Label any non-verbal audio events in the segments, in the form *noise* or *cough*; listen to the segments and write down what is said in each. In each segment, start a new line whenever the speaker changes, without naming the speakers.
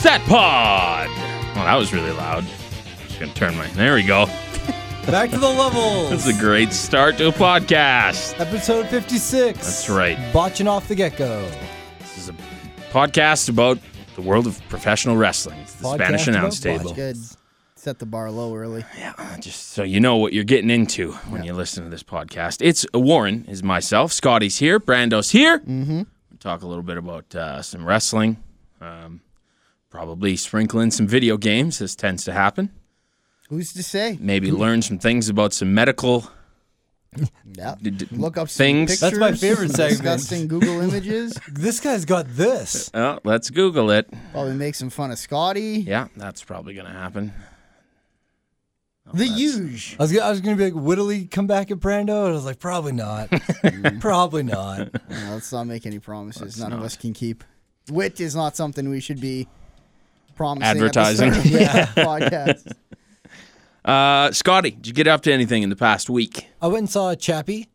Fat Pod. Well, that was really loud. Just gonna turn my. There we go.
Back to the levels.
This is a great start to a podcast.
Episode 56.
That's right.
Botching off the get go.
This is a podcast about the world of professional wrestling. It's the
Podcast
Spanish announce
about
table.
Good. Set the bar low early.
Yeah, just so you know what you're getting into when you listen to this podcast. It's uh, Warren is myself. Scotty's here. Brando's here. Mm-hmm. Talk a little bit about uh, some wrestling. Um, probably sprinkle in some video games. This tends to happen.
Who's to say?
Maybe learn some things about some medical.
Yeah.
d- d-
Look up some
things.
That's my
pictures,
favorite
some
segment.
*laughs*
Disgusting Google images.
This guy's got this.
Oh, let's Google it.
Probably make some fun of Scotty.
Yeah, that's probably gonna happen. *laughs*
the huge.
I was, gonna- I was going to be like, would he come back at Brando? And I was like,
*laughs*
probably not. probably not.
No, let's not make any promises. None of us can keep. Wit is not something we should be promising. at the start
*laughs* Advertising.
of the *laughs* podcast.
Uh, Scotty, did you get up to anything in the past week?
I went and saw Chappie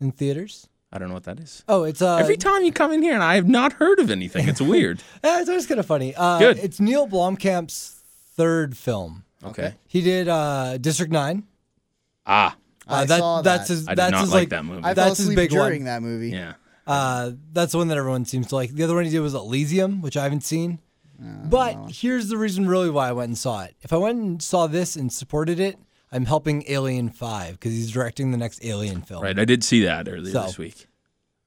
in theaters.
I don't know what that is.
Oh, it's uh,
Every time you come in here, and I have not heard of anything. It's
*laughs*
weird.
eh, it's always kind of funny. Uh,
Good.
It's Neil Blomkamp's third film.
Okay.
He did uh, District Nine.
Ah,
Uh,
I saw
That's
that.
his.
I did
that's
not
his,
like that movie.
I
I've
fell
that's his
asleep
big
during
one.
that movie.
yeah.
Uh, that's the one that everyone seems to like. The other one he did was Elysium, which I haven't seen. But here's the reason, really, why I went and saw it. If I went and saw this and supported it, I'm helping Alien Five because he's directing the next Alien film.
Right, I did see that earlier
So.
this week.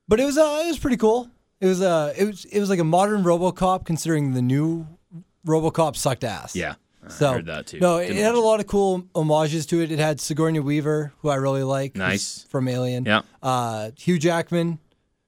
But it was uh, it was pretty cool. It was uh, it was it was like a modern RoboCop, considering the new RoboCop sucked ass.
Yeah,
So,
I heard that too.
No, it,
Didn't
it had a
watch
lot of cool homages to it. It had Sigourney Weaver, who I really like. who's
Nice.
From Alien.
Yeah.
Uh, Hugh Jackman,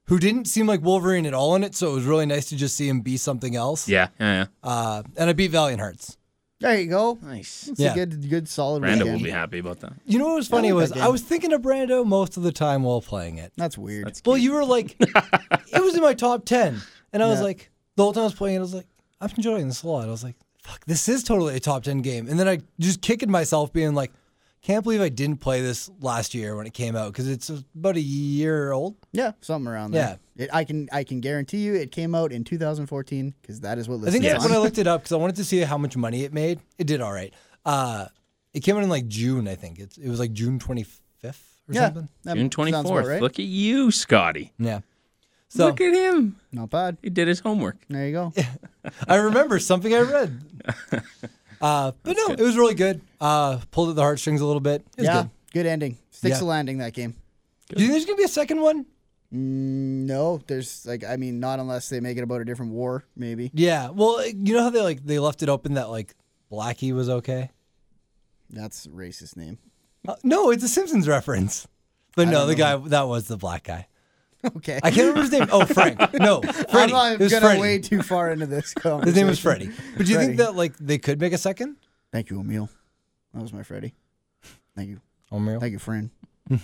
who didn't seem like Wolverine at all in it, so it was really nice to just see him be something else.
it. Yeah, yeah, yeah.
Uh, and I beat Valiant Hearts.
There you go.
Nice.
It's
Yeah.
a good, good, solid
Brando
weekend.
will be happy about that.
You know what was funny
like
was
that
I
game.
was thinking of Brando most of the time while playing it.
That's weird.
Well, you were like, it was in my top 10. And I was
Yeah.
like, the whole time I was playing it, I was like, I'm enjoying this a lot. I was like, fuck, this is totally a top 10 game. And then I just kicking myself being like, can't believe I didn't play this last year when it came out because it's about a year old.
yeah, something around there. Yeah, it, I can, I can guarantee you, it came out in 2014 because that is what.
I think
listens
that's
on. *laughs*
when I looked it up because I wanted to see how much money it made. It did all right. Uh, it came out in like June, I think. It's, it was like June 25th or
yeah,
something.
that
June
sounds about
twenty fourth.
right?
Look at you, Scotty.
Yeah. So
Look at him.
Not bad.
He did his homework.
There you go.
I remember something I
*laughs*
read. Uh, but no, it was really good. Uh, pulled at the heartstrings a little bit. It was
yeah,
good.
good. ending. Sticks
Yeah.
a landing that game. Mm,
Do you think there's gonna be a second one?
No, there's like I mean, not unless they make it about a different war, maybe.
Yeah. Well, uh, you know how they like they left it open that like Blackie was okay.
That's a racist name. *laughs*
Uh, no, it's a Simpsons reference. But no, the guy that was the black guy.
Okay,
I can't remember his name. Oh, Frank. No,
*laughs* I'm
Freddy.
not
It was
gonna
Freddy.
way too far into this.
*laughs* His name
conversation.
was Freddy. But do you think
Freddy.
that like they could make a second?
Thank you, Emil. That was my Freddy. Thank you,
Oh, Meryl.
thank you, friend. Uh,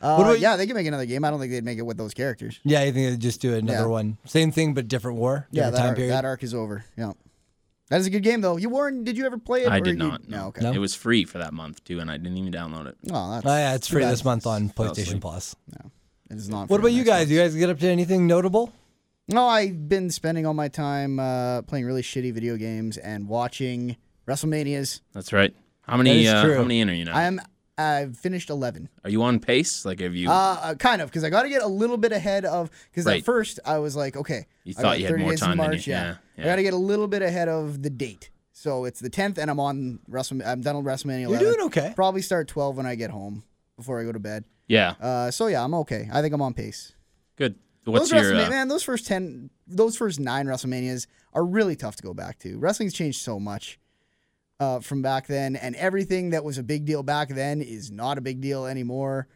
Hmm. about
yeah, they could make another game. I don't think they'd make it with those characters.
yeah, I think they just do another
Yeah.
one. Same thing, but different war,
Yeah,
different
that
time
arc,
period.
that arc is over. Yeah, that is a good game though. You Warren, did you ever play it?
I
or
did
you-
not.
No, okay.
It was free for that month too, and I didn't even download it.
Oh, that's,
oh, yeah, it's
too
free
bad.
this month on
asleep.
PlayStation Plus.
It is not.
What
for
about
the
you
next month.
guys? You guys get up to anything notable?
No, I've been spending all my time uh, playing really shitty video games and watching WrestleManias.
That's right. How many?
is
Uh,
true.
how many in are you now?
I'm I've finished eleven.
Are you on pace? Like, have you?
Uh, uh, kind of, because I got to get a little bit ahead of. Because
Right.
at first I was like, okay,
You
I
thought
got
you had
30
more
days to
time than you-
March, yeah,
yeah,
I
yeah.
got to get a little bit ahead of the date. So it's the tenth, and I'm on Wrestle. I'm done with WrestleMania. 11.
You're doing okay.
Probably start twelve when I get home before I go to bed.
yeah.
Uh, so yeah, I'm okay. I think I'm on pace.
Good. What's
those
your?
WrestleMania,
Uh,
man? Those first ten, those first nine WrestleManias are really tough to go back to. Wrestling's changed so much uh, from back then, and everything that was a big deal back then is not a big deal anymore.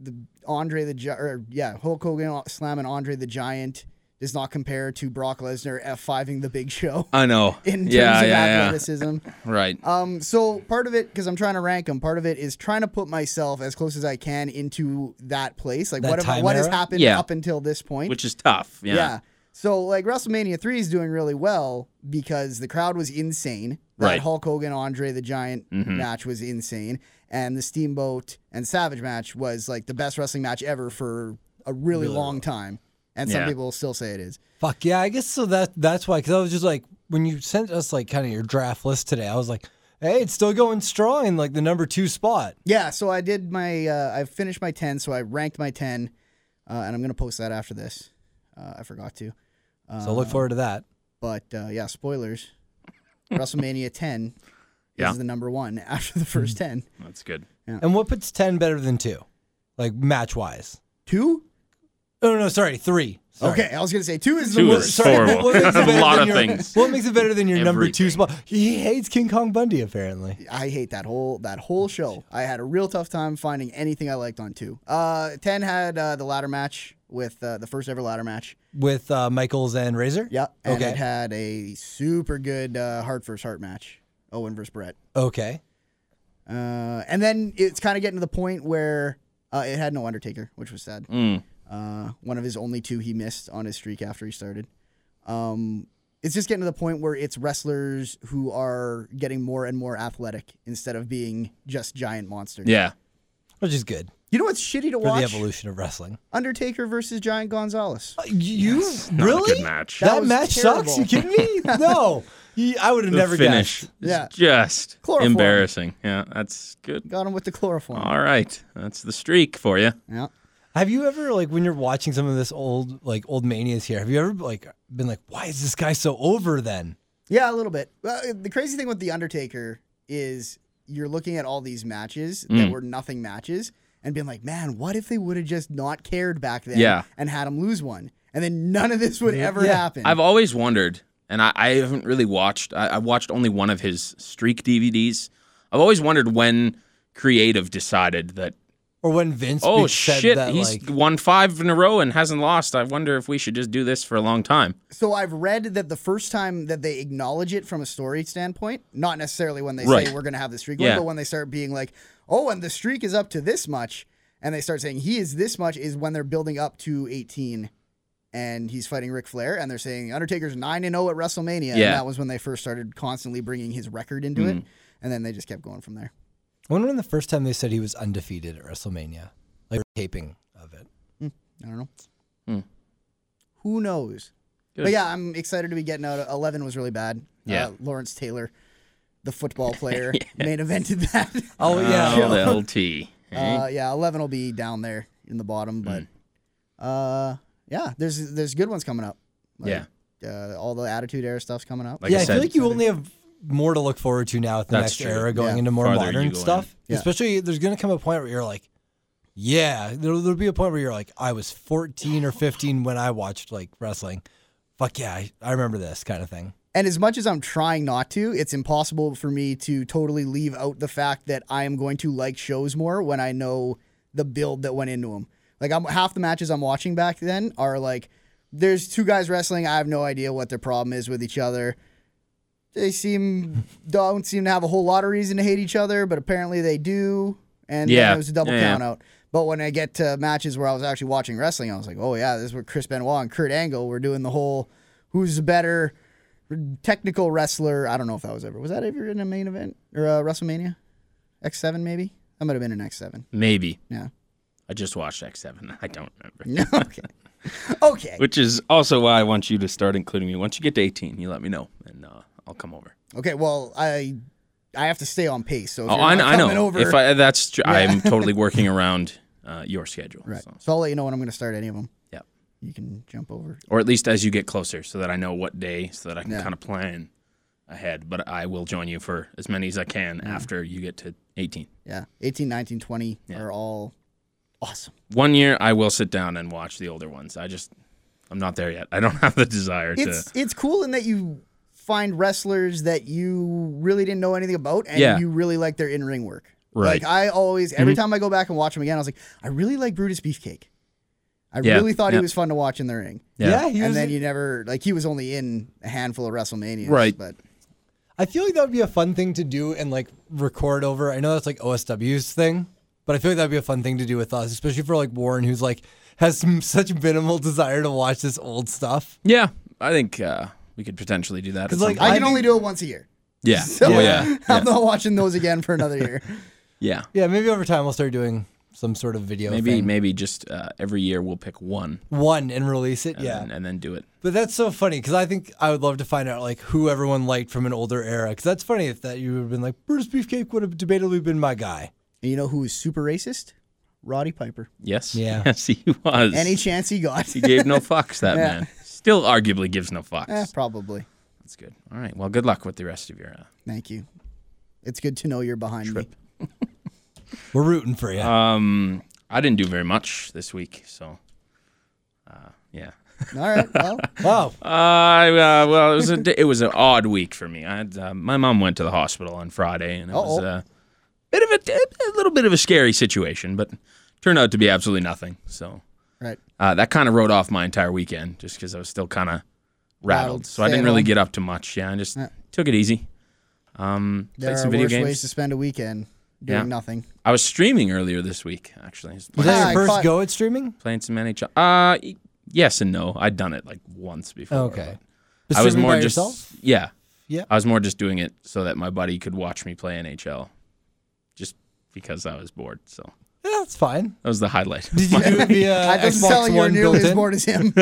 The Andre the Gi- or yeah, Hulk Hogan slamming Andre the Giant does not compare to Brock Lesnar F5ing the Big Show *laughs*
I know.
in terms
yeah,
of
yeah, yeah.
athleticism.
Right.
Um, so part of it, because I'm trying to rank them, part of it is trying to put myself as close as I can into that place. Like
That
what,
time
have, what has
era?
happened
Yeah.
up until this point.
Which is tough.
yeah.
Yeah.
So like WrestleMania 3 is doing really well because the crowd was insane. That
Right. Mm-hmm.
Hulk Hogan Andre the Giant match was insane. And the Steamboat and Savage match was like the best wrestling match ever for a really, long time. and some
Yeah.
people still say it is.
Fuck yeah, I guess so. That that's why, because I was just like, when you sent us like kind of your draft list today, I was like, hey, it's still going strong in like the number two spot.
Yeah, so I did my uh, I finished my ten, so I ranked my ten, uh, and I'm gonna post that after this. Uh, I forgot to,
So
Uh-huh.
look forward to that.
but uh,
*laughs*
yeah, spoilers. WrestleMania ten
Yeah. Mm-hmm.
is the number one after the first ten.
That's good.
And what puts ten better than two, like match wise?
Two?
Oh no, sorry, three. Sorry.
Okay, I was gonna say two is the
Two
worst.
is
Sorry.
horrible.
makes
*laughs*
it
A
better
lot
than
of
your-
things.
What makes it better than your number two
Everything.
spot? He hates King Kong Bundy apparently.
I hate that whole that whole show. I had a real tough time finding anything I liked on two. Uh, ten had uh, the ladder match with uh, the first ever ladder match.
With uh, Michaels and Razor.
Yeah, and
Okay.
it had a super good uh, heart versus heart match. Owen versus Brett.
Okay.
Uh, and then it's kind of getting to the point where uh, it had no Undertaker, which was sad.
Mm.
Uh, one of his only two he missed on his streak after he started. Um, it's just getting to the point where it's wrestlers who are getting more and more athletic instead of being just giant monsters.
Yeah.
Which is good
You know what's shitty to
for the
watch?
evolution of wrestling.
Undertaker versus Giant Gonzalez.
Uh, You
Not
really?
a good match.
That
That,
was
match
terrible.
sucks. You kidding me?
*laughs*
No, Ye- I would have
the
never
finish.
guessed.
is
Yeah.
Just
Chloroform.
embarrassing. Yeah, that's good.
Got him with the chloroform.
All right. That's the streak for you.
yeah.
Have you ever like when you're watching some of this old like old manias here? Have you ever like been like, why is this guy so over? Then
Yeah, a little bit. Well, uh, the crazy thing with the Undertaker is you're looking at all these matches that were nothing matches and being like, man, what if they would have just not cared back then
Yeah.
and had him lose one? And then none of this would ever
Yeah.
happen.
I've always wondered, and I, I haven't really watched, I, I watched only one of his streak DVDs. I've always wondered when Creative decided that,
or when Vince
oh
Beach said
shit,
that
he's
like
won five in a row and hasn't lost. I wonder if we should just do this for a long time.
so I've read that the first time that they acknowledge it from a story standpoint, not necessarily when they
Right.
say we're going to have the streak,
Yeah.
but when they start being like, oh, and the streak is up to this much, and they start saying he is this much, is when they're building up to 18. and he's fighting Ric Flair, and they're saying Undertaker's nine and zero at WrestleMania. And
Yeah.
that was when they first started constantly bringing his record into it,
Mm-hmm.
and then they just kept going from there.
I wonder when the first time they said he was undefeated at WrestleMania, like taping of it.
I don't know. Who knows? But
Hmm. Good.
yeah, I'm excited to be getting out. Eleven was really bad.
Yeah.
uh, Lawrence Taylor,
*laughs*
the football player, main evented that.
Oh yeah,
Oh, the old T.
Uh, yeah, eleven will be down there in the bottom, but
Hmm.
uh, yeah, there's there's good ones coming up.
Yeah.
uh, all the Attitude Era stuff's coming up.
Like
yeah.
I
I,
said,
feel like you only have more to look forward to now with the
That's
next
true.
era going
Yeah.
into more
Farther you
modern
go in.
stuff.
Yeah.
Especially there's gonna come a point where you're like, yeah, there, there'll be a point where you're like, I was 14 or 15 when I watched like wrestling. Fuck yeah, I, I remember this kind of thing.
And as much as I'm trying not to, it's impossible for me to totally leave out the fact that I am going to like shows more when I know the build that went into them. Like I'm half the matches I'm watching back then are like there's two guys wrestling, I have no idea what their problem is with each other. They
*laughs*
seem don't seem to have a whole lot of reason to hate each other, but apparently they do. And yeah.
Yeah.
it was a double
Yeah, yeah.
count out. But when I get to matches where I was actually watching wrestling, I was like, oh yeah, this is where Chris Benoit and Kurt Angle were doing the whole who's the better technical wrestler. I don't know if that was ever was that ever in a main event or uh, WrestleMania X seven maybe that might have been an X seven. *laughs*
Maybe.
Yeah.
I just watched X7. *laughs* I don't remember.
No. Okay. Okay.
Which is also why I want you to start including me. Once you get to 18, you let me know, and uh, I'll come over.
Okay. Well, I I have to stay on pace. So if
Oh,
you're
I,
not
I know.
coming over,
If I, that's tr-
*laughs*
I'm totally working around uh, your schedule.
right.
so.
So I'll let you know when I'm going to start any of them.
Yep.
You can jump over.
Or at least as you get closer, so that I know what day, so that I can
Yeah.
kind of plan ahead. But I will join you for as many as I can after you get to 18.
Yeah. 18, 19, 20 are all awesome.
One year, I will sit down and watch the older ones. I just, I'm not there yet. I don't *laughs* have the desire
It's
to.
it's cool in that you find wrestlers that you really didn't know anything about and
Yeah.
you really like their in ring work.
Right. Mm-hmm.
Like I always every time I go back and watch them again, I was like, I really like Brutus Beefcake. I
Yeah,
really thought
yeah.
he was fun to watch in the ring.
Yeah, he
and
was.
then you never like he was only in a handful of WrestleManias.
Right.
But
I feel like that would be a fun thing to do and like record over. I know that's like OSW's thing, but I feel like that'd be a fun thing to do with us, especially for like Warren, who's like has *laughs* some, such minimal desire to watch this old stuff.
Yeah, I think uh, we could potentially do that. at
'Cause,
some
like,
point.
I,
I
can only do it once a year.
yeah.
*laughs* So uh,
oh yeah. *laughs*
I'm not watching those again for another year.
Yeah.
Yeah, maybe over time we'll start doing some sort of video.
Maybe
thing.
maybe just uh, every year we'll pick one
one and release it.
and,
yeah,
then, and then do it.
but that's so funny because I think I would love to find out like who everyone liked from an older era. Because that's funny if that you would have been like Bruce Beefcake would have debatably been my guy.
And you know who is super racist? Roddy Piper.
Yes.
Yeah.
*laughs* Yes, he was.
Any chance
*laughs*
he *laughs* got?
he gave no fucks. That
*laughs* Yeah.
man still arguably gives no fucks.
Eh, probably.
That's good. All right. Well, good luck with the rest of your. Uh,
Thank you. It's good to know you're behind me.
We're rooting for you.
Um, I didn't do very much this week, so uh, yeah.
All
*laughs*
right. Well,
wow,
Uh, uh, well, it was a d- it was an odd week for me. I had, uh, my mom went to the hospital on Friday, and it was
Uh-oh.
uh, bit of a, a little bit of a scary situation, but turned out to be absolutely nothing. So
right.
uh, that kind of wrote off my entire weekend, just because I was still kind of rattled.
Rattled.
So I
Stay
didn't
at
really
home.
get up to much. Yeah, I just
Yeah.
took it easy. Um,
There
played
are
some video
worse
games.
ways to spend a weekend doing
Yeah.
nothing.
I was streaming earlier this week, actually. I was
was
Ah,
that
I
your first
caught-
go at streaming?
playing some NHL. Uh, y- yes and no. I'd done it like once before.
Okay,
but
But
I was
streaming
more
by
just
yourself?
yeah.
Yeah.
I was more just doing it so that my buddy could watch me play NHL, just because I was bored. So
Yeah,
*laughs*
that's fine.
that was the highlight.
Did you do it via
*laughs* I was
Uh, Xbox
telling you
One
nearly
built
as
in?
bored
*laughs*
as him.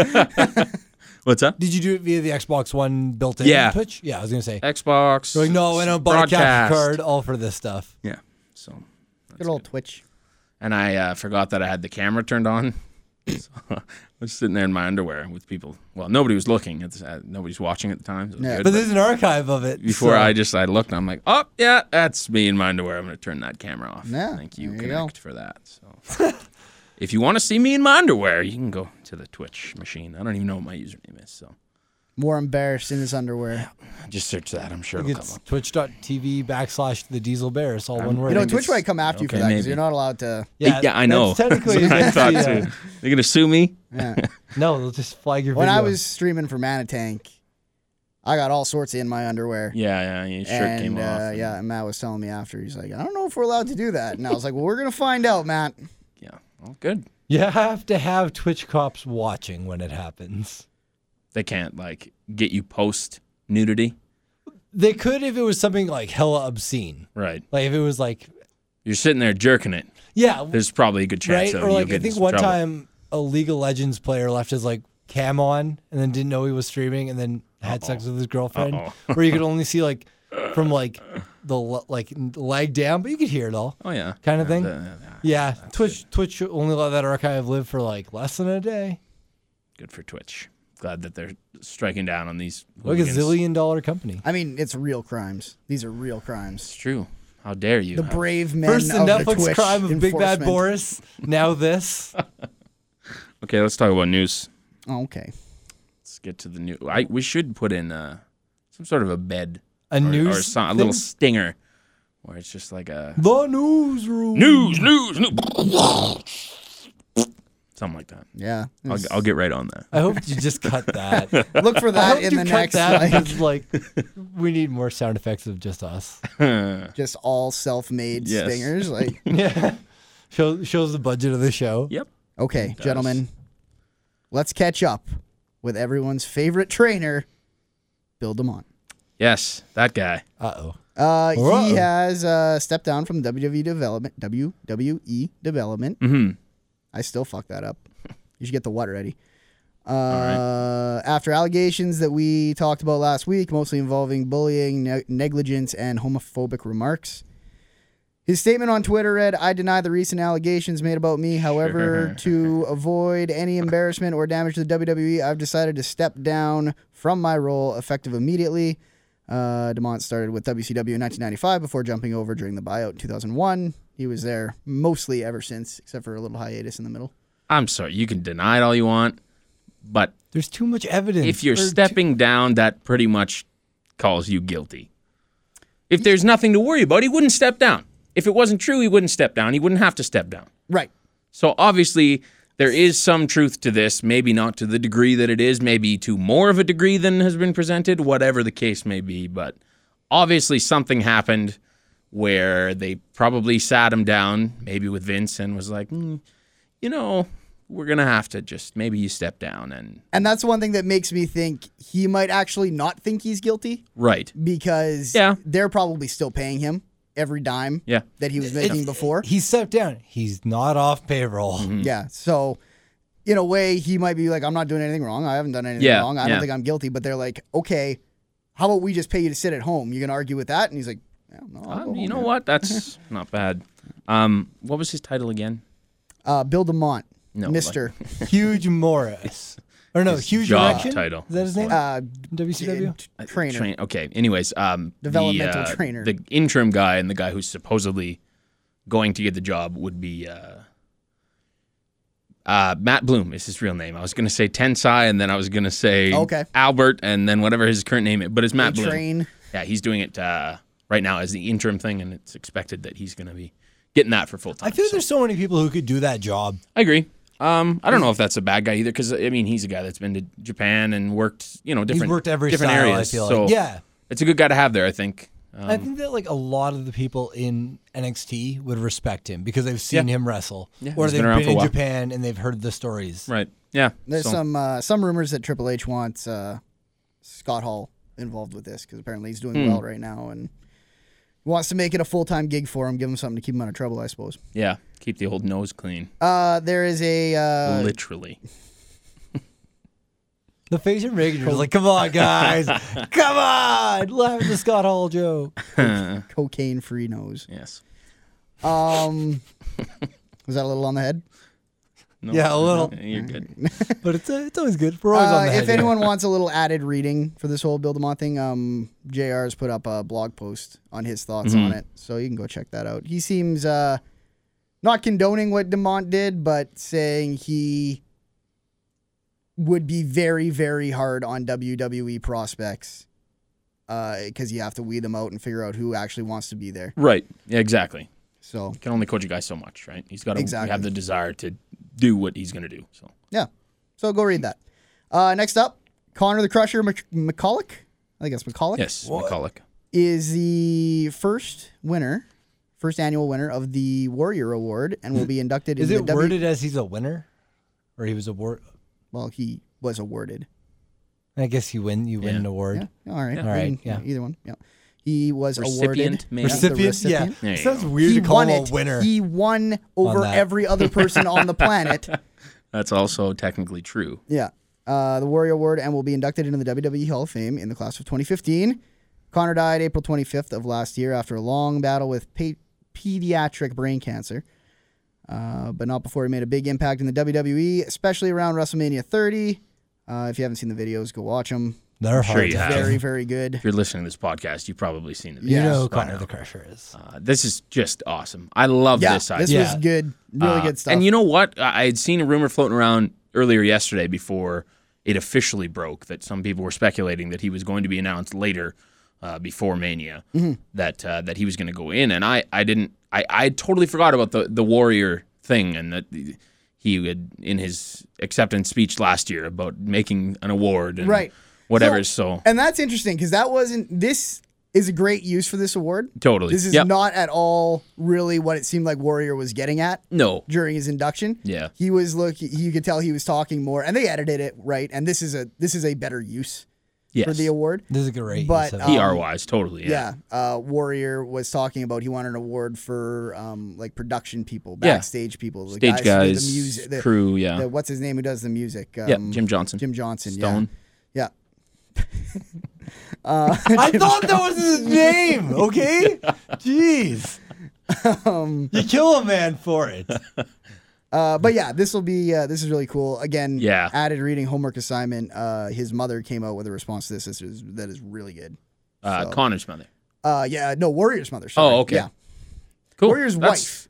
What's up?
Did you do it via the Xbox One built in
Yeah.
Twitch? Yeah, I was gonna say.
Xbox.
You're like, no, and I bought a
broadcast.
capture card, all for this stuff.
Yeah. So
Good old Twitch.
and I uh, forgot that I had the camera turned on. *laughs* So I was sitting there in my underwear with people. Well, nobody was looking. It's, uh, nobody's watching at the time. So it was
Yeah.
good,
But there's an archive of it.
before
so-
I just I looked and I'm like, oh yeah, that's me in my underwear. I'm gonna turn that camera off.
Yeah,
Thank you,
there you go.
Connect, for that. So *laughs* if you want to see me in my underwear, you can go to the Twitch machine. I don't even know what my username is, so
More embarrassed in his underwear.
just search that. I'm sure
I
it'll
think
come
it's
up.
twitch.tv backslash the diesel bears, all one word.
You know,
think
Twitch
it's-
might come after you for
okay,
that because
maybe.
you're not allowed to.
yeah, I know. *laughs*
that's Technically,
I
*laughs*
against
thought
the, uh,
too. They're gonna sue me.
Yeah.
no, they'll just flag your
when
video.
I was streaming for Manitank, I got all sorts in my underwear.
Yeah, yeah. Your shirt
and,
came
uh,
off. and-
yeah, and Matt was telling me after. He's like, I don't know if we're allowed to do that. And I was like, Well, we're gonna find out, Matt.
yeah. Well, good.
you have to have Twitch cops watching when it happens.
They can't like get you post nudity.
They could if it was something like hella obscene.
Right.
Like if it was like,
You're sitting there jerking it.
yeah,
There's probably a good chance
right?
that
Or
you'll
like
get
I
in
think
some
one
trouble.
time a League of Legends player left his like cam on and then didn't know he was streaming and then had sex with his girlfriend,
Uh-oh.
where you could
*laughs*
only see like from like the le- like leg down, but you could hear it all.
Oh yeah. Uh,
Kind of
Yeah,
thing.
the- yeah.
Yeah, Twitch Twitch only let that archive live for like less than a day.
good for Twitch. Glad that they're striking down on these.
Like a
hooligans.
zillion dollar company.
I mean, it's real crimes. These are real
It's
crimes.
true. How dare you?
The
How-
brave men
First the
of
Netflix
the Twitch
crime of Big Bad
enforcement.
Boris,
*laughs*
now this.
okay, let's talk about news.
Oh, okay.
Let's get to the new. I we should put in uh, some sort of a bed
A
or,
news
or some, a
thing?
little stinger, where it's just like a
The newsroom.
news, news, news, something like that.
Yeah.
I'll, I'll get right on that.
I hope you
*laughs*
just cut that.
Look
*laughs*
for
I
that
hope
in
you
the
cut
next.
that
like,
because,
*laughs*
like, we need more sound effects of
*laughs*
just us.
just all self-made
Yes.
stingers.
*laughs*
Like,
Yeah. Show, shows the budget of the show.
Yep.
okay, gentlemen, let's catch up with everyone's favorite trainer, Bill Demont.
Yes, that guy.
Uh oh.
Uh,
Whoa.
he has uh, stepped down from WWE development. WWE development.
Mm-hmm.
I still fuck that up. *laughs* You should get the what ready. Uh, After allegations that we talked about last week, mostly involving bullying, ne- negligence, and homophobic remarks. His statement on Twitter read, I deny the recent allegations made about me. However, to avoid any embarrassment or damage to the WWE, I've decided to step down from my role effective immediately. Uh, DeMont started with WCW in 1995 before jumping over during the buyout in 2001. He was there mostly ever since, except for a little hiatus in the middle.
I'm sorry. You can deny it all you want, but
There's too much evidence.
if you're
Or too-
stepping down, that pretty much calls you guilty. If there's nothing to worry about, he wouldn't step down. If it wasn't true, he wouldn't step down. He wouldn't have to step down.
Right.
So obviously, there is some truth to this, maybe not to the degree that it is, maybe to more of a degree than has been presented, whatever the case may be. But obviously, something happened where they probably sat him down, maybe with Vince, and was like, "Hmm, you know, we're going to have to just maybe you step down and.
And that's one thing that makes me think he might actually not think he's guilty
Right.
because
Yeah.
they're probably still paying him. every dime
Yeah.
that he was making before.
He stepped down. He's not off payroll.
Mm.
Yeah. So in a way, he might be like, I'm not doing anything wrong. I haven't done anything
Yeah,
wrong. I
yeah.
don't think I'm guilty. But they're like, okay, how about we just pay you to sit at home? You gonna argue with that? And he's like, yeah, no, I'll
Uh,
go
you
home
know
now."
what? That's not bad. Um, what was his title again?
Uh, Bill Demont,
No,
Mister.
*laughs*
Huge Morris. Or no, huge
Mm-hmm. job
erection.
title.
Is that his name?
*laughs* Uh,
WCW.
d- trainer.
Train, okay. Anyways, um, the,
Developmental
uh,
trainer.
the interim guy, and the guy who's supposedly going to get the job would be uh, uh, Matt Bloom is his real name. I was gonna say Tensai, and then I was gonna say
Okay.
Albert, and then whatever his current name is. But it's Matt
They
Bloom.
train.
Yeah, he's doing it uh, right now as the interim thing, and it's expected that he's gonna be getting that for full time.
I feel
so.
there's so many people who could do that job.
I agree. Um, I don't know if that's a bad guy either, because I mean he's a guy that's been to Japan and worked, you know, different
He's worked every
different
style.
areas.
I feel
so
like. Yeah.
it's a good guy to have there. I think. Um,
I think that like a lot of the people in NXT would respect him because they've seen
Yeah.
him wrestle,
Yeah,
or
he's been
they've
around
been,
for a
in
while.
Japan and they've heard the stories.
right. Yeah.
There's
so-
some uh, some rumors that Triple H wants uh, Scott Hall involved with this because apparently he's doing
Hmm.
well right now and wants to make it a full time gig for him, give him something to keep him out of trouble, I suppose.
Yeah. Keep the old nose clean.
Uh, there is a uh, *laughs*
Literally.
The face of Reagan was like,
*laughs*
"Come on, guys, come on, laugh at the Scott Hall joke."
cocaine free nose.
*laughs* Yes. *laughs*
Um, was that a little on the head?
No,
Yeah, a little.
You're good.
*laughs*
But it's uh, it's always good. We're always on
Uh,
the head.
if
here.
anyone wants a little added reading for this whole Bill DeMont thing, um, JR has put up a blog post on his thoughts on it, so you can go check that out. He seems uh, not condoning what DeMont did, but saying he would be very, very hard on WWE prospects because you have to weed them out and figure out who actually wants to be there.
Right. Yeah. Exactly.
So,
You can only coach a guy so much, right? He's got to
Exactly.
have the desire to do what he's going to do. So.
yeah. So go read that. Uh, next up, Connor the Crusher Mc- McCulloch. I think that's McCulloch.
Yes. McCulloch.
is the first winner, first annual winner of the Warrior Award, and will be inducted
Hmm. is
in
it
the W.
worded as he's a winner, or he was award?
Well, he was awarded.
I guess you win. You win an award.
Yeah. All right.
All right,
Yeah.
yeah.
Either one. Yeah. He was awarded. *laughs*
Recipient, maybe?
Yeah, the
Recipient. Yeah.
recipient.
There you
sounds
go.
weird
He
to call
won
him a
it.
winner.
He won over
that.
every other person on
*laughs*
the planet.
That's also technically true.
Yeah. Uh, the Warrior Award and will be inducted into the WWE Hall of Fame in the class of 2015. Connor died April 25th of last year after a long battle with pa- pediatric brain cancer, uh, but not before he made a big impact in the WWE, especially around WrestleMania 30. Uh, if you haven't seen the videos, go watch them.
They're
sure
hard.
you
to
have.
do.
Very, very good.
If you're listening to this podcast, you've probably seen the
You
videos
know who
by
Connor
now.
the Crusher is.
Uh, this is just awesome. I love
Yeah,
this
this
side.
was
Yeah.
good. Really
Uh,
good stuff.
And you know what? I I had seen a rumor floating around earlier yesterday before it officially broke that some people were speculating that he was going to be announced later uh, before Mania
Mm-hmm.
that uh, that he was going to go in. And I, I didn't I, I totally forgot about the the Warrior thing and that he had in his acceptance speech last year about making an award and
Right.
whatever.
So-
So,
and that's interesting because that wasn't. This is a great use for this award.
totally,
This is
Yep.
not at all really what it seemed like Warrior was getting at.
no.
during his induction.
Yeah.
He was look you could tell he was talking more and they edited it right and this is a this is a better use
Yes.
for the award.
This is a great.
But,
use of it.
uh,
PR wise, totally. Yeah.
Yeah. Uh Warrior was talking about he wanted an award for um like production people,
Yeah.
backstage people, the
Stage
guys, who do
guys,
the music the,
crew. Yeah.
the- what's his name who does the music? Um,
yeah. Jim Johnson.
Jim Johnson,
Stone.
yeah.
*laughs* I thought that was his name. *laughs* Okay, *laughs* jeez. you kill a man for *laughs* it.
Yeah. Uh but yeah, this will be uh, this is really cool. Again,
Yeah.
added reading homework assignment. Uh his mother came out with a response to this. This is that is really good.
Uh,
So-
Connor's mother.
Uh yeah, no, Warrior's mother. Sorry.
Oh, okay.
Yeah.
Cool.
Warrior's
That's-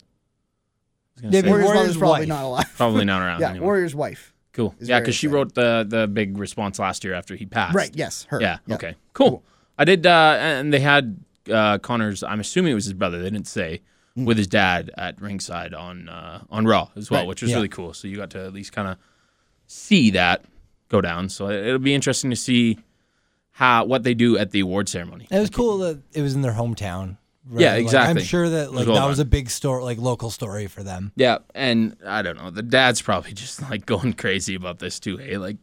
I was gonna
Yeah,
say,
Warrior's
Warrior's, mother's probably
wife.
not alive.
probably not around
*laughs* yeah,
anymore.
Warrior's wife.
cool.
is
Yeah,
very
because she
exciting.
wrote the the big response last year after he passed.
Right. Yes, her.
Yeah. Okay. Cool. I did, uh, and they had uh, Connor's. I'm assuming it was his brother. They didn't say with his dad at ringside on uh, on Raw as well, which was
Yeah.
really cool. So you got to at least kind of see that go down. So it- it'll be interesting to see how what they do at the award ceremony.
It was cool that it was in their hometown. right?
Yeah,
Like,
exactly.
I'm sure that like
well
that was a
done.
big story, like local story for them.
Yeah, and I don't know. The dad's probably just like going crazy about this too. Hey, like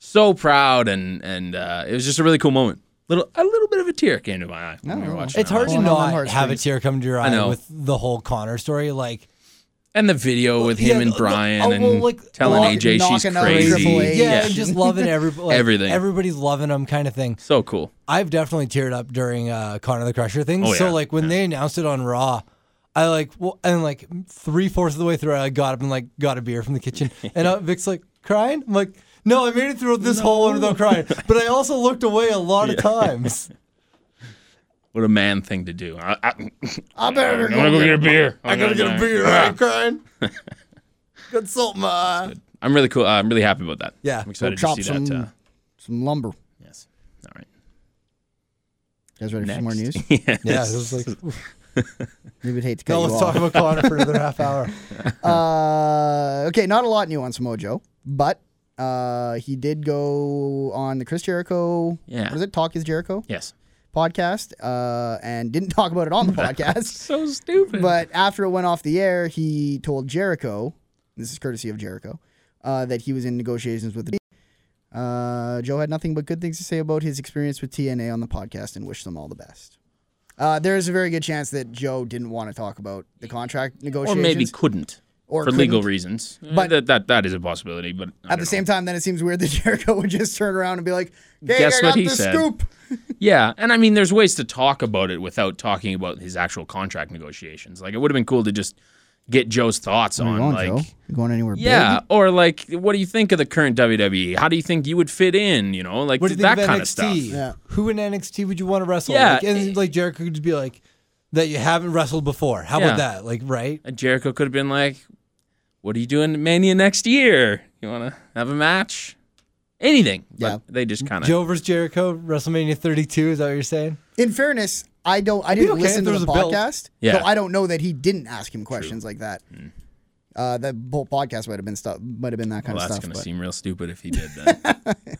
so proud, and and uh, it was just a really cool moment. little a little bit of a tear came to my eye when we were
Oh.
watching.
It's
that.
hard to
Pulling on them
not have a
heartstrings.
tear come to your eye
know.
with the whole Connor story. Like,
and the video with
yeah,
him and
the-
Brian
oh, well,
and
like,
telling
knock-
AJ she's
knocking out
crazy.
Triple
yeah,
H.
*laughs*
Yeah.
and just loving every, like,
Everything.
Everybody's loving him, kind of thing.
so cool.
I've definitely teared up during uh, Connor the Crusher thing.
Oh, yeah,
So like when they announced it on Raw, I like well, and like three fourths of the way through, I got up and like got a beer from the
*laughs*
kitchen, and uh, Vic's like crying. I'm like, no, I made it through this whole one without crying, but I also looked away a lot of
*laughs*
times.
What a man thing to do. I, I,
I better
I'm gonna go get a beer.
I gotta get a beer. I
*laughs*
ain't crying. got salt in my eye.
I'm really cool. Uh, I'm really happy about that.
Yeah.
I'm excited
Go
to see
chop
that.
some-
Uh,
some lumber. You
yes. All right.
guys ready for
Next.
some more news?
*laughs* yes.
Yeah, it was like,
We would hate to cut
no,
you
let's
off.
talk about Connor for
*laughs*
another half hour.
Uh, okay, not a lot new on Samoa Joe, but uh, he did go on the Chris Jericho.
Yeah.
What is it? Talk is Jericho
Yes.
podcast, uh, and didn't *laughs* talk about
*laughs*
it on the podcast.
So stupid.
but after it went off the air, he told Jericho, this is courtesy of Jericho, uh, that he was in negotiations with the. Uh, Joe had nothing but good things to say about his experience with TNA on the podcast and wished them all the best. Uh, there is a very good chance that Joe didn't want to talk about the contract
or
negotiations.
maybe couldn't.
Or
for legal
couldn't. Mm.
reasons. But
But-
that, that that is a possibility. But I
At
don't
the
know.
same time, then it seems weird that *laughs* Jericho would just turn around and be like, "Hey,
Guess
I
what
got
he
the
said."
scoop."
Yeah, and I mean, there's ways to talk about it without talking about his actual contract negotiations. Like, it would have been cool to just get Joe's thoughts on, like,
You going anywhere
yeah, or like, what do you think of the current WWE? How do you think you would fit in? You know, like
What do you think
that
of
kind
NXT?
of stuff.
Yeah.
Who in NXT would you want to wrestle?
Yeah,
Like,
it-
and like Jericho could be like, that you haven't wrestled before. How
Yeah.
about that? Like, right?
And Jericho could have been like, "What are you doing at Mania next year? You want to have a match? Anything?" But
Yeah.
they just kind of.
Joe versus Jericho, WrestleMania 32. Is that what you're saying?
big? In fairness, I don't. I didn't
okay if
listen to
there was
the
a belt.
podcast,
Yeah. Hmm.
so I don't know that he didn't ask him questions like that. Uh, that whole podcast might have been stuff. Might have been that kind
Well, that's
of stuff.
gonna
but-
seem real stupid if he did. Then.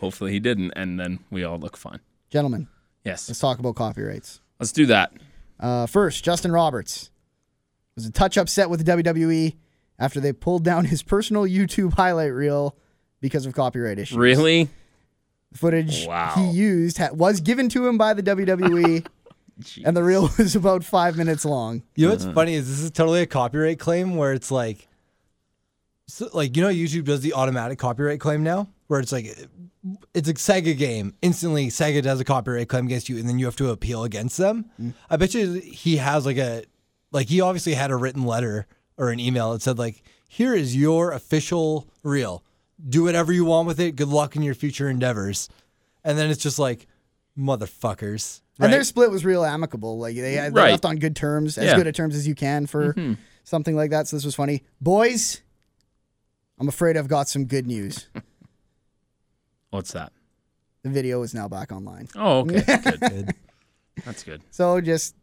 Hopefully, he didn't, and then we all look fine.
Gentlemen,
Yes,
let's talk about copyrights.
let's do that.
Uh, first, Justin Roberts was a touch upset with the WWE after they pulled down his personal YouTube highlight reel because of copyright issues.
Really?
footage
Wow.
he used ha- was given to him by
*laughs*
the WWE, and the reel was about five minutes long.
You know what's funny is this is totally a copyright claim where it's like, so, like you know, YouTube does the automatic copyright claim now, where it's like, it's a Sega game. Instantly, Sega does a copyright claim against you, and then you have to appeal against them. I bet you he has like a, like he obviously had a written letter or an email that said like, here is your official reel. Do whatever you want with it. Good luck in your future endeavors. And then it's just like, motherfuckers.
And their
right?
split was real amicable. Like they, they
Right.
left on good terms, as
Yeah.
good of terms as you can for
Mm-hmm.
something like that. So this was funny, boys. I'm afraid I've got some good
*laughs*
news.
What's that?
The video is now back online.
Oh, okay. Good. That's good.
So just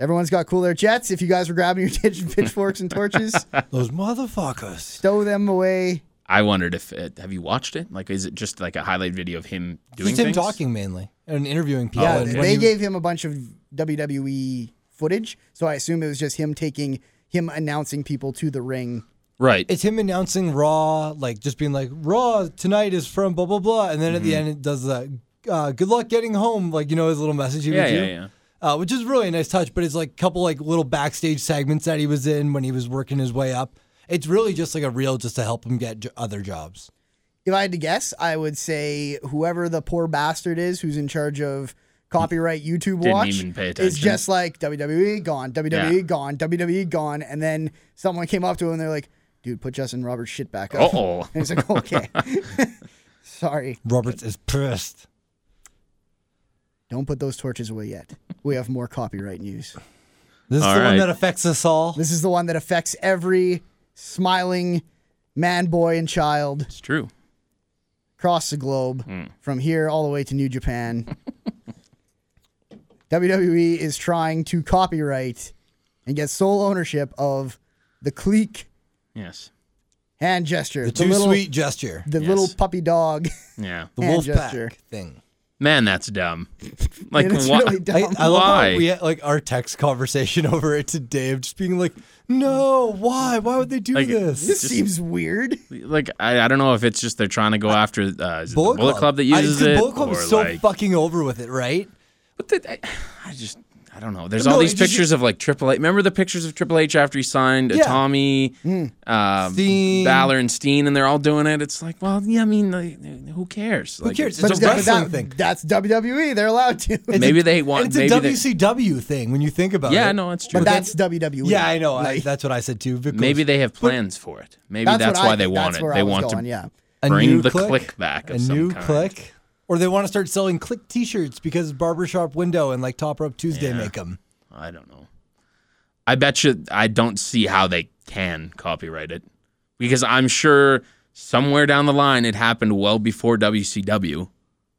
everyone's got cool air jets. If you guys were grabbing your *laughs* pitch- pitchforks
*laughs*
and torches,
those motherfuckers.
stow them away.
I wondered if it, have you watched it? Like, is it just like a highlight video of him doing
just him
things? Oh,
talking mainly and interviewing people.
Yeah,
Oh, and
they
when he-
gave him a bunch of WWE footage, so I assume it was just him taking him announcing people to the ring.
Right.
it's him announcing Raw, like just being like Raw tonight is from blah blah blah, and then at the
Mm-hmm.
end it does the uh, good luck getting home, like you know his little message he
yeah,
would do,
yeah, yeah.
Uh, which is really a nice touch. But it's like a couple like little backstage segments that he was in when he was working his way up. It's really just like a reel just to help him get j- other jobs.
If I had to guess, I would say whoever the poor bastard is who's in charge of copyright YouTube
Didn't
watch
even pay
is
attention.
just like WWE gone, WWE
Yeah.
gone, WWE gone, and then someone came up to him and they're like, "Dude, put Justin Roberts shit back up."
Uh-oh.
*laughs* and he's
*laughs*
like, "Okay, sorry,
Roberts is pissed.
don't put those torches away yet. We have more copyright news."
This is
All
the
right.
one that affects us all.
This is the one that affects every smiling man, boy, and child
It's true.
across the globe,
Hmm.
from here all the way to New Japan. *laughs* WWE is trying to copyright and get sole ownership of the clique
Yes.
hand gesture,
The too
little,
sweet gesture,
the
Yes.
little puppy dog.
Yeah.
the
hand
wolf
gesture.
pack thing.
Man, that's dumb. Like,
*laughs* And it's
why?
really
I,
dumb.
I love
Why?
how we had like our text conversation *laughs* over it today of just being like, no, why? Why would they do
Like,
this?
this seems weird.
like I, I don't know if it's just they're trying to go after uh, is it the Bullet, Club. that
I-
uses it.
Bullet Club
or,
was so
like-
fucking over with it, right?
But the, I, I just I don't know. There's
No,
all
it
these
just-
pictures of like Triple H. Remember the pictures of Triple H after he signed
Yeah. Hmm.
Tommy, um,
Steen.
Balor, and Steen, and they're all doing it. It's like, well, yeah, I mean, like, who cares? Who
cares?
It's,
But
a
that-
wrestling.
wrestling thing.
That's WWE. They're allowed to.
maybe they want.
And it's
maybe
a
they-
WCW thing when you think about it.
yeah, no, it's true.
but that's E. WWE.
Yeah, I know. I,
Like,
that's what I said too. Because
maybe they have plans for it. Maybe
that's
that's,
what I
why they
think-
want
that's
it.
where I
They
was
want
going,
to
yeah.
a
bring
new
the
click,
click back of
a
some
new
kind.
click, or they want to start selling click T-shirts because Barbershop Window and like Top Rope Tuesday make 'em. make them.
I don't know. I bet you I don't see how they can copyright it because I'm sure somewhere down the line it happened well before WCW.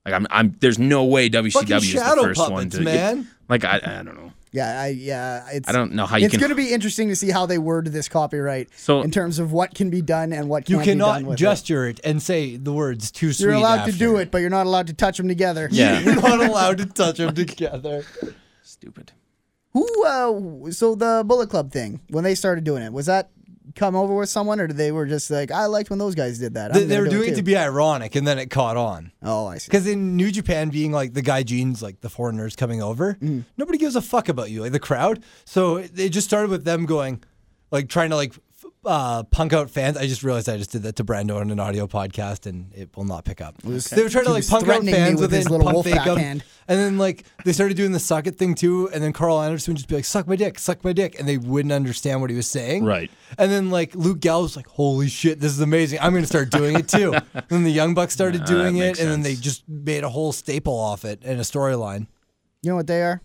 Like I'm, I'm there's no way
Fucking
WCW is the
shadow
first one
puppets,
to
man.
Like I, I don't know.
yeah, I, yeah. It's,
I don't know how you
It's
can.
going to be interesting to see how they word this copyright
So-
in terms of what can be done and what
You
can't be done
cannot
with
gesture it. and say the words too
it. You're
sweet
allowed
after.
to do it, but you're not allowed to touch them together.
yeah,
*laughs* You're not allowed to touch them together.
*laughs* stupid.
Who? Uh, so the Bullet Club thing when they started doing it was that come over with someone, or they were just like, I liked when those guys did that. I'm
They, they
gonna
were
do
doing it
too."
to be ironic, and then it caught on.
Oh, I see.
Because in New Japan, being like the guy jeans, like the foreigners coming over,
Mm-hmm.
nobody gives a fuck about you, like the crowd. So it, it just started with them going, like trying to like f- uh, punk out fans. I just realized I just did that to Brando on an audio podcast, and it will not pick up. They were trying to
He
like
was
punk out
threatening me
fans with
with his
it,
little
punk
Wolfpack
fake 'em.
hand.
and then like they started doing the suck it thing too. And then Carl Anderson would just be like, "Suck my dick, suck my dick," and they wouldn't understand what he was saying.
Right.
And then like Luke Gallows was like, "Holy shit, this is amazing! I'm gonna start doing it too." and then the Young Bucks started
that
doing it,
makes
and then they
sense.
just made a whole staple off it and a storyline.
You know what they are?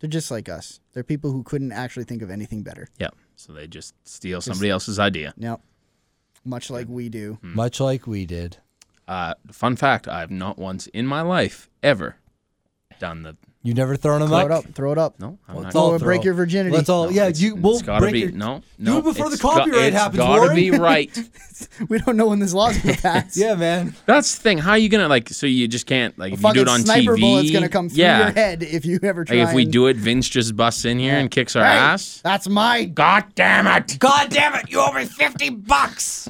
They're just like us. They're people who couldn't actually think of anything better.
Yeah, so they just steal somebody else's idea.
Yep. Much like we do.
Hmm.
Much like we did.
Uh, fun fact: I have not once in my life ever done the.
You never thrown them
Throw it
up.
up. Throw it up.
No, I'm
Let's
not.
all
Or break
throw-
your virginity.
Let's all. yeah, you. We'll
it's gotta
break
be
your-
no,
do
no.
it before the
it's got-
copyright
it's
happens.
Gotta
Warren. *laughs*
be right.
*laughs* We don't know when this law's gonna pass.
yeah, man.
That's the thing. How are you gonna like? So you just can't like.
A
If you
fucking
do it on
sniper
TV,
bullet's gonna come through
yeah.
your head if you ever try.
Like if we
and-
do it, Vince just busts in here and kicks our
Hey,
ass.
That's my.
God damn it!
God damn it! You owe me
*laughs*
fifty bucks.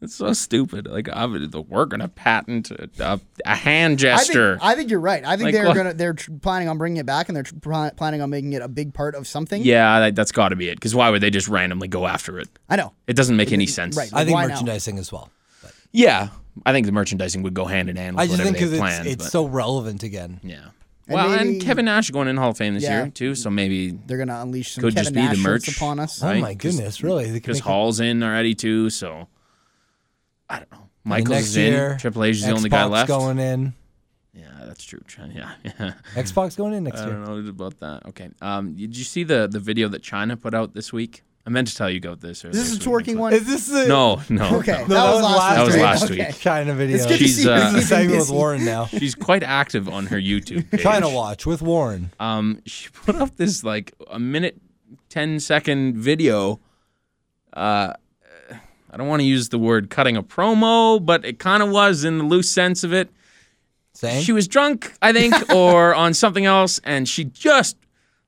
It's so stupid. Like I'm, we're gonna patent a, a, a hand
I think,
gesture.
I think you're right. I think
Like
they're
what?
gonna. They're tr- planning on bringing it back, and they're tr- pl- planning on making it a big part of something.
yeah, that, that's got to be it. Because why would they just randomly go after it?
I know.
It doesn't make any sense.
right.
I think
Why now?
merchandising as well.
Yeah, I think the merchandising would go hand in hand. With
I just
whatever
think because
they
it's,
planned,
it's
but-
so relevant again.
yeah. well,
maybe-
and Kevin Nash going in Hall of Fame this
Yeah.
year too, so maybe
They're gonna unleash some
Could
Kevin
just be the
Nash shirts
merch.
upon us.
Oh
Right?
my
'Cause-
goodness, really? They could
because
make it-
Hall's in already too. So I don't know.
and
Michael's
next
is in.
year,
Triple H is the only guy
Xbox
left.
Going in.
Yeah, that's true. China- Yeah, yeah. *laughs*
Xbox going in next
I
year.
don't know about that. Okay. Um, did you see the the video that China put out this week? I meant to tell you about this.
This is a twerking one.
Is this the
No, no.
Okay,
no.
No, that was last
That was
week.
last
Okay.
week.
China video?
It's good
She's,
to see.
uh,
you're
this is a
keeping
segment with
busy.
*laughs*
Warren
*laughs*
now.
She's quite active on her
*laughs*
YouTube page.
China Watch with Warren.
Um, she put up this like a minute, 10 second video. Uh, I don't want to use the word cutting a promo, but it kind of was in the loose sense of it.
Saying
She was drunk, I
*laughs*
think, or on something else, and she just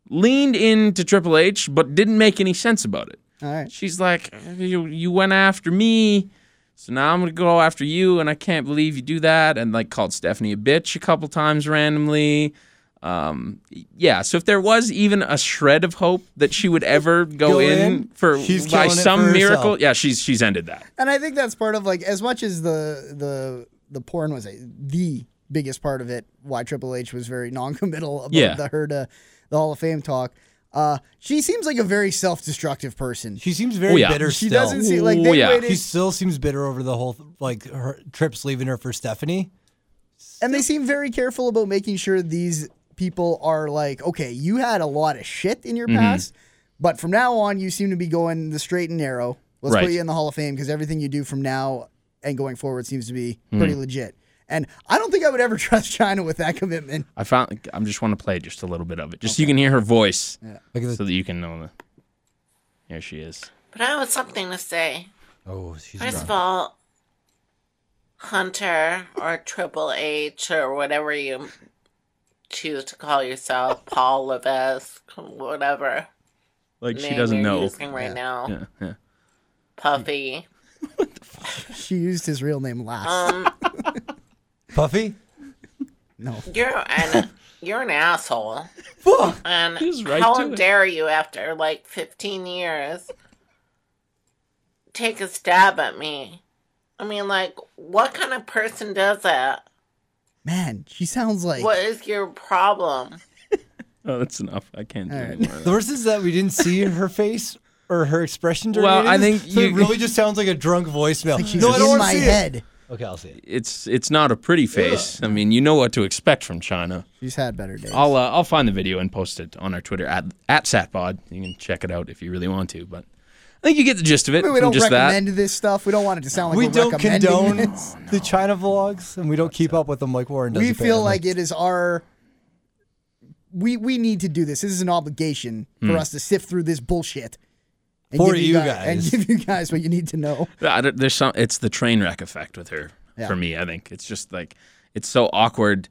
leaned into Triple H, but didn't make any sense about it.
All right.
She's like, you, you went after me, so now I'm gonna go after you, and I can't believe you do that. And like called Stephanie a bitch a couple times randomly. Um, yeah. So if there was even a shred of hope that she would ever
*laughs*
go,
Go
in,
in,
for
she's
by
killing it
some
for herself.
miracle, yeah, she's she's ended that.
And I think that's part of like as much as the the the porn was a, the biggest part of it. Why Triple H was very *laughs* noncommittal about
Yeah.
the her to the Hall of Fame talk. Uh, she seems like a very self-destructive person.
she seems very
Oh, yeah.
bitter.
She
still.
doesn't seem like they
Oh, yeah.
waited,
She still seems bitter over the whole th- like her trips leaving her for Stephanie.
and they seem very careful about making sure these people are like, okay, you had a lot of shit in your
Mm-hmm.
past, but from now on, you seem to be going the straight and narrow. Let's
Right.
put you in the Hall of Fame because everything you do from now and going forward seems to be
Hmm.
pretty legit. And I don't think I would ever *laughs* trust China with that commitment.
I found I'm just want to play just a little bit of it, just so you can hear her voice,
Look at
so
the,
that you can know the. Here she is.
But I have something to say.
oh, she's
First
drunk.
of all, Hunter or Triple H or whatever you choose to call yourself, Paul Levesque, whatever.
Like she
name
doesn't
you're
know.
using right now.
Yeah, yeah.
Puffy.
She used his real name last.
Uh,
Um,
Puffy?
no.
you're an you're an asshole.
Fuck!
And
He's right
how
to it.
dare you, after like 15 years, take a stab at me? I mean, like, what kind of person does that?
Man, she sounds like
What is your problem?
Oh, that's enough. I can't do
All right.
anymore.
The worst is that we didn't see her face or her expression during
Well,
any of
I
this,
think
so it
you-
really just sounds like a drunk voicemail.
she's
no, I don't
in
want
my
to see
head.
it. Okay, I'll see it.
*laughs* It's it's not a pretty face. I mean, you know what to expect from China.
She's had better days.
I'll uh, I'll find the video and post it on our Twitter at at Satpod. You can check it out if you really want to. But I think you get the gist of it
I mean, we
from
don't
just that.
recommend this stuff. We don't want it to sound like
we
we're
don't
recommending
condone
this.
*laughs* the China vlogs, and we don't keep up with them like Warren does.
We feel
apparently.
like it is our. We we need to do this. This is an obligation
Hmm.
for us to sift through this bullshit. And
For
give
you
guy-
guys.
and give you guys what you need to know.
I don't- There's some. It's the train wreck effect with her
Yeah.
for me. I think it's just like it's so awkward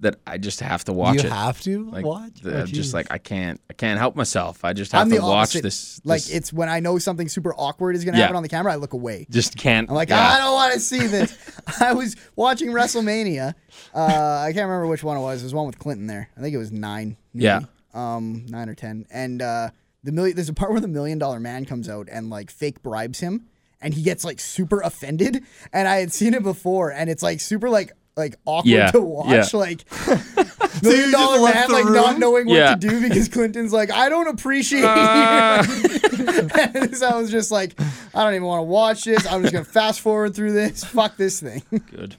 that I just have to watch
you
it.
have to
like
watch.
the-
Oh,
I'm just
jeez.
like I can't I can't help myself. I just have
I'm
to
the
watch
opposite.
this,
Like
this-
it's when I know something super awkward is gonna
Yeah.
happen on the camera, I look away.
just can't.
I'm like, "Ah,
yeah.
I don't want to see this. *laughs* I was watching WrestleMania. Uh, I can't remember which one it was. There was one with Clinton there. I think it was nine. maybe.
Yeah.
Um, nine or ten. And uh, the million. There's a part where the million dollar man comes out and like fake bribes him, and he gets like super offended. And I had seen it before, and it's like super like like awkward
Yeah,
to watch.
yeah. *laughs*
Like million dollar
left
man
the
like not
room?
knowing what
Yeah. Uh.
to do because Clinton's like, I don't appreciate you. *laughs* so I was just like, I don't even want to watch this. I'm just gonna fast forward through this. Fuck this thing. *laughs*
Good.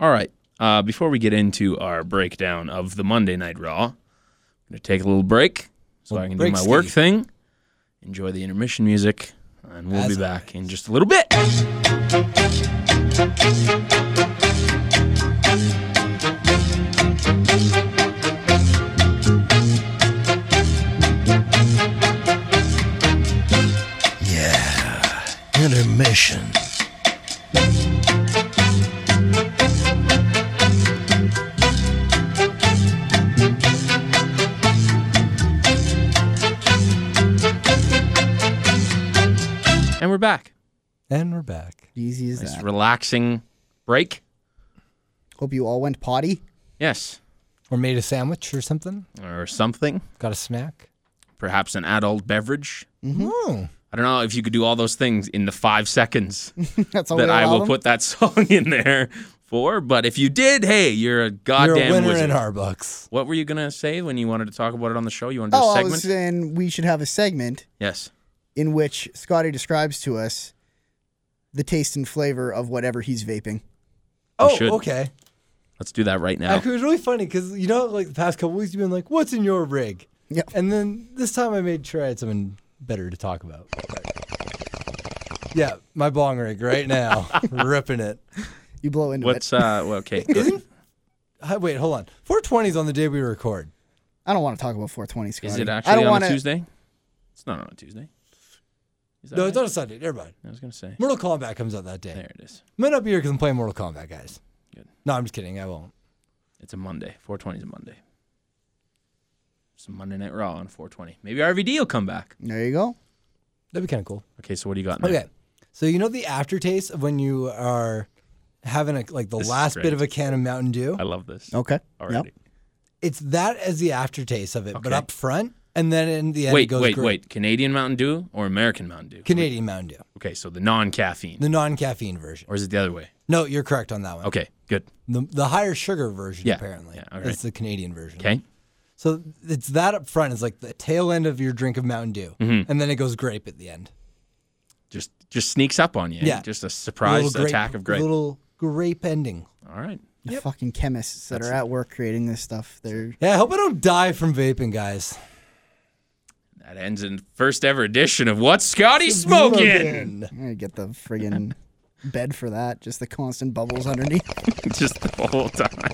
All right. Uh, before we get into our breakdown of the Monday Night Raw, I'm going to take a little break so I can do
break,
my work
Steve.
thing, enjoy the intermission music, and we'll
As
be back in just a little bit.
Intermission.
And we're back.
and we're back.
Easy as
Nice,
that.
relaxing break.
Hope you all went potty. *laughs*
Yes.
Or made a sandwich or something.
Or something.
Got a snack.
Perhaps an adult beverage.
Mm-hmm.
Oh,
I don't know if you could do all those things in the five seconds
That's all
that
we
I
allow
will
them.
put that *laughs* song in there for, but if you did, hey, you're a
you're
goddamn
a winner
wizard.
in our books.
What were you gonna say when you wanted to talk about it on the show? You want to do
Oh,
a
I
segment?
was saying we should have a segment
yes.
in which Scotty describes to us the taste and flavor of whatever he's vaping.
Oh,
should.
okay.
Let's do that right now.
Actually, it was really funny because you know, like the past couple weeks, you've been like, "What's in your rig?"
Yep.
And then this time, I made sure I had something better to talk about. Yeah, my bong rig right now, ripping it.
You blow into it.
What's uh? Well,
*laughs*
okay. go-
Hi- Wait, hold on. 420s on the day we record.
I don't want to talk about 420 Scotty.
Is it
I
actually
don't
on
wanna,
a Tuesday? It's not on a Tuesday. Is that
No,
right?
it's on a Sunday. Never mind.
I was gonna say.
Mortal Kombat comes out that day.
There it is.
Might not be here because I'm playing Mortal Kombat, guys.
Good.
No, I'm just kidding. I won't.
It's a Monday. 420 is a Monday. It's a Monday Night Raw on 420. Maybe RVD will come back.
There you go.
That'd be kind of cool.
Okay, so what do you got? Now?
Okay. So you know the aftertaste of when you are having a, like the
This is
last
great.
bit of a can of Mountain Dew.
I love this.
Okay.
Already.
It's that as the aftertaste of it, but
Okay.
up front, and then in the end, it
Wait,
goes
wait,
great.
wait. Canadian Mountain Dew or American Mountain Dew?
Canadian Mountain Dew,
Okay, so the non-caffeine,
the non-caffeine version.
or is it the other way?
No, you're correct on that one.
Okay, good.
The, the higher sugar version,
Yeah.
apparently,
Yeah, all right.
is the Canadian version.
Okay.
So it's that up front is like the tail end of your drink of Mountain Dew,
Mm-hmm.
and then it goes grape at the end.
Just just sneaks up on you. eh?
Yeah.
Just a
A little
surprise
grape-
attack of grape.
Little grape ending.
All right.
The fucking chemists that are at work creating this stuff. They're
Yeah, I hope I don't die from
*laughs*
vaping, guys.
That ends in first ever edition of What's Scotty Smoking?
I'm gonna get the friggin' bed for that. Just the constant bubbles underneath.
*laughs* Just the whole time.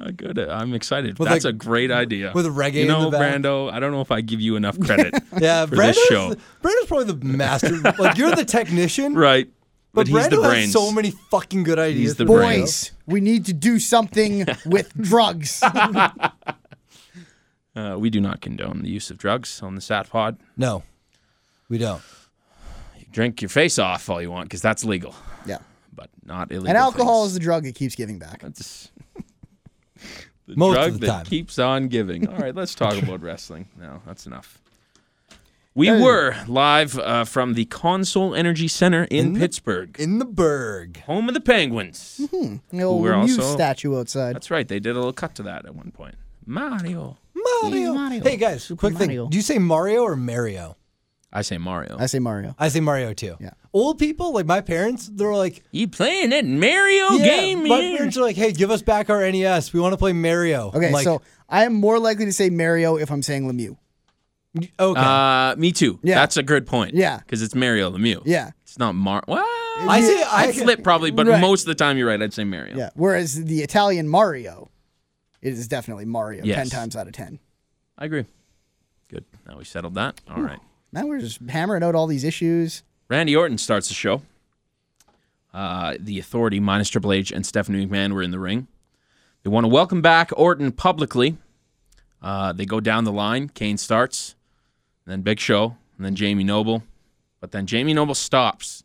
Uh, good. I'm excited.
With,
That's
like,
a great idea.
with reggae
You
in
know,
the back.
Brando, I don't know if I give you enough credit.
*laughs* Yeah,
this
Brenda's,
show. *laughs*
Brenda's probably the master. like you're the technician,
right. but, he's the
Brando has
brains.
so many fucking good ideas.
the
for
brains.
us.
Boys, we need to
*laughs*
do something with drugs.
Uh, we do not condone the use of drugs on the Sat Pod.
No, we don't.
You drink your face off all you want because that's legal,
yeah.
but not illegal.
And alcohol is
things.
the drug that keeps giving back.
That's *laughs* the
Most of
drug
the
that
time.
keeps on giving. All right, let's talk about wrestling. No, that's enough. We
Hey.
were live uh, from the Console Energy Center in,
In the-
Pittsburgh,
In the Berg.
home of the Penguins.
The old
we're
Lemieux
also-
statue outside.
That's right. They did a little cut to that at one point. Mario.
Mario.
Mario.
Hey guys,
Super
quick
Mario.
thing. Do you say Mario or Mario?
I say Mario.
I say Mario.
I say Mario too.
Yeah.
Old people, like my parents, they're like,
you playing that Mario
yeah,
Oh, game?
my
here?
parents are like, hey, give us back our NES. We want to play Mario. I'm
Okay,
like,
so I am more likely to say Mario if I'm saying Lemieux.
okay.
Uh, me too.
Yeah.
That's a good point.
Yeah.
Because it's Mario Lemieux.
Yeah.
It's not Mar. Well,
I
I,
say I,
would flip probably, but
Right.
most of the time you're right. I'd say Mario.
Yeah. Whereas the Italian Mario, it is definitely Mario
Yes.
ten times out of ten.
I agree. Good. Now we settled that. All right.
Now we're just hammering out all these issues.
Randy Orton starts the show. Uh, the authority minus Triple H and Stephanie McMahon were in the ring. They want to welcome back Orton publicly. Uh, they go down the line. Kane starts, then Big Show, and then Jamie Noble. But then Jamie Noble stops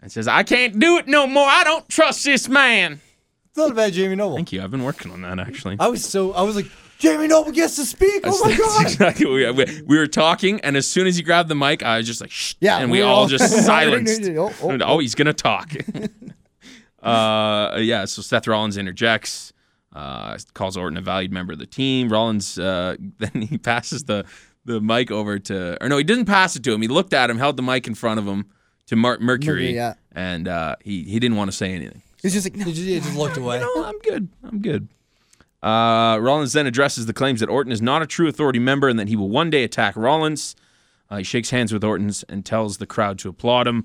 and says, I can't do it no more. I don't trust this man.
It's not about Jamie Noble.
Thank you. I've been working on that actually.
I was so I was like, Jamie Noble gets to speak. Oh
*laughs*
my
That's
god.
exactly what we, we- we were talking, and as soon as he grabbed the mic, I was just like, shh.
Yeah,
and we,
we were
all
all- *laughs*
just silenced.
Oh, oh,
And, oh, he's going to talk. *laughs* uh, yeah, so Seth Rollins interjects, uh, calls Orton a valued member of the team. Rollins, uh, *laughs* then he passes the, the mic over to, or no, he didn't pass it to him. He looked at him, held the mic in front of him to Mark Mercury,
Mercury, yeah.
and uh, he, he didn't want to say anything.
It's just like *laughs* no,
He just, he just looked away.
No, Oh, I'm good. I'm good. Uh, Rollins then addresses the claims that Orton is not a true authority member and that he will one day attack Rollins. Uh, he shakes hands with Orton's and tells the crowd to applaud him.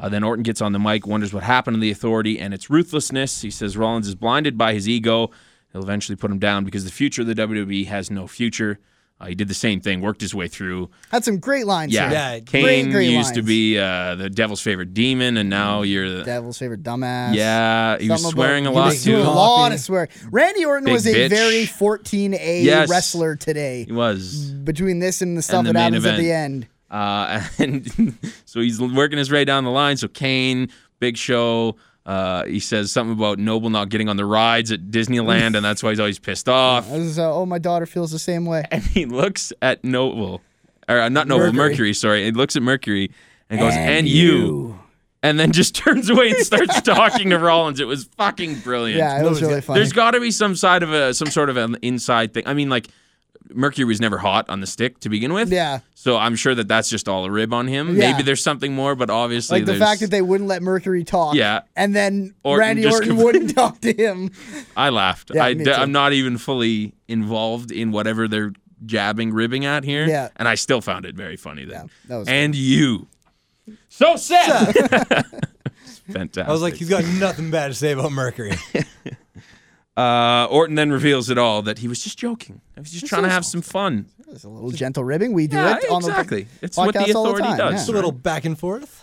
Uh, then Orton gets on the mic, wonders what happened to the authority and its ruthlessness. He says Rollins is blinded by his ego. He'll eventually put him down because the future of the WWE has no future. Uh, he did the same thing, worked his way through.
that's some great lines.
Yeah,
here.
Yeah,
Kane
great, great
used to
lines.
be uh, the devil's favorite demon, and now you're the.
Devil's favorite dumbass.
yeah, he was
Something about-
swearing a
he
lot
was doing
too.
A lot of swearing. Randy Orton
Big
was a
bitch.
very 14A
Yes.
wrestler today.
He was.
Between this and the stuff
the
that
main
happens at the end,
Uh, *laughs* and so he's working his way down the line. So Kane, Big Show, uh, he says something about Noble not getting on the rides at Disneyland, and that's why he's always pissed
*laughs*
off.
I was, uh, oh, my daughter feels the same way.
And he looks at Noble, or uh, not Noble, Mercury.
Mercury.
sorry. He looks at Mercury and goes, and, you. And then just *laughs* turns away and starts talking to Rollins. It was fucking brilliant.
Yeah, it was really funny.
There's got to be some side of a some sort of an inside thing. I mean, like Mercury was never hot on the stick to begin with.
Yeah.
So I'm sure that that's just all a rib on him.
Yeah.
Maybe there's something more, but obviously
like the
there's,
fact that they wouldn't let Mercury talk.
Yeah.
And then
Orton
Randy
just
Orton
compl-
wouldn't *laughs* talk to him.
I laughed.
Yeah,
I,
me
d-
too.
I'm not even fully involved in whatever they're jabbing, ribbing at here.
Yeah.
And I still found it very funny then.
Yeah, that was
and you. So sad.
*laughs*
Fantastic.
I was like, he's got nothing bad to say about Mercury.
uh, Orton then reveals it all that he was just joking. I was just trying to have some fun.
It's a little gentle ribbing. We do
Yeah,
it on
exactly.
the
It's what the
podcast all
authority
time,
does.
Just a
Right.
little back and forth.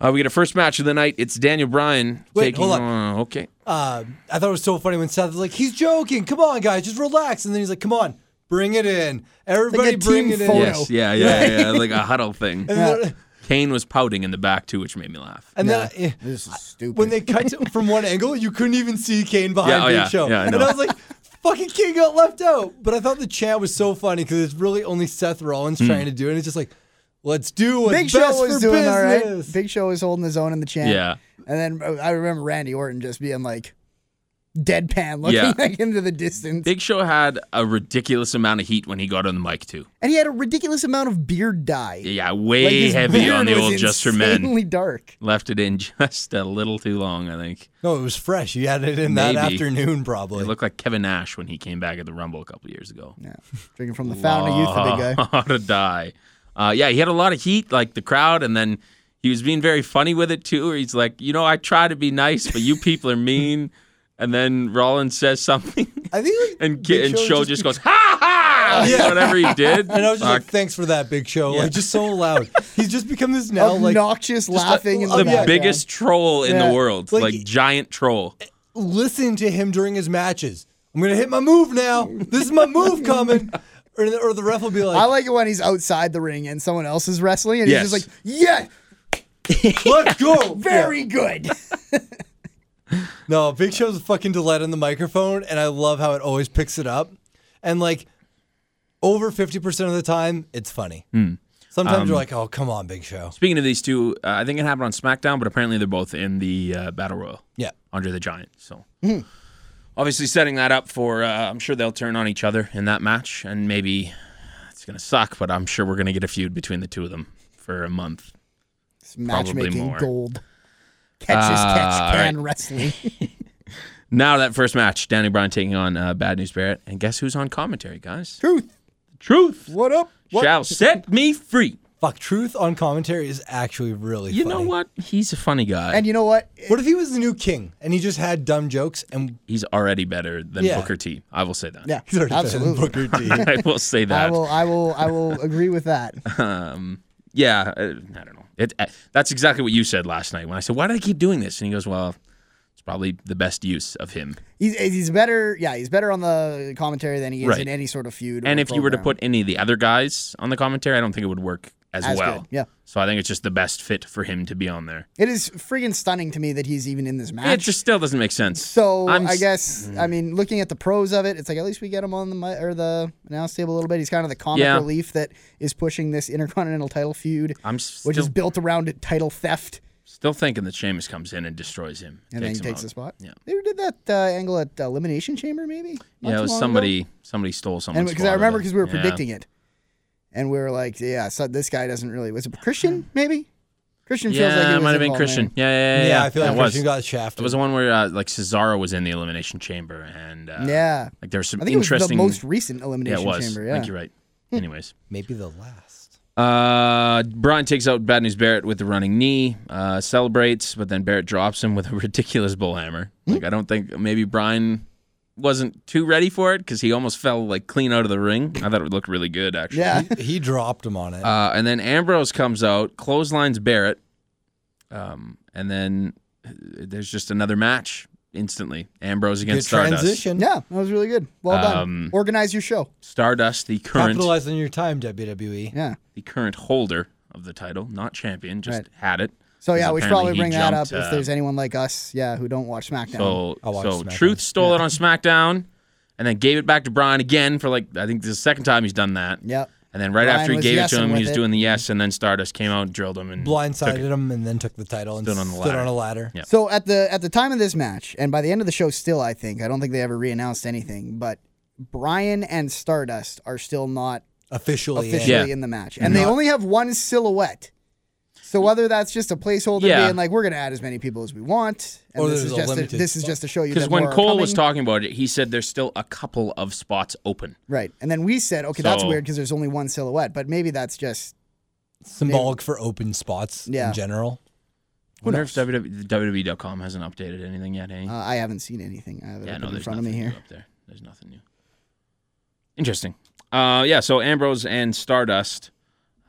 Uh, we get a first match of the night. It's Daniel Bryan
Wait,
taking.
hold
Uh, okay.
Uh, I thought it was so funny when Seth was like, he's joking. Come on, guys, just relax. And then he's like, come on, bring it in. Everybody
team
bring it in.
photo.
Yes. Yeah.
*laughs*
Yeah. Yeah. like a huddle thing.
And, then,
Kane was pouting in the back too, which made me laugh.
and
Yeah.
then eh,
This is stupid.
when they cut it from one angle, you couldn't even see Kane behind
Yeah, oh,
Big
yeah,
Show.
yeah, I
and
know.
I was like, fucking Kane got left out. But I thought the chant was so funny because it's really only Seth Rollins
Hmm.
trying to do it. It's just like, let's do what's
Big
best
Show was
for
doing all
business.
right. Big Show was holding his own in the chant.
Yeah.
And then uh, I remember Randy Orton just being like deadpan looking
Yeah.
*laughs* like into the distance.
Big Show had a ridiculous amount of heat when he got on the mic too.
and he had a ridiculous amount of beard dye.
Yeah,
Like,
way
his
heavy on
beard
the
was
old Just for Men.
insanely dark.
Left it in *laughs* just a little too long, I think.
no, it was fresh. You had it in that
Maybe.
afternoon,
It
probably.
looked like Kevin Nash when he came back at the Rumble a couple years ago. Ah,
Yeah. Drinking from the fountain of youth, the
*laughs*
big guy.
to die. Uh, yeah, he had a lot of heat, like the crowd, and then he was being very funny with it too. Where he's like, you know, I try to be nice, but you people are *laughs* mean. And then Rollins says something, *laughs*
I think like,
and Ki-
Big
and Show just,
be-
goes, ha ha. ah, whatever he did. Uh,
And I was just like,
Fuck.
thanks for that, Big Show. Like, just so loud. He's just become this now, like,
obnoxious laughing in the,
the
background.
biggest troll in
Oh, Yeah.
the world,
Like-
like, giant troll.
listen to him during his matches. I'm going to hit my move now. This is my move coming. Or, or the ref will be
I
like,
like it when he's outside the ring and someone else is wrestling, and
Yes.
he's just like, "Yeah,
let's go.
*laughs* very good." *laughs*
No, Big Show's a fucking delight on the microphone, and I love how it always picks it up. And like over fifty percent of the time, it's funny. Sometimes you're like, "Oh, come on, Big Show."
Speaking of these two, uh, I think it happened on SmackDown, but apparently they're both in the uh, Battle Royal.
Yeah,
Andre the Giant. So obviously setting that up for uh, I'm sure they'll turn on each other in that match, and maybe it's gonna suck, but I'm sure we're gonna get a feud between the two of them for a month.
It's matchmaking
more.
gold. Catches
Ah, all
catch
right.
can wrestling. *laughs*
Now that first match, Danny Bryan taking on uh, Bad News Barrett, and guess who's on commentary, guys?
Truth.
Truth
What up? What?
shall set me free.
fuck. Truth on commentary is actually really.
You
funny.
know what? He's a funny guy.
And you know what?
What if he was the new king and he just had dumb jokes and
He's already better than
Yeah.
Booker T. I will say that.
Yeah,
he's already better than
absolutely. *laughs*
Booker T.
I will say *laughs*
I
that.
will. I will. I will agree with that.
yeah, uh, I don't know. It, uh, that's exactly what you said last night when I said, "Why do they keep doing this?" And he goes, "Well, it's probably the best use of him."
He's he's better. Yeah, he's better on the commentary than he is
Right.
in any sort of feud.
And
or
if you were to
program.
put any of the other guys on the commentary, I don't think it would work as,
As
well.
good, yeah.
So I think it's just the best fit for him to be on there.
it is friggin' stunning to me that he's even in this
It
match.
just still doesn't make sense.
so
I'm
I
s-
guess
Hmm.
I mean, looking at the pros of it, it's like at least we get him on the mi- or the announce table a little bit. He's kind of the comic
Yeah.
relief that is pushing this intercontinental title feud,
I'm still,
which is built around title theft.
still thinking that Sheamus comes in and destroys him.
And then he
him
takes
out.
the spot.
Yeah.
They did that uh, angle at uh, Elimination Chamber, maybe. Not
Yeah,
too
it was
long ago.
somebody. Somebody stole someone's.
And because I remember, because we were
predicting
predicting it, and we were like, yeah, so this guy doesn't really. Was
*sighs*
it Christian? Maybe. Christian
Yeah,
feels like he
it
was
might have been
involved in
Christian.
it.
Yeah, yeah, yeah,
yeah, I feel
yeah,
like
it was.
Christian got shafted.
It was the one where uh, like Cesaro was in the elimination chamber, and uh,
Yeah.
like there was some
I think
interesting.
it was the most recent
yeah,
Elimination
it was.
Chamber.
I
Yeah. Hmm.
think you're right. Anyways,
Maybe the last.
uh, Brian takes out Bad News Barrett with the running knee, uh, celebrates, but then Barrett drops him with a *laughs* ridiculous bull hammer.
Hmm.
Like I don't think maybe Brian wasn't too ready for it because he almost fell like clean out of the ring. I thought it would look really good actually.
Yeah.
*laughs*
He, he dropped him on it.
Uh, and then Ambrose comes out, clotheslines Barrett, um, and then uh, there's just another match instantly. Ambrose
Good
against Stardust.
transition.
Yeah, that was really good. Well
Um,
done. Organize your show.
Stardust, the current
Capitalize on your time, E. WWE.
Yeah.
the current holder of the title, not champion, just
Right.
had it.
So yeah, we should
Apparently
probably
he
bring that up
jumped,
if
uh,
there's anyone like us, yeah, who don't watch SmackDown.
So,
I'll watch
so
SmackDown.
Truth stole it on SmackDown, and then gave it back to Brian again for like I think this is the second time he's done that.
yep.
And then right
Brian
after he
was
gave it to
yesing
him, he
with
was
it.
doing the yes, and then Stardust came out, and drilled him, and took it.
Blindsided him and then took the title and
Stood on the ladder.
a ladder.
Yeah.
So at the at the time of this match, and by the end of the show, still I think I don't think they ever re-announced anything, but Brian and Stardust are still not
Officially, in.
officially
Yeah.
in the match, and they only have one silhouette. So whether that's just a placeholder
Yeah.
being like we're going to add as many people as we want, and
Or
this
there's
is
a
just a,
limited
this is just to show you
Because
that
when
more are
Cole was
coming.
talking about it, he said there's still a couple of spots open.
right, and then we said okay that's
So-
weird because there's only one silhouette, but maybe that's just
symbolic for open spots
Yeah.
in general.
wonder if WW WWE.com hasn't updated anything yet, eh?
uh, I haven't seen anything. uh, I have it
yeah,
open
no,
in
there's
front of
nothing
me here.
new up there. There's nothing new. Interesting. Uh, yeah, so Ambrose and Stardust,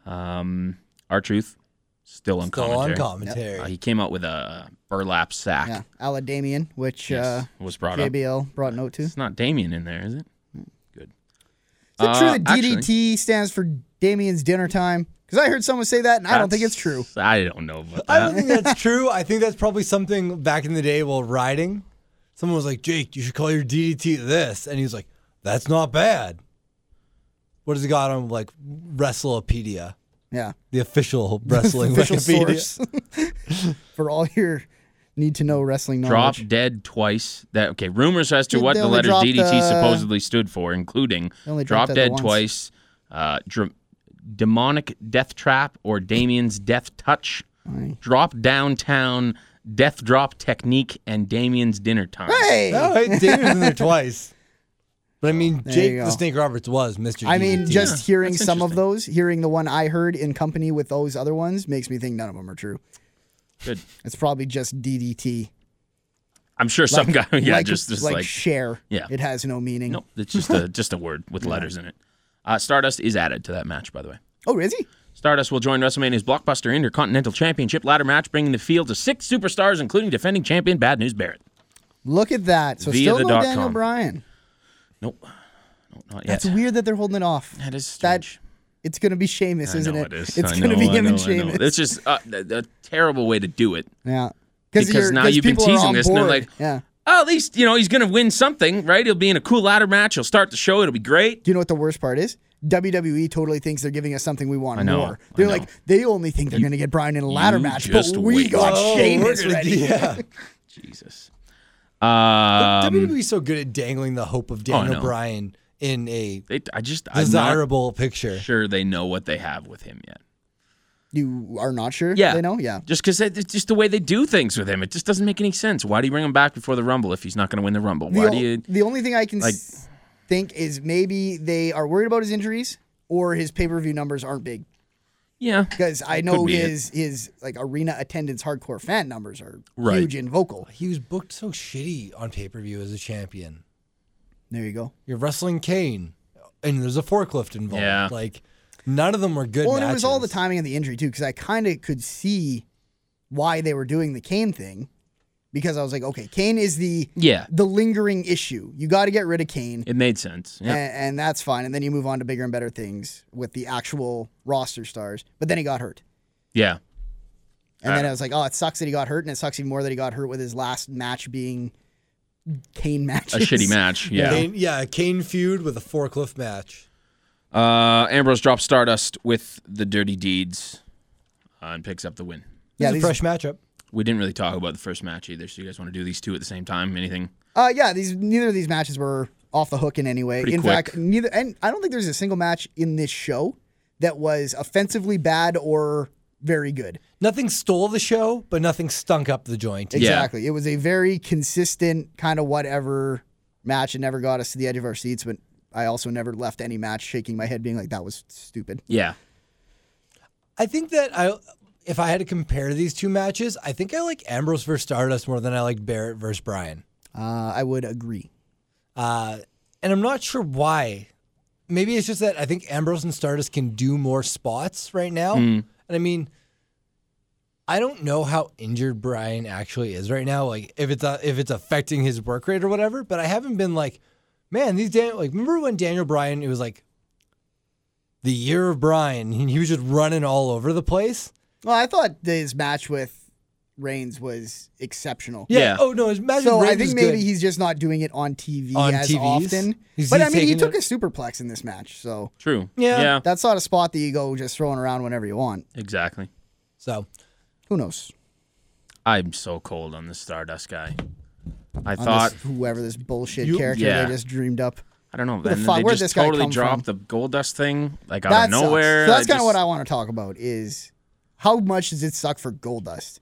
um, our truth, still on
Still
commentary.
on commentary.
Uh, he came out with a burlap sack.
Yeah, Ala Damien, which
yes,
uh,
was brought up.
JBL brought note to. Is
It's not Damien in there, is it? Good.
Hmm. it true
Uh,
that
actually-
DDT stands for Damien's dinner time? Because I heard someone say that, and I don't think it's true.
That's- I don't know about
I
that.
don't think that's true. I think that's probably something back in the day while riding. Someone was like, Jake, you should call your DDT this. And he was like, that's not bad. What does he got on like Wrestlepedia,
Yeah,
the
*laughs*
official wrestling
official
Wikipedia?
source for all *laughs* your need to know wrestling
Drop
knowledge.
dead twice. That okay. Rumors as to
They-
what
they
the
only
letters
dropped,
DDT
uh,
supposedly stood for, including
they only
drop
dropped
dead
dead once.
twice, uh, dr- demonic death trap, or Damien's death touch, drop downtown, death drop technique, and Damien's dinner time.
Hey,
*laughs* No, hey, Damon's in there twice. But I mean,
Oh, you
Jake
go.
the Snake Roberts was Mr.
I mean,
DDT.
just hearing
that's
some of
interesting.
those, hearing the one I heard in company with those other ones, makes me think none of them are true.
Good.
It's probably just DDT.
I'm sure some guy. *laughs* Yeah,
like,
just, just
like,
like
share.
Yeah.
it has no meaning. *laughs*
Nope, it's just a just a word with letters in it. Uh, Stardust is added to that match, by the way.
Oh, is he?
Stardust will join WrestleMania's blockbuster Intercontinental Championship ladder match, bringing the field to six superstars, including defending champion Bad News Barrett.
Look at that. So
Via
still
the
no
dot
Daniel
com.
Bryan.
Nope. Nope, not yet.
That's weird that they're holding it off.
That is
That-
strange.
It's gonna be Sheamus,
I
isn't
know
it?
is.
It's
I
gonna
know,
be
I
him
know,
and
I know.
Sheamus.
It's just uh, a, a terrible way to do it.
yeah.
Because
you're-
now you've been
people are
teasing
on
this, and they're
board.
like-
yeah.
Oh, at least, you know, he's going to win something, right? He'll be in a cool ladder match. He'll start the show. It'll be great.
Do you know what the worst part is? WWE totally thinks they're giving us something we want
I know,
more.
I
They're
know.
like, they only think they're going to get Bryan in a ladder
you
match, but
just
we
wait.
got
Oh,
Sheamus
we're gonna-
ready.
*laughs* Yeah.
Jesus. Um,
WWE's so good at dangling the hope of Daniel
no.
Bryan in a
they, I just, I'm not
desirable picture.
sure they know what they have with him yet.
You are not sure?
Yeah.
They know? Yeah.
Just because it's just the way they do things with him. It just doesn't make any sense. Why do you bring him back before the Rumble if he's not going to win the Rumble?
The,
Why
o-
do you.
the only thing I can
like-
s- think is maybe they are worried about his injuries or his pay per view numbers aren't big.
Yeah.
Because I know
be it.
his his like arena attendance hardcore fan numbers are
Right.
huge and vocal.
He was booked so shitty on pay per view as a champion.
There you go.
You're wrestling Kane, and there's a forklift involved.
Yeah.
Like none of them were good.
Well, and it was all the
matches.
timing of the injury too, because I kind of could see why they were doing the Kane thing, because I was like, okay, Kane is the
Yeah.
the lingering issue. You got to get rid of Kane,
It made sense.
a-
Yeah.
and, that's fine. And then you move on to bigger and better things with the actual roster stars. But then he got hurt,
yeah.
and then I was like, oh, it sucks that he got hurt, and it sucks even more that he got hurt with his last match being Kane match.
A
*laughs*
shitty match. Yeah.
Kane, yeah, Kane feud with a forklift match.
Uh, Ambrose drops Stardust with the Dirty Deeds uh, and picks up the win.
Yeah,
Yeah,
these-
a fresh matchup.
We didn't really talk about the first match either, so you guys want to do these two at the same time? Anything?
Uh, yeah, these neither of these matches were off the hook in any way.
Pretty
in
quick.
fact, neither and I don't think there's a single match in this show that was offensively bad or very good.
Nothing stole the show, but nothing stunk up the joint.
Yeah.
Exactly. It was a very consistent kind of whatever match. It never got us to the edge of our seats, but I also never left any match shaking my head being like that was stupid.
Yeah.
I think that I, if I had to compare these two matches, I think I like Ambrose versus Stardust more than I like Barrett versus Bryan.
Uh, I would agree.
Uh, and I'm not sure why. Maybe it's just that I think Ambrose and Stardust can do more spots right
Oh.
now.
Hmm,
And I mean, I don't know how injured Brian actually is right now. Like if it's uh if it's affecting his work rate or whatever. But I haven't been like, man, these Dan like remember when Daniel Bryan it was like the year of Brian and he was just running all over the place.
Well, I thought his match with Reigns was exceptional.
Yeah.
Oh no, his magic
So I
Reigns
think
is
maybe
good.
he's just not doing it on TV
On
as
TVs?
often.
He's-
but I
he's
mean, he
taking
took a
a-
superplex in this match, so
True.
Yeah.
Yeah.
that's not a spot that you go just throwing around whenever you want.
Exactly.
so
Who knows?
I'm so cold on this Stardust guy. I
On
thought
this, whoever this bullshit
You-
character
Yeah.
they just dreamed up.
I don't know.
the
Then
fuck-
they
where'd
just
this guy
totally
come
dropped
from?
the gold dust thing like out
That
of
sucks.
nowhere.
So that's
I
kind of what
just-
I want to talk about is how much does it suck for Goldust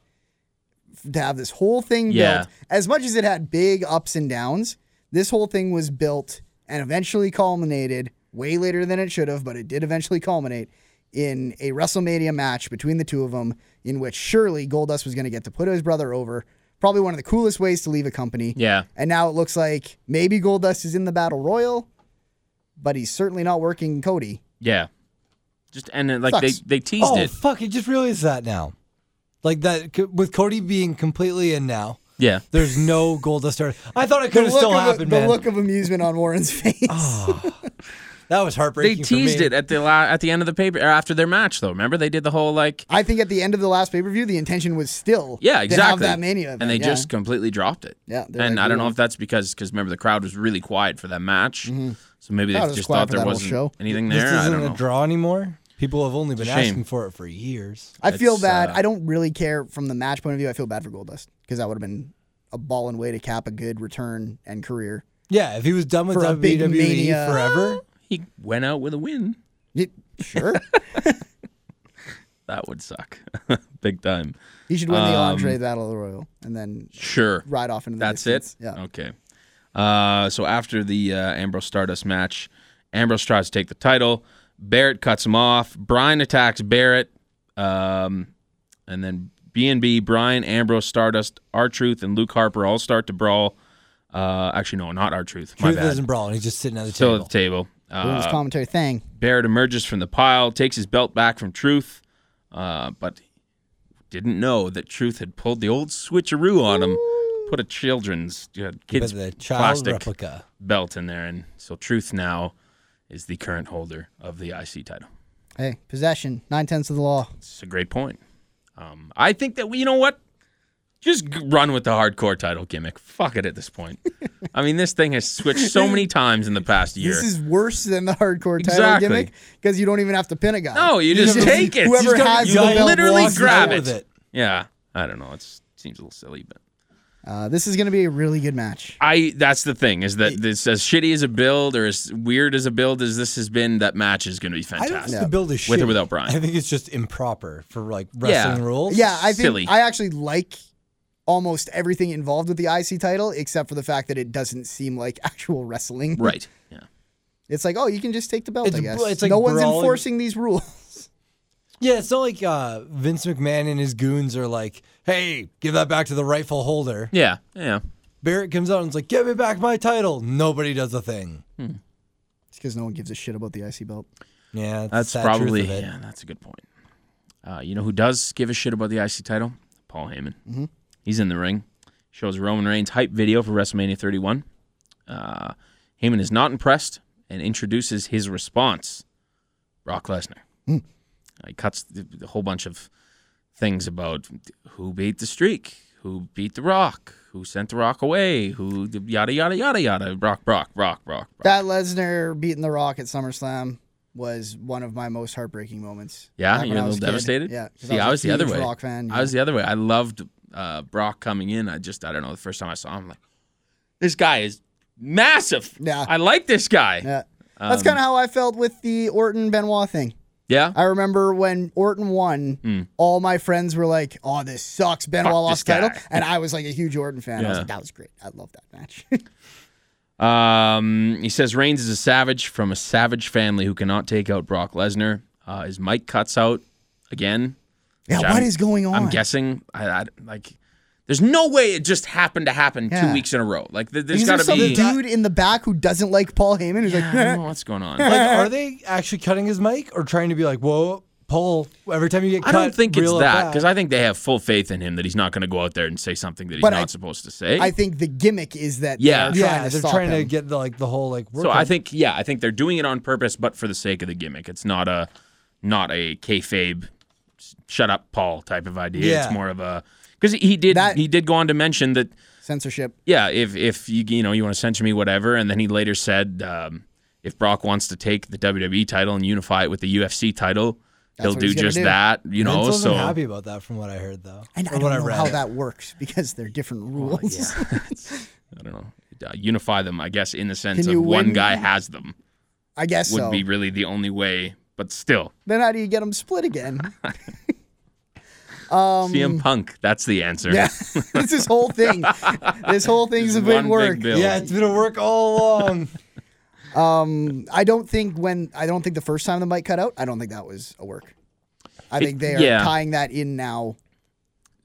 f- to have this whole thing
Yeah.
built? As much as it had big ups and downs, this whole thing was built and eventually culminated way later than it should have, but it did eventually culminate in a WrestleMania match between the two of them, in which surely Goldust was going to get to put his brother over. Probably one of the coolest ways to leave a company.
Yeah.
And now it looks like maybe Goldust is in the Battle Royal, but he's certainly not working Cody.
Yeah. Just and then, like
Sucks.
they they teased
oh
it.
fuck! I just realized that now. Like that c- with Cody being completely in now.
Yeah.
There's no Goldust started. I thought it could have
look
still
of a-
happened,
the
man.
look of amusement
*laughs*
on Warren's face.
Ah.
that was
They
heartbreaking. for
teased
me.
it at the la- at the end of the paper or after their match though. Remember they did the whole like
I think at the end of the last pay per view, the intention was still
yeah
to have
exactly
that mania event.
and they
yeah.
just completely dropped it.
Yeah, they're
and
like,
I don't
"Ooh."
know if that's because because remember the crowd was really quiet for that match, so maybe
Mm-hmm. Crowd
they
was
just
quiet
thought
for
there
that whole
wasn't
show.
anything
This
there. I don't
isn't
know.
a draw anymore. People have only been
a shame.
asking for it for years.
I feel
it's,
bad.
uh,
I don't really care from the match point of view. I feel bad for Goldust because that would have been a ball and way to cap a good return and career.
Yeah, if he was done with
For a big
WWE
mania.
forever,
He went out with a win.
It-
*laughs*
sure,
That would suck, *laughs* big time.
he should win the Andre Battle Royal and then
Sure.
ride off into the
Um, That's
distance.
it.
Yeah,
Okay. Uh, so after the uh, Ambrose Stardust match, Ambrose tries to take the title. Barrett cuts him off. Brian attacks Barrett. Um, and then B&B, Brian, Ambrose, Stardust, R-Truth, and Luke Harper all start to brawl. Uh, actually, no, not R-Truth. My
Truth
bad.
isn't brawling. He's just sitting at the
Still at
table.
the table. Uh,
Bruno's commentary thing.
Barrett emerges from the pile, takes his belt back from Truth, uh, but didn't know that Truth had pulled the old switcheroo on him, put a children's uh,
But
kids
the child
plastic
replica.
belt in there, and so Truth now is the current holder of the IC title.
Hey, possession, nine tenths of the law.
It's a great point. Um, I think that we, you know what? Just g- run with the hardcore title gimmick. Fuck it at this
*laughs*
point. I mean, this thing has switched so many times in the past year.
This is worse than the hardcore title
Exactly.
gimmick because you don't even have to pin a guy.
no, you, just
just-
take it.
whoever
Just go-
has
you
the belt
literally
walks
grab
out with
it.
it.
Yeah, I don't know. It seems a little silly, but
Uh, this is going to be a really good match.
I. That's the thing is that this as shitty as a build or as weird as a build as this has been, that match is going to be
I don't
fantastic.
think the build is shitty.
With or without Brian.
I think it's just improper for like
Yeah.
wrestling rules.
Yeah, I think
Oh, Silly.
I actually like almost everything involved with the IC title except for the fact that it doesn't seem like *laughs* actual wrestling.
Right. Yeah.
It's like, oh, you can just take the belt,
It's
I
a-
guess.
it's like
no one's
brawling.
enforcing these rules. *laughs*
Yeah, it's not like uh, Vince McMahon and his goons are like, "Hey, give that back to the rightful holder."
Yeah. Yeah.
Barrett comes out and is like, "Give me back my title." Nobody does a thing.
It's because no one gives a shit about the IC belt.
Yeah, that's,
That's
the sad truth
probably
of it.
yeah. That's a good point. Uh, you know who does give a shit about the IC title? Paul Heyman. Mm-hmm. He's in the ring. Shows Roman Reigns hype video for WrestleMania 31. Uh, Heyman is not impressed and introduces his response. Brock Lesnar. Uh, He cuts the, the whole bunch of things about who beat the streak, who beat the Rock, who sent the Rock away, who yada yada yada yada. Brock, Brock, Brock, Brock, Brock.
That Lesnar beating The Rock at SummerSlam was one of my most heartbreaking moments.
Yeah,
Back when
you're
I
a little
was kid.
devastated.
Yeah, 'cause
see, I was,
a
the other
huge
way.
Rock fan.
I was the other way. I loved uh, Brock coming in. I just, I don't know. The first time I saw him, I'm like, this guy is massive.
Yeah.
I like this guy. Um,
yeah. That's kind of how I felt with the Orton Benoit thing.
Yeah?
I remember when Orton won, all my friends were like, "Oh, this sucks. Benoit
Hmm. Fuck
lost the
this
title,"
guy.
and I was like a huge Orton fan. I was
Yeah.
like, "That was great. I love that match." *laughs*
Um, he says Reigns is a savage from a savage family who cannot take out Brock Lesnar. Uh, his mic cuts out again.
yeah,
Which
what
I'm-
is going on?
I'm guessing. I, I like. There's no way it just happened to happen two
Yeah.
weeks in a row. Like th- there's
Is there
got to
some
be.
dude in the back who doesn't like Paul Heyman? Who's
I don't
like,
know what's going on.
Like,
*laughs*
are they actually cutting his mic or trying to be like, "Whoa, Paul"? Every time you get
I
cut,
don't think it's
reel it
that
back."
because I think they have full faith in him that he's not going to go out there and say something that he's
But
not
I-
supposed to say.
*laughs* I think the gimmick is that
Yeah.
they are trying
yeah,
to
they're
stop
trying to
him.
get the, like the whole like.
so I think yeah, I think they're doing it on purpose, but for the sake of the gimmick. It's not a not a kayfabe s- shut up Paul type of idea.
Yeah.
It's more of a because he did
That-
he did go on to mention that
censorship.
yeah if if you you know you want to censor me whatever, and then he later said um, if Brock wants to take the WWE title and unify it with the UFC title. He'll
what
do
he's gonna
just
do.
that, you know.
Vince
so
wasn't happy about that, from what I heard, though,
And I
or
don't
what
know
I read.
how that works because they're different rules.
I don't know. Uh, unify them, I guess, in the sense
Can
of
you
one
win-
guy has them
*laughs* I guess
would
so.
be really the only way. But still,
Then how do you get them split again?
CM Punk, that's the answer.
Um, yeah, *laughs* it's this
*laughs*
whole thing. This whole thing's a
One
big
big
work.
bill.
Yeah, it's been a work all
*laughs*
along.
I don't think when I don't think the first time the mic cut out, I don't think that was a work. I think they are
yeah.
tying that in now.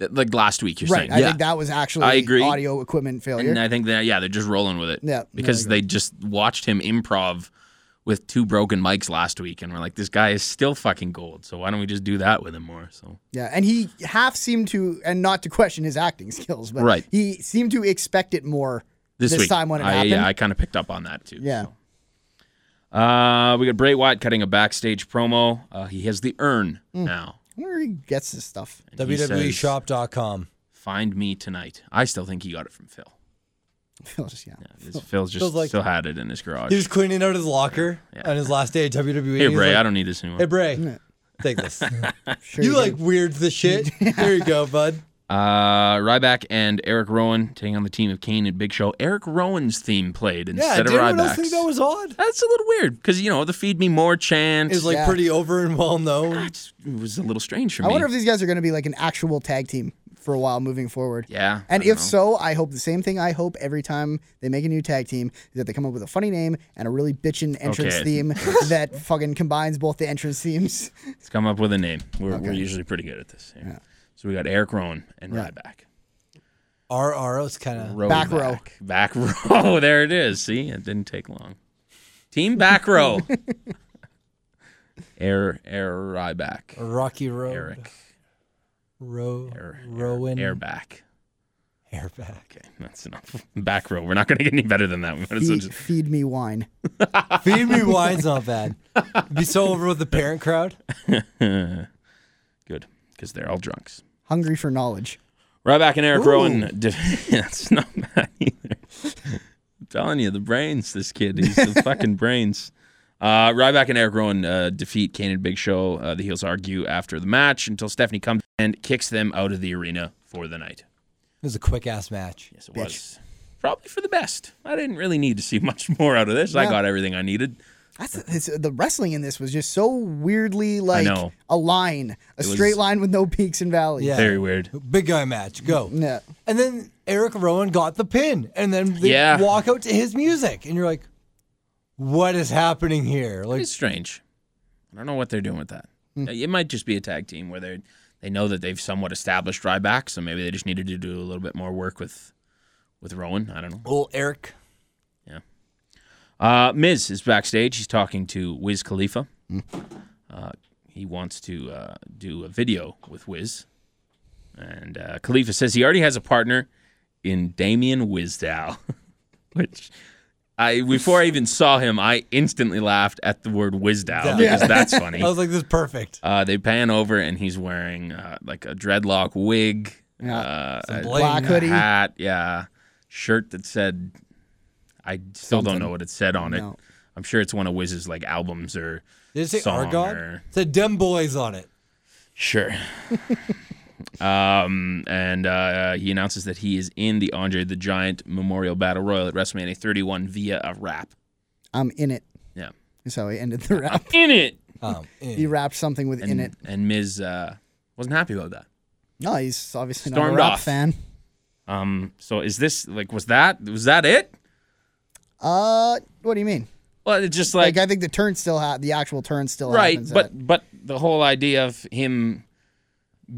Like last week, you're
Right.
saying.
I
yeah.
think that was actually
I agree.
audio equipment failure.
and I think that, yeah, they're just rolling with it.
Yeah,
Because they just watched him improv with two broken mics last week and we're like, this guy is still fucking gold. So why don't we just do that with him more? So
yeah. And he half seemed to and not to question his acting skills, but
Right.
he seemed to expect it more
this, week,
time when it
I,
happened.
Yeah, I kind of picked up on that too.
Yeah.
so. Uh, we got Bray Wyatt cutting a backstage promo. Uh, he has the urn
Mm.
now.
I wonder where he gets this stuff. *laughs*
And he
E
says,
WWEshop.com.
Find me tonight. I still think he got it from Phil.
Phil just yeah. *laughs*
This- Phil's just
Phil's like-
still had it in his garage.
He was cleaning out his locker on his last day at WWE. and
Hey
he's
Bray,
like,
I don't need this anymore.
Hey Bray, take
*laughs*
this.
Sure
you
he
like weird the shit. There you go, bud.
Uh, Ryback and Eric Rowan taking on the team of Kane and Big Show. Eric Rowan's theme played
Yeah,
instead
did
of
anyone else
Ryback's.
think that was odd?
That's a little weird because you know the "Feed Me More" chant
Is like
Yeah.
pretty over and well known.
That's- it was a little strange for
did. I
me.
wonder if these guys are going to be like an actual tag team for a while moving forward.
yeah,
And
I don't
if
know.
so, I hope the same thing I hope every time they make a new tag team is that they come up with a funny name and a really bitchin' entrance
Okay. *laughs*
theme that fucking combines both the entrance themes.
let's come up with a name. We're, we're usually pretty good at this. here. So we got Eric Rowan and Ryback.
RR was kind of
Row
Back row.
*laughs* Oh, Back row. There it is. See, it didn't take long. Team back row. air air Ryback.
Rocky Road.
Eric.
Ro-
Air,
Rowan.
Air, airback.
Airback.
Okay, that's enough. *laughs* Back row. We're not going to get any better than that. We might as well
Feed,
just
feed me wine.
Feed me wine's not bad. It'd be so over with the parent crowd.
good because they're all drunks.
Hungry for knowledge.
Ryback and Eric
Ooh.
Rowan. *laughs* def- that's not bad either. I'm telling you, the brains. This kid, he's the fucking brains. Uh, Ryback and Eric Rowan uh, defeat Kane and Big Show. Uh, the heels argue after the match until Stephanie comes and kicks them out of the arena for the night.
It was a quick ass match.
Yes, it was. Probably for the best. I didn't really need to see *laughs* much more out of this. I
No.
got everything I needed.
That's it's, the wrestling in this was just so weirdly like
know.
a line, a
was-
straight line with no peaks and valleys.
Yeah.
Very weird.
Big guy match. Go.
Yeah.
And then Eric Rowan got the pin, and then they
Yeah.
walk out to his music, and you're like, "What is happening here?" Like, Hmm.
It's strange. I don't know what they're doing with that. It might just be a tag team where they they know that they've somewhat established Ryback, so maybe they just needed to do a little bit more work with with Rowan. I don't know.
old Eric.
Uh, Miz is backstage. He's talking to Wiz Khalifa.
Hmm.
Uh, he wants to uh, do a video with Wiz, and uh, Khalifa says he already has a partner in Damian Wizdow, *laughs* which. I, before I even saw him, I instantly laughed at the word Wizdow
Yeah.
because that's funny.
*laughs* I was like, "This is perfect."
Uh, they pan over and he's wearing uh, like a dreadlock wig,
Yeah.
uh,
Some
a
bling.
Black hoodie.
hat, yeah, shirt that said, I still don't know what it said on
No.
it. I'm sure it's one of Wiz's like albums or
Did it say
song
Argon?
or-
It said "Dem Boys" on it.
sure. *laughs* um, and uh, he announces that he is in the Andre the Giant Memorial Battle Royal at WrestleMania 31 via a rap.
I'm in it.
Yeah,
Is how he ended
*laughs*
the rap.
in it.
Um,
He
eh.
wrapped something with in
And,
it.
and Miz uh, wasn't happy about that.
No, he's obviously
Stormed
not a rap
off.
fan.
Um, so is this like was that was that it?
Uh, what do you mean?
Well, it's just
Like,
like,
I think the turn still ha- the actual turn still
right,
happens
but
at-
but the whole idea of him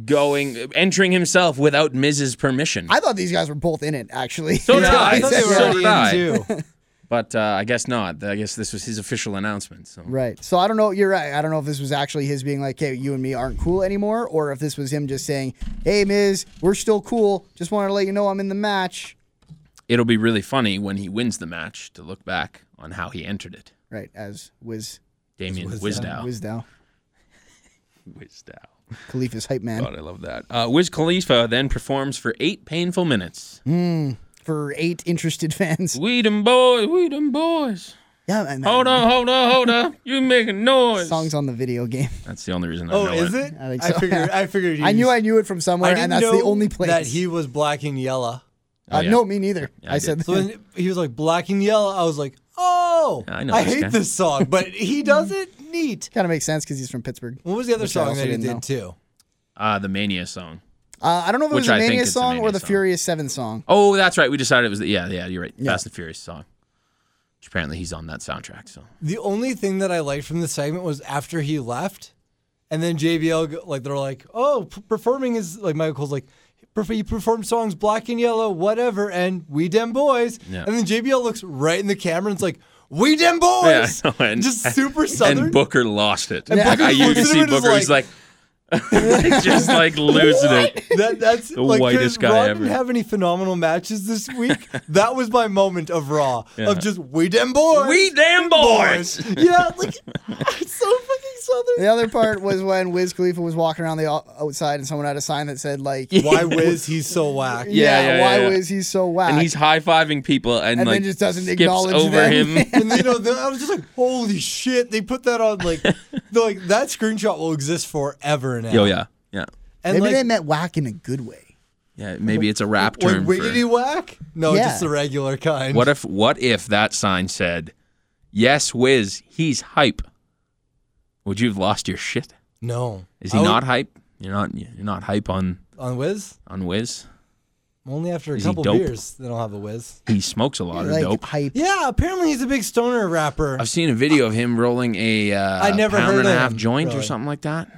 going entering himself without Miz's permission.
I thought these guys were both in it actually. *laughs*
So did
Yeah, *laughs* I thought they
So
were already
did I.
in too.
but uh, I guess not. I guess this was his official announcement. So
Right. So I don't know. You're right. I don't know if this was actually his being like, "Hey, you and me aren't cool anymore," or if this was him just saying, "Hey, Miz, we're still cool. Just wanted to let you know I'm in the match."
it'll be really funny when he wins the match to look back on how he entered it.
Right. As Wiz
Damien
Wisdow.
Wisdow.
Wizdow,
Wisdow.
Khalifa's hype man,
God, I love that. Uh, Wiz Khalifa then performs for eight painful minutes.
Hmm? for eight interested fans.
We them boys, we them boys.
Yeah. And that
Hold on, hold on, hold on. You making noise.
Songs on the video game.
That's the only reason I
Oh,
know
is
it.
it?
I think so.
figured. I figured.
I knew
you-
I knew it from
I
somewhere,
didn't
and that's the
know
only place.
that he was black and yellow.
uh,
Oh, yeah.
No, me neither.
I
I, said
So
*laughs*
when he was like black and yellow, I was like, "Oh,
I know this
hate
guy." *laughs*
this song," but he does it neat.
kind of makes sense because he's from Pittsburgh.
What was the other
Which I
song
also
that he
didn't
did
know.
too?
Uh, the Mania song.
Uh, I don't know if it
Which
was the
I think
Mania
it's the
song or
Mania
the
song.
Furious Seven song.
Oh, that's right. We decided it was the, yeah, yeah. You're right.
Yeah.
Fast and Furious song. Which apparently he's on that soundtrack. So
The only thing that I liked from the segment was after he left, and then JBL go- like they're like, "Oh, p- performing is like Michael Cole's like." "Perf- He performed songs black and yellow, whatever, and we dem boys.
Yeah.
And then JBL looks right in the camera and's like, "We dem boys."
I know, *laughs* and-
Just super southern.
and Booker lost it.
Yeah.
Like, I, you
Booker
can
looks at
see
him and is
Booker. he's like, *laughs*
like-
just like losing it.
That, that's
*laughs* The
like 'cause
whitest guy
Raw
ever.
didn't have any phenomenal matches this
*laughs*
week. that was my moment of Raw of just we damn boys,
We damn boys.
*laughs* yeah, like it's so fucking southern.
The other part *laughs* was when Wiz Khalifa was walking around the o- outside, and someone had a sign that said like,
*laughs*
Why Wiz? He's so whack.
Yeah, yeah,
why
yeah, yeah.
was he so whack?"
And he's high fiving people and,
And then
like
just doesn't
skips
acknowledge
over
them.
him. *laughs*
And you know, then I was just like, holy shit! They put that
*laughs*
on like, they're like that screenshot will exist forever now.
Yo, Oh, yeah, yeah,
and
maybe
like,
they meant whack in a good way.
yeah. Maybe it's a rap
like
term. for-
wiggity whack? No,
Yeah.
just the regular kind.
What if what if that sign said, "Yes, Wiz, he's hype"? Would you have lost your shit?
no,
Is he
I would-
not hype? You're not. You're not hype on
on Wiz?
on Wiz.
Only after a
Is he
couple
dope?
beers, they don't have a Wiz.
He smokes a lot of
Like
dope.
hype.
Yeah, apparently he's a big stoner rapper.
I've seen a video of him rolling a uh,
I never
pound
heard
and a
of
half
him,
joint or
really.
something like that.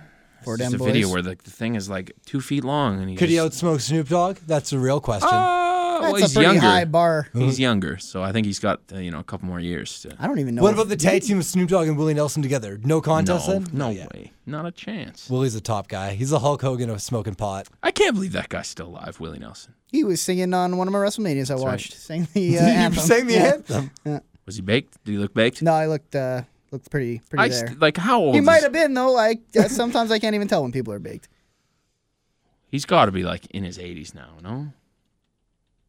For
It's
them
a
boys.
video where the, the thing is like two feet long and he
Could he
just,
outsmoke Snoop Dogg? That's a real question.
*laughs* Oh, well,
That's
he's
a pretty
younger.
high bar.
He's younger, so I think he's got uh, you know a couple more years to.
I don't even know.
What
if-
about the tag team of Snoop Dogg and Willie Nelson together? No contest
No,
then?
no
Not yet.
way, not a chance.
Willie's a top guy. He's a Hulk Hogan of smoking pot.
I can't believe that guy's still alive, Willie Nelson.
He was singing on one of my WrestleManias I watched. Sang
*laughs*
the uh,
You
anthem.
sang the
Yeah.
anthem.
Was he baked? Did he look baked?
No, I looked uh, looked pretty pretty
I
there.
st- like how old?
he
is-
might have been though. Like uh, sometimes I can't even tell when people are baked.
He's got to be like in his 80s now, no?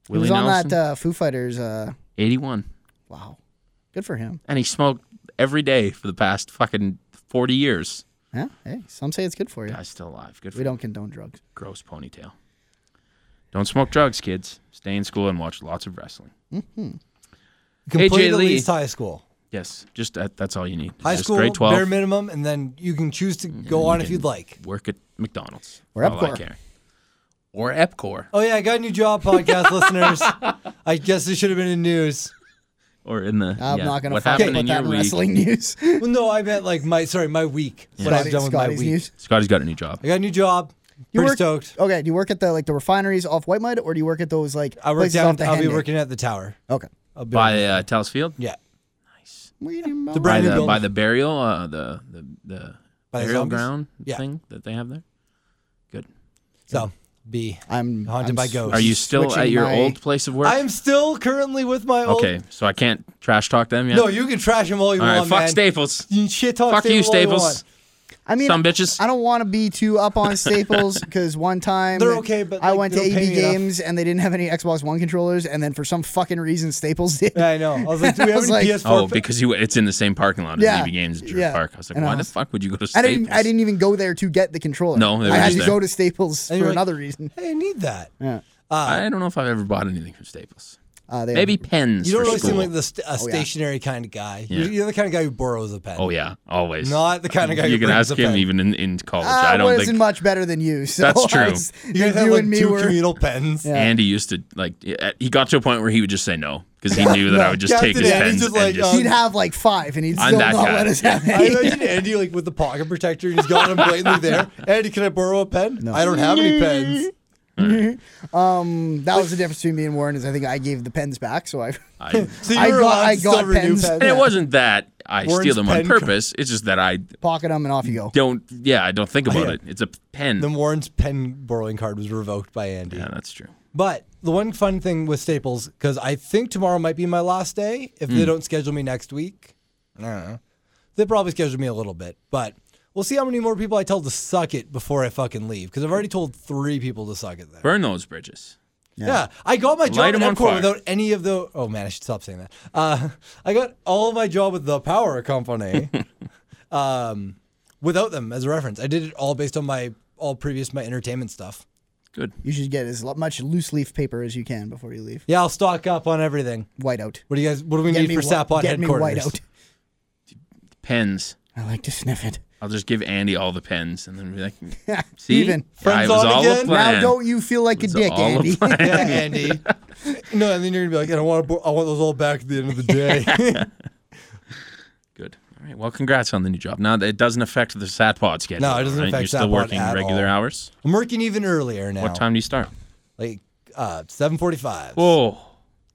He
Willie
was on
Nelson,
that uh, Foo Fighters. Uh,
81,
wow, good for him.
and he smoked every day for the past fucking 40 years.
Yeah, hey, some say it's good for you.
Guy's still alive. Good for
We don't condone drugs.
gross ponytail. Don't smoke drugs, kids. Stay in school and watch lots of wrestling.
Complete at
Lee.
least high school.
Yes, just that, that's all you need.
High
just
school,
grade Mm, 12.
bare minimum, and then you can choose to go on if you'd like.
work at McDonald's.
Or
All I
Epcor.
care. Or Epcor.
Oh yeah, I got a new
*laughs*
job, podcast listeners. I guess this should have been in news.
Or in the.
I'm
yeah,
not gonna
What
fucking
happened
put
in
that
your
in
week? *laughs*
wrestling news.
Well, no, I meant like my sorry, my week. What I've done with my
Scotty's
week.
news.
Scotty's got a new job.
I got a new job.
You
Pretty
work-
stoked.
Okay, do you work at the like the refineries off White Mud, or do you work at those like
I work
places
down.
off the
I'll be
Henday?
working at the tower.
Okay.
I'll be
By uh, Tellis Field?
yeah.
The
By
brand new
the,
building.
by the burial, uh, the, the, the
By the
burial
zombies?
ground
Yeah.
thing that they have there? Good.
So be.
I'm
Haunted
I'm
by
s-
ghosts.
Are you still
switching
at your
my-
old place of work?
I am still currently with my old.
okay, so I can't trash talk them yet?
No, you can trash him all you
All right,
want,
fuck
man.
Staples.
You can shit talk
Fuck you,
all
Staples.
want.
I mean,
Some bitches.
I don't want to be too
*laughs*
up on Staples because one time
They're okay, but,
I
like,
went
they
to
don't pay
AB
me enough.
Games and they didn't have any Xbox One controllers, and then for some fucking reason Staples did.
Yeah, I know. I was
*laughs*
like, do we
I
have
was
any
like-
PS4?
Oh, because you, it's in the same parking lot as
Yeah,
EB Games at Drew
yeah.
Park. I was like,
And I
why
was-
the fuck would you go to
I
Staples?
didn't. I didn't even go there to get the controller.
No, they were
I had
just
to
there.
go to Staples
And
for
you're like-
another reason.
hey, I need that.
Yeah.
I don't know if I've ever bought anything from Staples.
Uh, they
Maybe pens.
You don't
for
really
school.
seem like the st- a
Oh, yeah.
stationary kind of guy.
Yeah.
You're, you're the kind of guy who borrows a pen.
Oh yeah, always.
Not the kind of guy
you
who
can
brings
ask
a
him
pen.
even in, in college.
I,
I don't
Ah, wasn't
think
much better than you. So
That's
*laughs* I
true.
was-
You guys have
you
like
and me
two
were.
communal pens.
Yeah.
Andy used to like. He got to a point where he would just say no because he knew that I would just
Captain
take his
Andy's
pens
just like,
and just.
um,
He'd have like five, and he'd
I'm
still
that
not
guy.
let us
*laughs*
have
I
*laughs* any.
imagine Andy like with the pocket protector and he's got him blatantly there. Andy, can I borrow a pen? No. I don't have any
*laughs*
pens.
That was the difference between me and Warren. Is I think I gave the pens back, so I. *laughs*
I,
So you
I
were
got-
allowed
I
to still
got
renew
pens.
and it wasn't that I
Warren's
steal them on
pen co-
purpose. It's just that I
pocket them and off you go.
don't. Yeah, I don't think about
yeah.
it. It's a pen.
Then Warren's pen borrowing card was revoked by Andy.
yeah, that's true.
But the one fun thing with Staples, because I think tomorrow might be my last day if they don't schedule me next week. Hmm. I don't know. They probably schedule me a little bit, but we'll see how many more people I tell to suck it before I fucking leave. Because I've already told three people to suck it there.
Burn those bridges.
Yeah. I got my
Light
job
'em
at
on fire.
Emcor without any of the. Oh man, I should stop saying that. Uh, *laughs* I got all of my job with the power *laughs* company, um, without them as a reference. I did it all based on my all previous my entertainment stuff.
Good.
You should get as lo- much loose leaf paper as you can before you leave.
Yeah, I'll stock up on everything.
Whiteout.
What do you guys? What do we need for
whi-
Sapot
get me
headquarters? *laughs*
whiteout.
Pens.
I like to sniff it. *laughs*
I'll just give Andy all the pens and then be like, see,
Even.
I
Friends
was
on
all
again?
a
Now
plan.
Now don't you feel like a
It's
dick,
all a
Andy?
plan.
yeah, Andy. no, and then you're gonna be like, I don't want. To, I want those all back at the end of the *laughs* day.
Good. All right. Well, congrats on the new job. Now it doesn't affect the sat pod schedule.
No, it doesn't
right?
affect
You're still
Satpod
working
at
regular
all.
hours.
I'm working even earlier now.
What time do you start?
Like uh, 7:45.
Oh,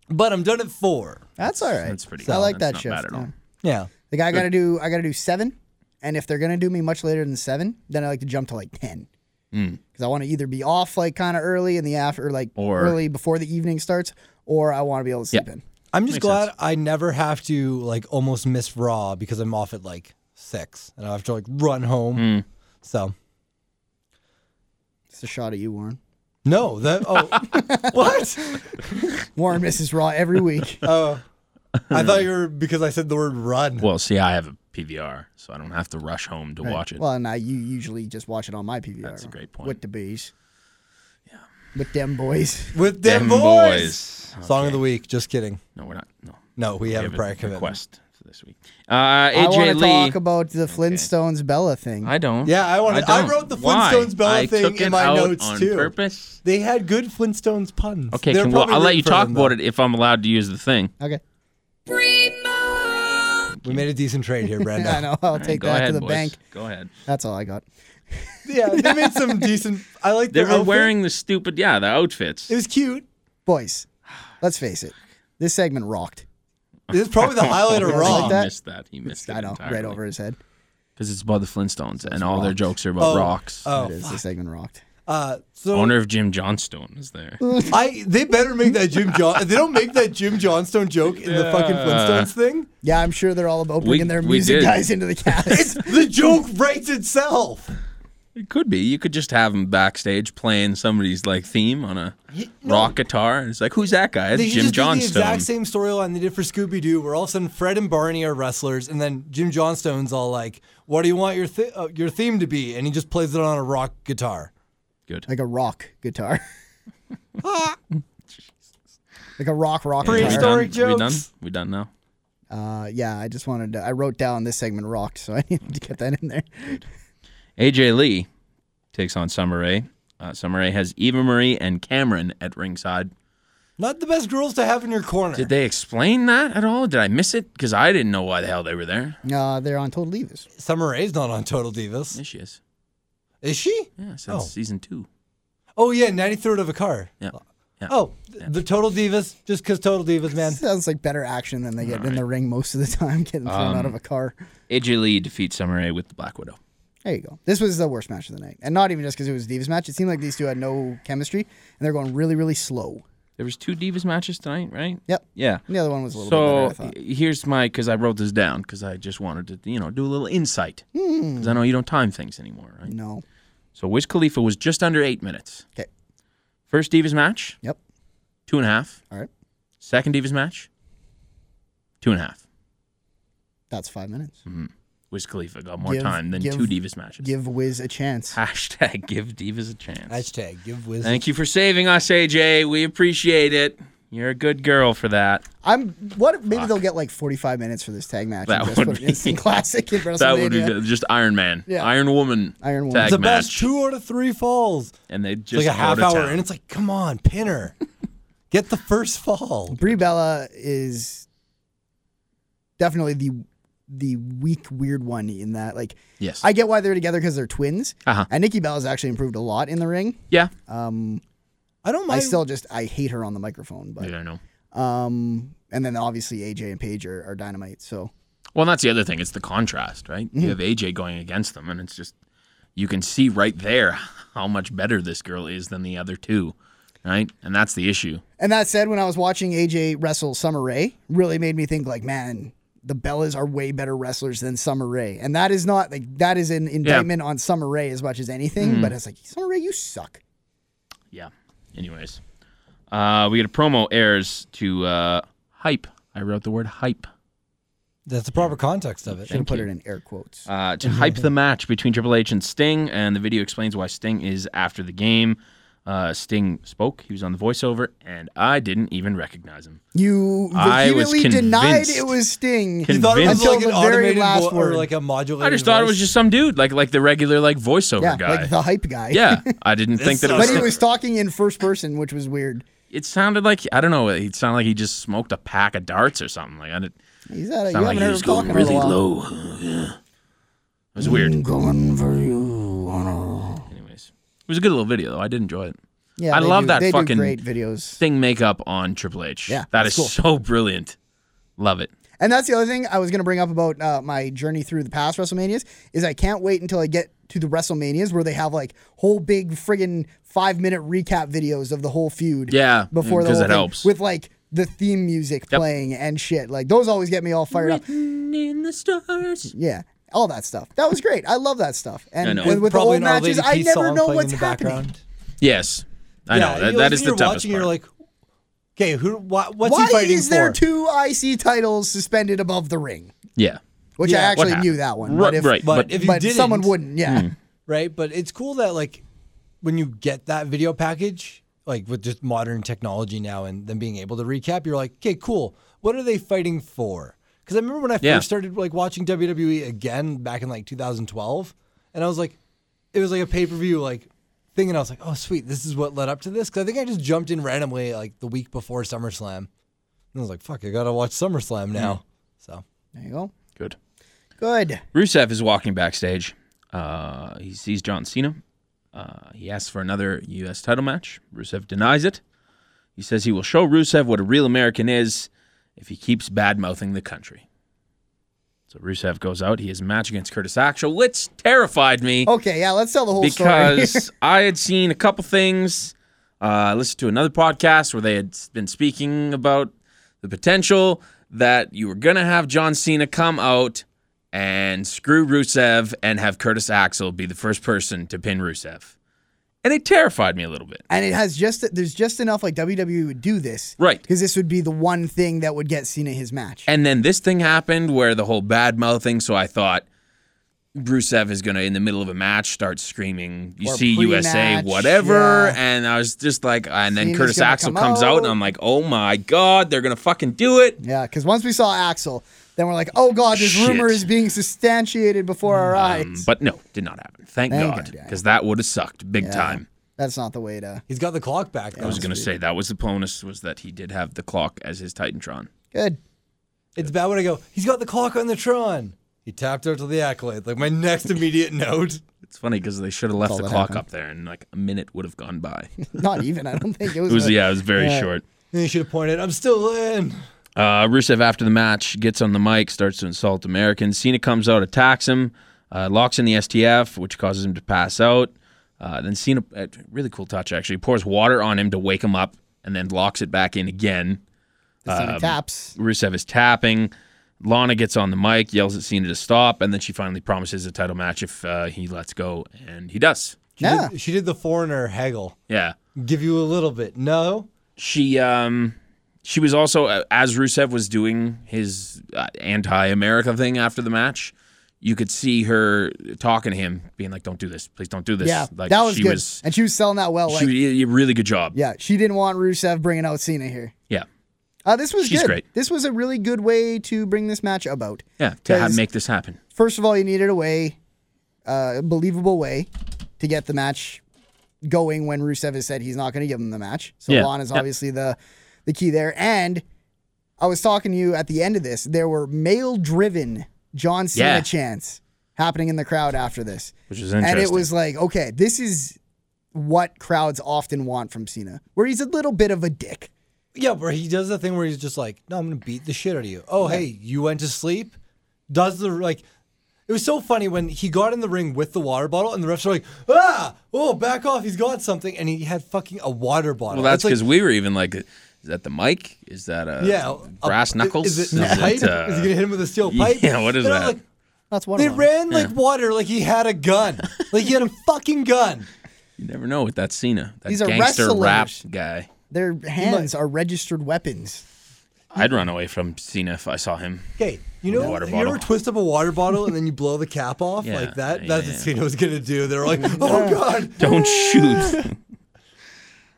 But I'm done at four.
*laughs* That's all right.
that's pretty.
I
good.
like
That's
that
not
shift.
Bad at all.
yeah.
Yeah.
Like I gotta do, I gotta do seven, and if they're gonna do me much later than seven, then I like to jump to like ten,
Hmm.
because I want to either be off like kind of early in the after, like
Or-
early before the evening starts, or I want to be able to sleep
Yeah.
in.
I'm just
Makes
glad
sense.
I never have to like almost miss Raw because I'm off at like six and I have to like run home. So
It's a shot at you, Warren.
no, that oh *laughs* what?
Warren misses
*laughs*
Raw every week.
Oh, I thought you were because I said the word run.
Well, see, I have a PVR, so I don't have to rush home to watch it.
Well, and I you usually just watch it on my PVR.
That's a great point.
With the bees. Yeah. With them boys.
With them,
Them
boys.
boys.
Song of the week. Just kidding.
no, we're not. No,
No, we, have,
we
a prior commitment.
request for this week. Uh,
I want
AJ
to
Lee.
talk about the Flintstones Bella thing.
I don't.
Yeah, I wanted- I
don't.
wrote the
Why?
Flintstones Bella
I
thing
took
in
it
my
out
notes,
on
too.
Purpose.
They had good Flintstones puns.
Okay,
They're
can, well,
probably
I'll let
written
you
for
talk
them,
about
though.
it if I'm allowed to use the thing.
okay.
We made a decent trade
*laughs*
here, Brandon.
*laughs* I know. I'll
All right,
take
go
that
ahead,
to the
boys.
bank.
Go ahead.
That's all I got.
*laughs* yeah, they
*laughs*
made some decent. I like.
They
their
were
outfit.
wearing the stupid, yeah, the outfits.
It was cute.
Boys. Let's face it, this segment rocked.
This is
*laughs*
probably the highlight of
Like
Raw.
He
that?
missed that. He missed it
I know, right over his head.
Because it's about the Flintstones, and all their jokes are about
Oh.
rocks.
Oh,
it is. The segment rocked.
uh, so
Owner of Jim Johnstone is there.
Uh, I they better make that Jim John. if they don't make that Jim Johnstone joke in the fucking Flintstones thing.
Yeah, I'm sure they're all about
We-
bringing their
we
music
did.
guys into the
*laughs*
It's
cast.
the joke writes itself.
It could be. You could just have him backstage playing somebody's like theme on a rock guitar, and it's like, who's that guy? It's
They should
Jim
just do the
Johnstone.
exact same storyline they did for Scooby Doo, where all of a sudden Fred and Barney are wrestlers, and then Jim Johnstone's all like, "What do you want your th- uh, your theme to be?" And he just plays it on a rock guitar.
Good.
like a rock
*laughs*
guitar. like a rock rock
Are we
guitar.
Prehistoric
done? Are We done?
jokes.
We done now?
Uh, yeah, I just wanted to. I wrote down this segment rocked, so *laughs* I needed to get that in there.
AJ Lee takes on Summer Rae. Uh, Summer Rae has Eva Marie and Cameron at ringside.
Not the best girls to have in your corner.
Did they explain that at all? Did I miss it? Because I didn't know why the hell they were there.
Uh, they're on Total Divas.
Summer Rae's not on Total Divas,
There she is.
is she?
Yeah, since
Oh.
season two.
Oh yeah, ninety third of a car.
Yeah. Yeah.
Oh, th- the Total Divas, just because Total Divas,
*laughs*
man.
Sounds like better action than they get in the ring most of the time, *laughs* getting thrown
Um,
out of a car.
AJ Lee defeats Summer Rae with the Black Widow.
There you go. This was the worst match of the night, and not even just because it was a Divas match. It seemed like these two had no chemistry, and they're going really, really slow.
There was two Divas matches tonight, right?
Yep.
Yeah.
And the other one was a little
So
bit better. I thought.
h- here's my because I wrote this down because I just wanted to you know do a little insight
Hmm.
because I know you don't time things anymore, right?
No.
So Wiz Khalifa was just under eight minutes.
Okay.
First Divas match,
Yep.
two and a half.
All right.
Second Divas match, two and a half.
That's five minutes.
Mm. Wiz Khalifa got more
Give-
time than
give-
two Divas matches.
Give Wiz a chance.
Hashtag *laughs* give Divas a chance.
Hashtag give wisdom.
Thank you for saving us, AJ. We appreciate it. You're a good girl for that.
I'm what? Maybe they'll get like 45 minutes for this tag match.
That
and just
would
put an
be-
instant classic in
*laughs*
WrestleMania.
That would be good. just Iron Man,
Yeah.
Iron Woman,
Iron Woman.
tag
the
match,
best two out of three falls.
and they
It's
just
like a
go
half
to
hour
town.
and it's like, come
*laughs*
on, pinner. Get the first fall.
Brie Bella is definitely the the weak, weird one in that. Like,
Yes.
I get why they're together because they're twins.
Uh-huh.
And Nikki Bella's actually improved a lot in the ring.
yeah.
Um,
I don't
I
mind.
still just I hate her on the microphone, but
yeah, I know.
um, and then obviously AJ and Paige are, are dynamite. So
Well, that's the other thing. It's the contrast, right?
Mm-hmm.
You have AJ going against them, and it's just you can see right there *laughs* how much better this girl is than the other two, right? And that's the issue.
And that said, when I was watching AJ wrestle Summer Rae, really made me think like, man, the Bellas are way better wrestlers than Summer Rae. And that is not like that is an indictment on Summer Rae as much as anything.
Mm-hmm.
But it's like Summer Rae, you suck.
Yeah. Anyways, uh, we get a promo airs to uh, hype. I wrote the word hype.
That's the proper context of it.
Should have put it in air quotes.
Uh, to hype the match between Triple H and Sting, and the video explains why Sting is after the game. Uh, Sting spoke. He was on the voiceover, and I didn't even recognize him.
you
I was
vehemently denied
convinced-
it was Sting.
Con-
You thought it was
Until
like an
the very
automated
last
vo- or
word.
like a modulated.
I just thought it was
voice.
just some dude, like like the regular like voiceover
yeah,
guy.
like the hype guy. *laughs*
Yeah, I didn't think that it
sucks.
was.
but he
Sting.
was talking in first person, which was weird.
It sounded like I don't know. It sounded like he just smoked a pack of darts or something. Like I didn't.
He's at a, you
Sounded like
haven't
he
heard him
was going
talking
really
really in a while.
low. Yeah. It was weird.
Mm, Going for you. on a-
Anyways, it was a good little video though. I did enjoy it.
Yeah,
I
they
love
do-
that
they do
fucking
great videos.
Sting makeup on Triple H.
Yeah,
that is
that's cool.
so brilliant. Love it.
And that's the other thing I was going to bring up about uh, my journey through the past WrestleManias is I can't wait until I get to the WrestleManias where they have like whole big friggin' five minute recap videos of the whole feud.
Yeah,
before the
because
whole
it
thing,
helps.
with like the theme music playing and shit. Like those always get me all fired up.
In the stars.
Yeah. All that stuff. That was great. I love that stuff. And
know.
with, with the
Probably
old
an Our
matches,
Lady
I
Peace
never
song
know
playing
what's
in the
happening.
background.
Yes, I
yeah,
know
you-
that, that
like,
is
when
the
you're
toughest
watching,
part.
You're like, okay, who? Why, what's he
Why
fighting
is there
for?
two IC titles suspended above the ring?
yeah,
Which I
Yeah. What
actually
happened?
knew that one.
Right-
But if,
right. Hmm.
but,
But-
if you
but
didn't,
someone wouldn't. Yeah.
right? But it's cool that like when you get that video package, like with just modern technology now and them being able to recap, you're like, okay, cool. What are they fighting for? Because I remember when I
Yeah.
first started like watching WWE again back in like 2012, and I was like, it was like a pay per view like thing, and I was like, oh sweet, this is what led up to this. Because I think I just jumped in randomly like the week before SummerSlam, and I was like, fuck, I gotta watch SummerSlam now. So
There you go.
good.
Good.
Rusev is walking backstage. Uh, he sees John Cena. Uh, he asks for another U.S. title match. Rusev denies it. He says he will show Rusev what a real American is if he keeps bad mouthing the country. So Rusev goes out. He has a match against Curtis Axel, which terrified me
Okay, yeah, let's tell the whole story.
because I had seen a couple things. Uh, I listened to another podcast where they had s- been speaking about the potential that you were going to have John Cena come out and screw Rusev and have Curtis Axel be the first person to pin Rusev. And it terrified me a little bit.
*laughs* and it has just there's just enough like WWE would do this,
Right.
Because this would be the one thing that would get Cena his match.
And then this thing happened where the whole bad mouth thing. So I thought Rusev is going to, in the middle of a match, start screaming, you
Or
see USA,
pre-match,
whatever.
yeah.
And I was just like, and then
Cena's
Curtis
gonna
Axel
come
comes out, and
out.
I'm like, oh my God, they're going to fucking do it.
yeah, because once we saw Axel, then we're like, oh god, this
Shit.
rumor is being substantiated before our
Um,
eyes.
but no, did not happen. Thank,
Thank
God.
God, yeah.
Because that would have sucked big time.
That's not the way to.
He's got the clock back though.
I was going to say that was the bonus was that he did have the clock as his Titantron.
Good. *laughs*
It's bad when I go, he's got the clock on the Tron. He tapped out to the accolade. Like my next immediate note.
It's funny because they should have left
all
the
that
clock
happened.
up there and like a minute would have gone
*laughs*
by. it
Not even. I don't think it was.
was,
a-
yeah, it was very
Yeah.
short.
Then you should have pointed, I'm still in.
Uh, Rusev, after the match, gets on the mic, starts to insult Americans. Cena comes out, attacks him, uh, locks in the STF, which causes him to pass out. Uh, then Cena, uh, really cool touch actually, pours water on him to wake him up and then locks it back in again.
the Cena
um,
taps.
Rusev is tapping. Lana gets on the mic, yells at Cena to stop, and then she finally promises a title match if uh, he lets go, and he does.
She,
Yeah.
did, she did the foreigner haggle.
Yeah.
Give you a little bit. No.
she um she was also uh, as Rusev was doing his uh, anti-America thing after the match. You could see her talking to him, being like, "Don't do this, please, don't do this."
Yeah,
like
that was
she
good,
was
and she was selling that well. Like,
she did a really good job.
yeah, she didn't want Rusev bringing out Cena here.
yeah,
Uh, this was
She's
good.
great.
This was a really good way to bring this match about.
yeah. To ha-
Because-
make this happen,
First of all, you needed a way, uh, a believable way, to get the match going when Rusev has said he's not going to give him the match. So
Yeah.
Lana's
Yeah.
obviously the the key there. And I was talking to you at the end of this. There were male-driven John Cena
Yeah.
chants happening in the crowd after this.
which is interesting.
And it was like, okay, this is what crowds often want from Cena, where he's a little bit of a dick.
Yeah, where he does the thing where he's just like, "No, I'm gonna beat the shit out of you." Oh, hey, you went to sleep. Does the like? It was so funny when he got in the ring with the water bottle, and the refs are like, "Ah, oh, back off! He's got something," and he had fucking a water bottle.
well, that's
It's
because
like,
we were even like, "Is that the mic? Is that uh,
yeah, a-
brass
is-
knuckles?
Is, it pipe?
it, uh,
is he gonna hit him with a steel pipe?
*laughs* yeah, what is
And I'm
that?
like,
That's one
they
of them.
ran like water, like he had a gun, like he had a fucking gun.
you never know with that Cena, that
These are
gangster rap
wrestlers.
guy.
Their hands are registered weapons.
I'd run away from Cena if I saw
*laughs*
him.
Okay, you know,
Water
if you ever
bottle.
twist up a water bottle and then you blow the cap off
Yeah,
like that?
yeah,
That's what
yeah.
Cena was gonna do. They're like,
Mm-hmm.
"Oh God,
Don't shoot.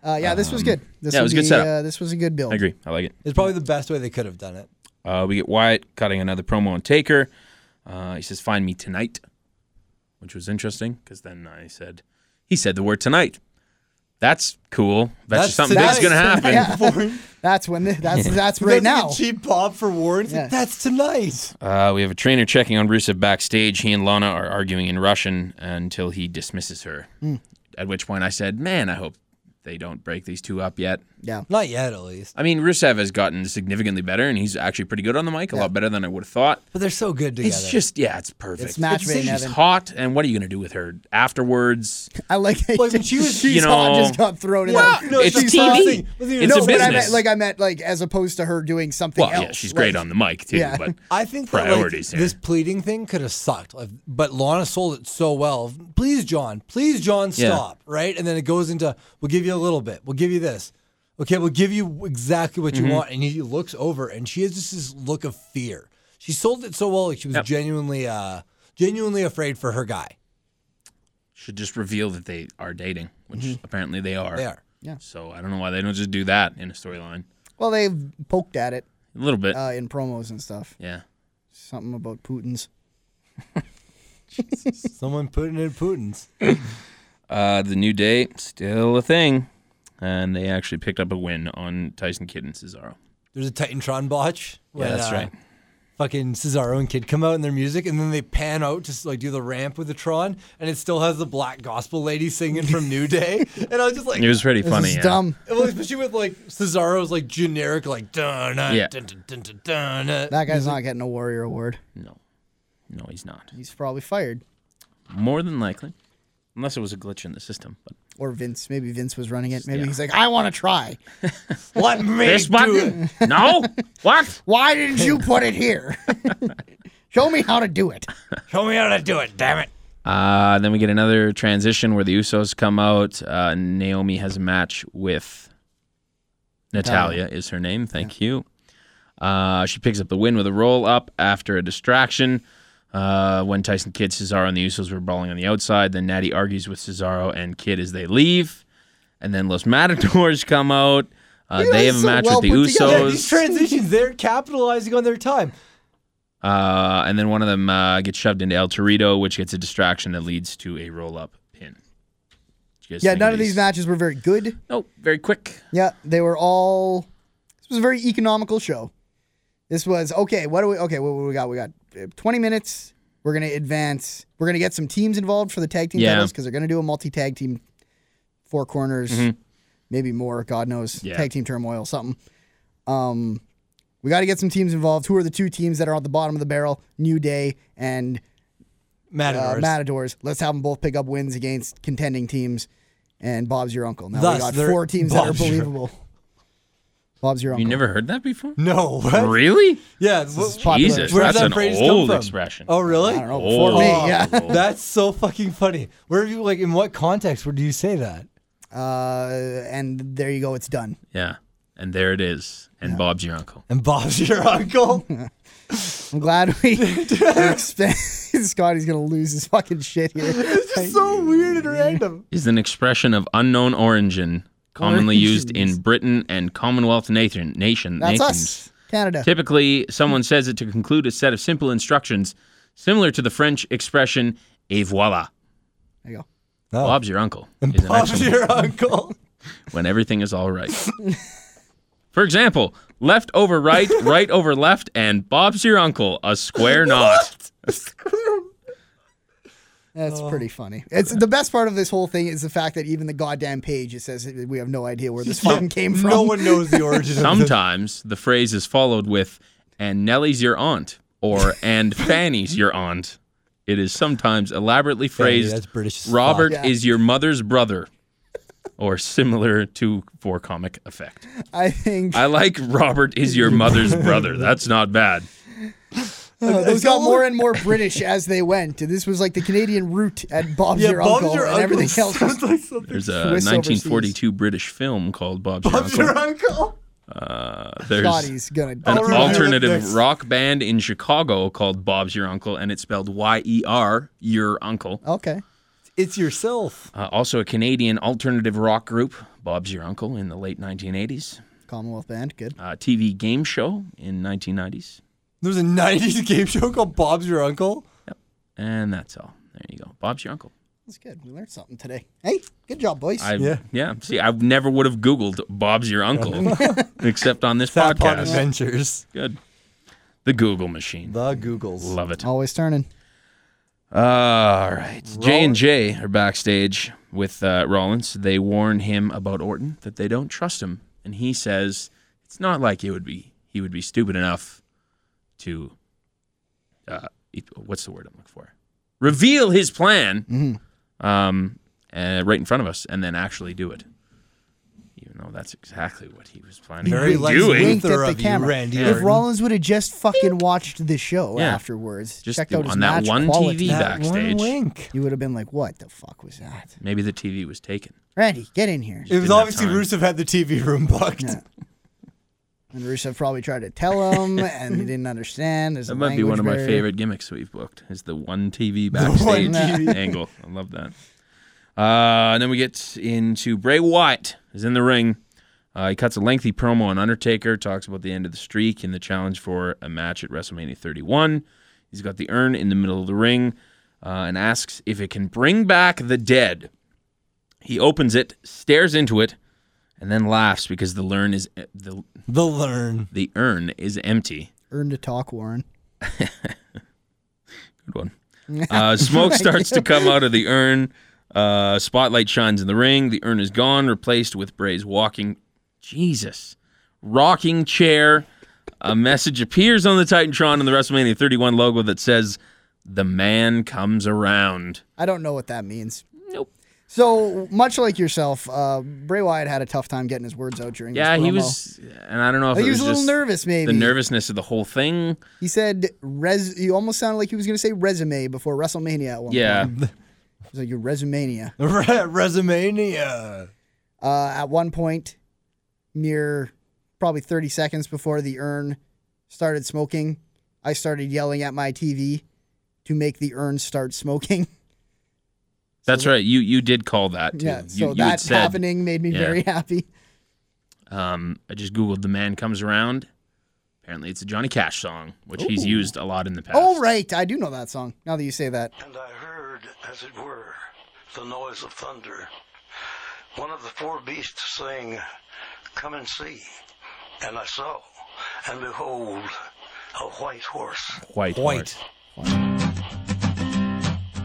Uh, yeah, this was good. This
Um, yeah, it was
would
a good
be,
setup.
Uh, this was a good build.
I agree. I like it.
It's probably the best way they could have done it.
Uh, we get Wyatt cutting another promo on Taker. Uh, he says, "Find me tonight," which was interesting because then I said, he said the word tonight. That's cool. That's, just something big's
tonight.
gonna happen.
*laughs*
Yeah. *laughs*
Warren.
That's when. The, that's that's
that's
right
like
now.
a cheap pop for Warren. It's like,
Yeah.
That's tonight.
Uh, we have a trainer checking on Rusev backstage. He and Lana are arguing in Russian until he dismisses her. At which point I said, "Man, I hope they don't break these two up yet."
Yeah,
Not yet, at least.
I mean, Rusev has gotten significantly better, and he's actually pretty good on the mic. A lot better than I would have thought.
But they're so good together.
It's just, yeah, it's perfect.
It's match made in
She's
heaven.
hot, and what are you gonna do with her
*laughs*
afterwards?
I like. That
Like, when she was-
*laughs* she's
You
hot,
know-
just got thrown in.
Well,
there.
no, it's
She's
TV.
hot.
It's
no,
a
but I meant
business.
like I meant like as opposed to her doing something
Well,
else.
yeah, she's great
Like,
on the mic too,
yeah.
but *laughs*
I think that, like,
priorities here.
this pleading thing could have sucked, like, but Lana sold it so well. Please, John. Please, John,
Yeah.
stop. Right, and then it goes into we'll give you a little bit. We'll give you this. Okay, we'll give you exactly what
Mm-hmm.
you want. And he looks over, and she has just this look of fear. She sold it so well, like she was genuinely, uh, genuinely afraid for her guy.
should just reveal that they are dating, which
Mm-hmm.
apparently they are.
They are.
So I don't know why they don't just do that in a storyline.
Well, they've poked at it
A little bit.
uh, in promos and stuff.
yeah.
Something about Putin's.
Someone putting in Putin's.
Uh, the new day still a thing, and they actually picked up a win on Tyson Kidd and Cesaro.
There's a Titantron botch.
Yeah,
when,
that's
uh,
right.
fucking Cesaro and Kid come out in their music, and then they pan out to like do the ramp with the Tron, and it still has the black gospel lady singing from New
*laughs*
Day, and I was just like,
It was pretty
This
funny.
is
yeah.
dumb.
well, especially with like Cesaro's like generic like dun dun
Yeah.
dun dun dun dun. uh, dun.
That guy's not getting a Warrior Award.
No, no, he's not.
He's probably fired.
More than likely, unless it was a glitch in the system. But
Or Vince. Maybe Vince was running it. Maybe
Yeah.
he's like, I want to try.
Let me
this
do it.
button?
*laughs*
no. What?
Why didn't you put it here? *laughs* Show me how to do it.
Show me how to do it. Damn it.
Uh, then we get another transition where the Usos come out. Uh, Naomi has a match with Natalia, is her name. Thank you. Uh, she picks up the win with a roll up after a distraction. Uh, when Tyson Kidd, Cesaro, and the Usos were brawling on the outside, then Natty argues with Cesaro and Kidd as they leave. And then Los Matadors *laughs* come out. Uh,
Look at
they
that,
have a
so
match with
well
the
put together.
Yeah,
Usos.
these transitions, they're capitalizing on their time.
Uh, and then one of them uh, gets shoved into El Torito, which gets a distraction that leads to a roll up pin. Did you guys
Yeah,
think
none of these matches were very good.
Nope, very quick.
Yeah, they were all. This was a very economical show. This was okay. What do we? Okay, what do we got? We got uh, 20 minutes. We're gonna advance. We're gonna get some teams involved for the tag team
Yeah.
titles because they're gonna do a multi tag team, four corners, maybe more. God knows.
Mm-hmm. Yeah.
Tag team turmoil, something. Um, we got to get some teams involved. Who are the two teams that are at the bottom of the barrel? New Day and uh,
Matadors.
Matadors. Let's have them both pick up wins against contending teams. And Bob's your uncle. Now
Thus,
we got
they're-
four teams
Bob's
that are
your-
believable. Bob's your uncle.
You never heard that before?
no. What?
Really?
Yeah.
This is
wh-
popular.
Jesus,
where
that's
does that
an
phrase
old
come from?
expression.
Oh, really?
I don't know. Before
Oh.
me,
Oh,
yeah. *laughs*
That's so fucking funny. Where have you like? In what context would you say that?
Uh, and there you go. It's done.
Yeah, and there it is. And Bob's your uncle.
And Bob's your
*laughs*
uncle.
I'm glad
*laughs*
we. we're expand- *laughs* Scotty's gonna lose his fucking shit
*laughs*
here.
so weird and random.
Is an expression of unknown origin, commonly used in
Origins.
Britain and Commonwealth nation, nation
That's
nations.
us, Canada.
Typically, someone says it to conclude a set of simple instructions, similar to the French expression "et voila."
There you go.
No.
Bob's your uncle. is an
Bob's
excellent-
your
*laughs*
uncle.
when everything is all right. For example, left over right, right over left, and Bob's your uncle, a square knot.
That's
Oh.
pretty funny. It's the best part of this whole thing is the fact that even the goddamn page it says that we have no idea where this
*laughs*
fucking came from.
No one knows the origin of this.
Sometimes the phrase is followed with, and Nellie's your aunt, or and Fanny's your aunt. It is sometimes elaborately phrased,
that's British as
Robert
fuck.
is your mother's brother, or similar to for comic effect.
*laughs* I think
I like Robert is your mother's brother. That's not bad.
*laughs*
Uh, those got more and more British as they went. This was like the Canadian route at Bob's
Yeah,
your
Bob's
uncle
your
and
uncle.
everything else. was-
Sounds like something.
There's a
Swiss
1942 British film called Bob's,
Bob's
Your Uncle.
your uncle.
Uh, *laughs* there's
Scotty's gonna.
an
I'll remember that
alternative
next-
rock band in Chicago called Bob's Your Uncle, and it's spelled Y E R, Your Uncle.
okay.
It's yourself.
Uh, also, a Canadian alternative rock group, Bob's Your Uncle, in the late 1980s.
Commonwealth band. Good.
Uh, TV game show in 1990s.
There's a 90s game show called Bob's Your Uncle.
And that's all. There you go. Bob's Your Uncle.
That's good. We learned something today. Hey, good job, boys.
I,
Yeah.
See, I never would have Googled Bob's Your Uncle *laughs* except on this
Fat Pod
podcast.
Adventures.
Good. The Google machine.
The Googles.
Love it.
Always turning.
All right. J and J are backstage with uh, Rollins. They warn him about Orton that they don't trust him, and he says it's not like it would be he would be stupid enough to uh, it- what's the word I'm looking for? Reveal his plan um, uh, right in front of us, and then actually do it. Even though that's exactly what he was planning
Very
on
Lex
doing.
Luthor.
Winked at
of
the
you,
camera.
Randy
If
Orton.
Rollins would have just fucking watched the show
Yeah.
afterwards,
Just
checked
the-
out his
on that
match
one
quality,
TV.
That
backstage.
one wink.
you would have been like, "What the fuck was that?"
Maybe the TV was taken.
Randy, get in here.
It was
have
obviously
time.
Rusev had the TV room booked.
Yeah. And Rusev probably tried to tell him, and he didn't understand. There's
That
a
might be one
language
of my
barrier.
favorite gimmicks we've booked is the one TV backstage
TV.
angle. I love that. Uh, and then we get into Bray Wyatt is in the ring. Uh, he cuts a lengthy promo on Undertaker, talks about the end of the streak and the challenge for a match at WrestleMania 31. He's got the urn in the middle of the ring uh, and asks if it can bring back the dead. He opens it, stares into it, and then laughs because the urn is the
The Learn.
the urn is empty.
Earned a talk, Warren.
Good one. Uh,
*laughs*
smoke starts to come out of the urn. Uh, spotlight shines in the ring. The urn is gone, replaced with Bray's walking. Jesus. Rocking chair. A message appears on the Titantron and the WrestleMania 31 logo that says, The man comes around.
I don't know what that means.
Nope.
So much like yourself, uh, Bray Wyatt had a tough time getting his words out during.
Yeah,
this
he
promo.
was, and I don't know if
Like,
it
he was a little
just
nervous, maybe.
the nervousness of the whole thing.
He said res. He almost sounded like he was going to say resume before WrestleMania at one
Yeah.
point. It was like your resumania.
Resumania.
Uh, at one point, mere probably 30 seconds before the urn started smoking, I started yelling at my TV to make the urn start smoking.
That's right. You you did call that too.
*laughs* yeah,
You-
so
you, had
that
said,
happening made me
yeah.
very happy.
Um, I just googled "The Man Comes Around." Apparently, it's a Johnny Cash song, which he's used a lot in the past.
Oh right, I do know that song. Now that you say that,
And I heard, as it were, the noise of thunder. One of the four beasts saying, Come and see. And I saw, and behold, a white horse.
White.
White.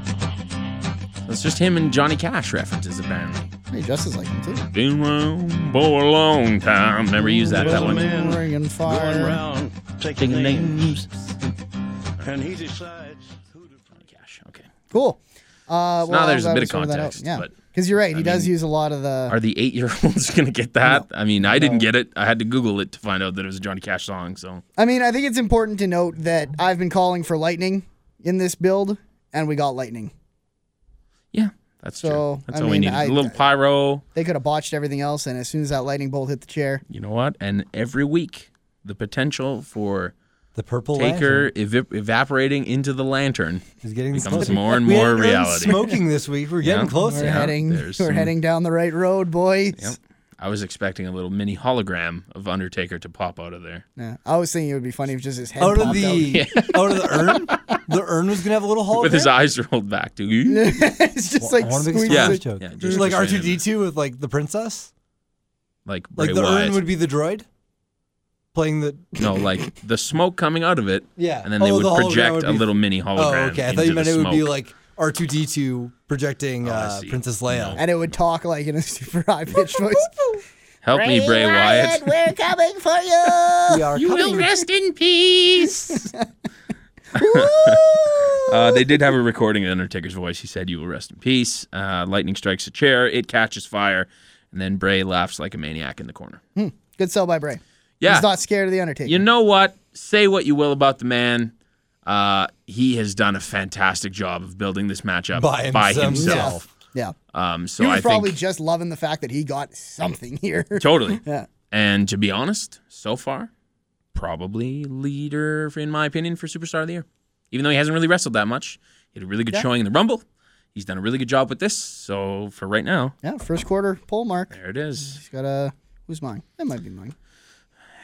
Horse. It's just him and Johnny Cash references apparently.
he dresses like him too.
Been around for a long time. Never used that that one.
man
Ringing
Going
fire.
round, taking
Taking
names,
names.
and he decides who to.
Johnny Cash. Okay.
Cool. Uh, well,
now there's
I
a bit
was
of
sorting that out.
context,
Yeah,
but,
because you're right.
I
He does
mean,
use a lot of the.
Are the eight-year-olds *laughs* gonna get that? I mean, I didn't get it. I had to Google it to find out that it was a Johnny Cash song. So
I mean, I think it's important to note that I've been calling for lightning in this build, and we got lightning.
yeah, that's
So,
true. That's
I
all we
mean,
need.
I-
a little pyro.
They could have botched everything else, and as soon as that lightning bolt hit the chair,
You know what? And every week, the potential for
The purple
Taker ev- evaporating into the lantern.
is getting
becomes
closer.
more and
We had
more
an urn
reality.
Smoking this week. We're getting
Yeah.
we're
closer.
Yeah,
heading we're
there's some-
heading down the right road, boys.
Yep. I was expecting a little mini hologram of Undertaker to pop out of there.
Yeah. I was thinking it would be funny if just his head
Out
popped
of the
out. *laughs*
out of the urn, the urn was gonna have a little hologram.
With his eyes rolled back to you.
it's just like
I wanna make a
squeezed
Yeah.
Star Wars
it.
joke.
Yeah, just
like
for
R
saying
two D two with like the princess.
Like Bray
Like the
Wyatt.
urn would be the droid playing the. *laughs*
No, like the smoke coming out of it.
Yeah.
And then they
Oh,
would
the hologram
project
would
a
be-
little mini
Oh,
hologram.
okay. I
into
thought you meant
the
it would be
smoke.
like R two D two projecting
Oh, I
uh,
see.
Princess Leia.
No.
And it would talk like in a super high pitched voice.
Help me, Bray Wyatt.
We're coming for you. *laughs*
We are
You will
coming.
rest in
*laughs*
peace. *laughs* uh, they did have a recording of Undertaker's voice. He said, "You will rest in peace." Uh, lightning strikes a chair. It catches fire, and then Bray laughs like a maniac in the corner.
Good sell by Bray.
Yeah,
He's not scared of the Undertaker.
you know what? Say what you will about the man. Uh, he has done a fantastic job of building this matchup
By himself.
himself.
yeah.
Um, so
He was
I
probably
think
just loving the fact that he got something here. *laughs*
totally.
Yeah.
And to be honest, so far, probably leader, in my opinion, for Superstar of the Year. Even though he hasn't really wrestled that much, he had a really good showing in the Rumble. He's done a really good job with this. So for right now,
Yeah, first quarter poll mark.
there it is.
He's got a who's mine? That might be mine.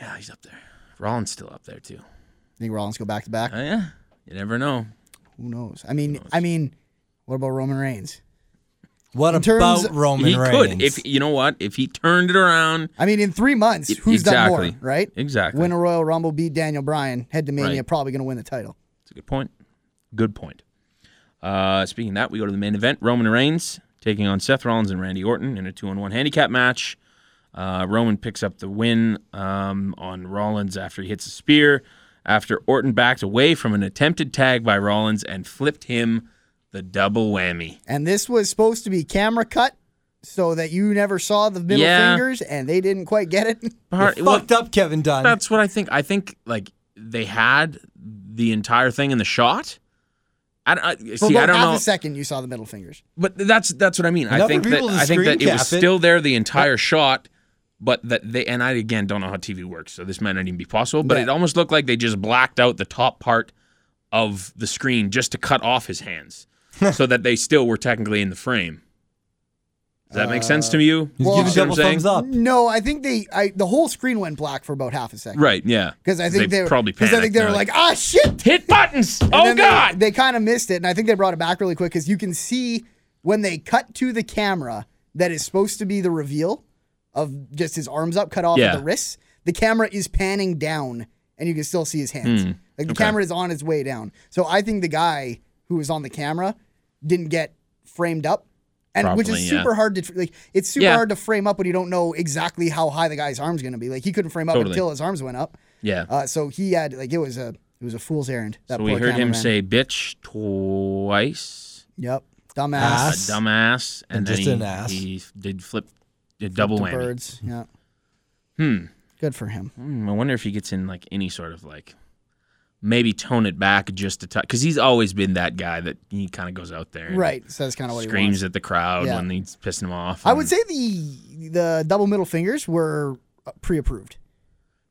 Yeah, he's up there. Rollins still up there too.
I think Rollins go back to back.
Oh yeah, you never know.
Who knows? I mean, I mean, what about Roman Reigns?
What
terms-
about Roman
he
Reigns?
could if you know what if he turned it around.
I mean, in three months,
E-
who's done more?
exactly.
Right?
Exactly.
Win a Royal Rumble, beat Daniel Bryan, head to Mania,
Right.
probably going to win the title.
It's a good point. Good point. Uh, speaking of that, we go to the main event. Roman Reigns taking on Seth Rollins and Randy Orton in a two-on-one handicap match. Uh, Roman picks up the win um, on Rollins after he hits a spear. After Orton backed away from an attempted tag by Rollins and flipped him the double whammy.
And this was supposed to be camera cut, so that you never saw the middle
Yeah.
fingers, and they didn't quite get it. *laughs*
Part-
You
well,
fucked up Kevin Dunn.
that's what I think. I think like they had the entire thing in the shot. I, don't- I-
For
see.
about
I don't
half
know.
a second, you saw the middle fingers.
But that's that's what I mean. I
Enough
think
for
that
people to
I think that it
screen
was
cap it.
still there the entire shot, but that they and I again don't know how TV works, so this might not even be possible. But
Yeah.
it almost looked like they just blacked out the top part of the screen just to cut off his hands, so that they still were technically in the frame. Does that make sense to you?
He's
Uh, Well,
You
giving
see what I'm
double
saying?
thumbs up.
No, I think they. I the whole screen went black for about half a second.
Right? Yeah.
Because I think
they
they, were-
probably
'cause I
panicked.
think they
They're
were like, ah, shit.
hit buttons.
*laughs* And
Oh
then they-
God.
They, kind of missed it, and I think they brought it back really quick because you can see when they cut to the camera that is supposed to be the reveal of just his arms up, cut off
Yeah.
at the wrists. The camera is panning down, and you can still see his hands. Like the
Hmm, Okay.
camera is on its way down. So I think the guy who was on the camera didn't get framed up. And which is
Properly, yeah.
super hard to like it's super
Yeah.
hard to frame up when you don't know exactly how high the guy's arm's gonna be. Like he couldn't frame up
Totally.
until his arms went up.
Yeah.
Uh, so he had like it was a it was a fool's errand. That
so we
poor
heard him
cameraman.
say bitch twice.
Yep.
A
Dumbass.
Ass.
dumbass. And,
And
then
just
he,
an ass.
he did flip a double
to
whammy.
birds. Yeah.
Hmm.
Good for him.
Hmm, I wonder if he gets in like any sort of like maybe tone it back just to touch because he's always been that guy that he kind of goes out there and
Right. So that's kind of what he wants.
screams at the crowd
Yeah.
when he's pissing him off.
I would
and-
say the the double middle fingers were uh, pre-approved.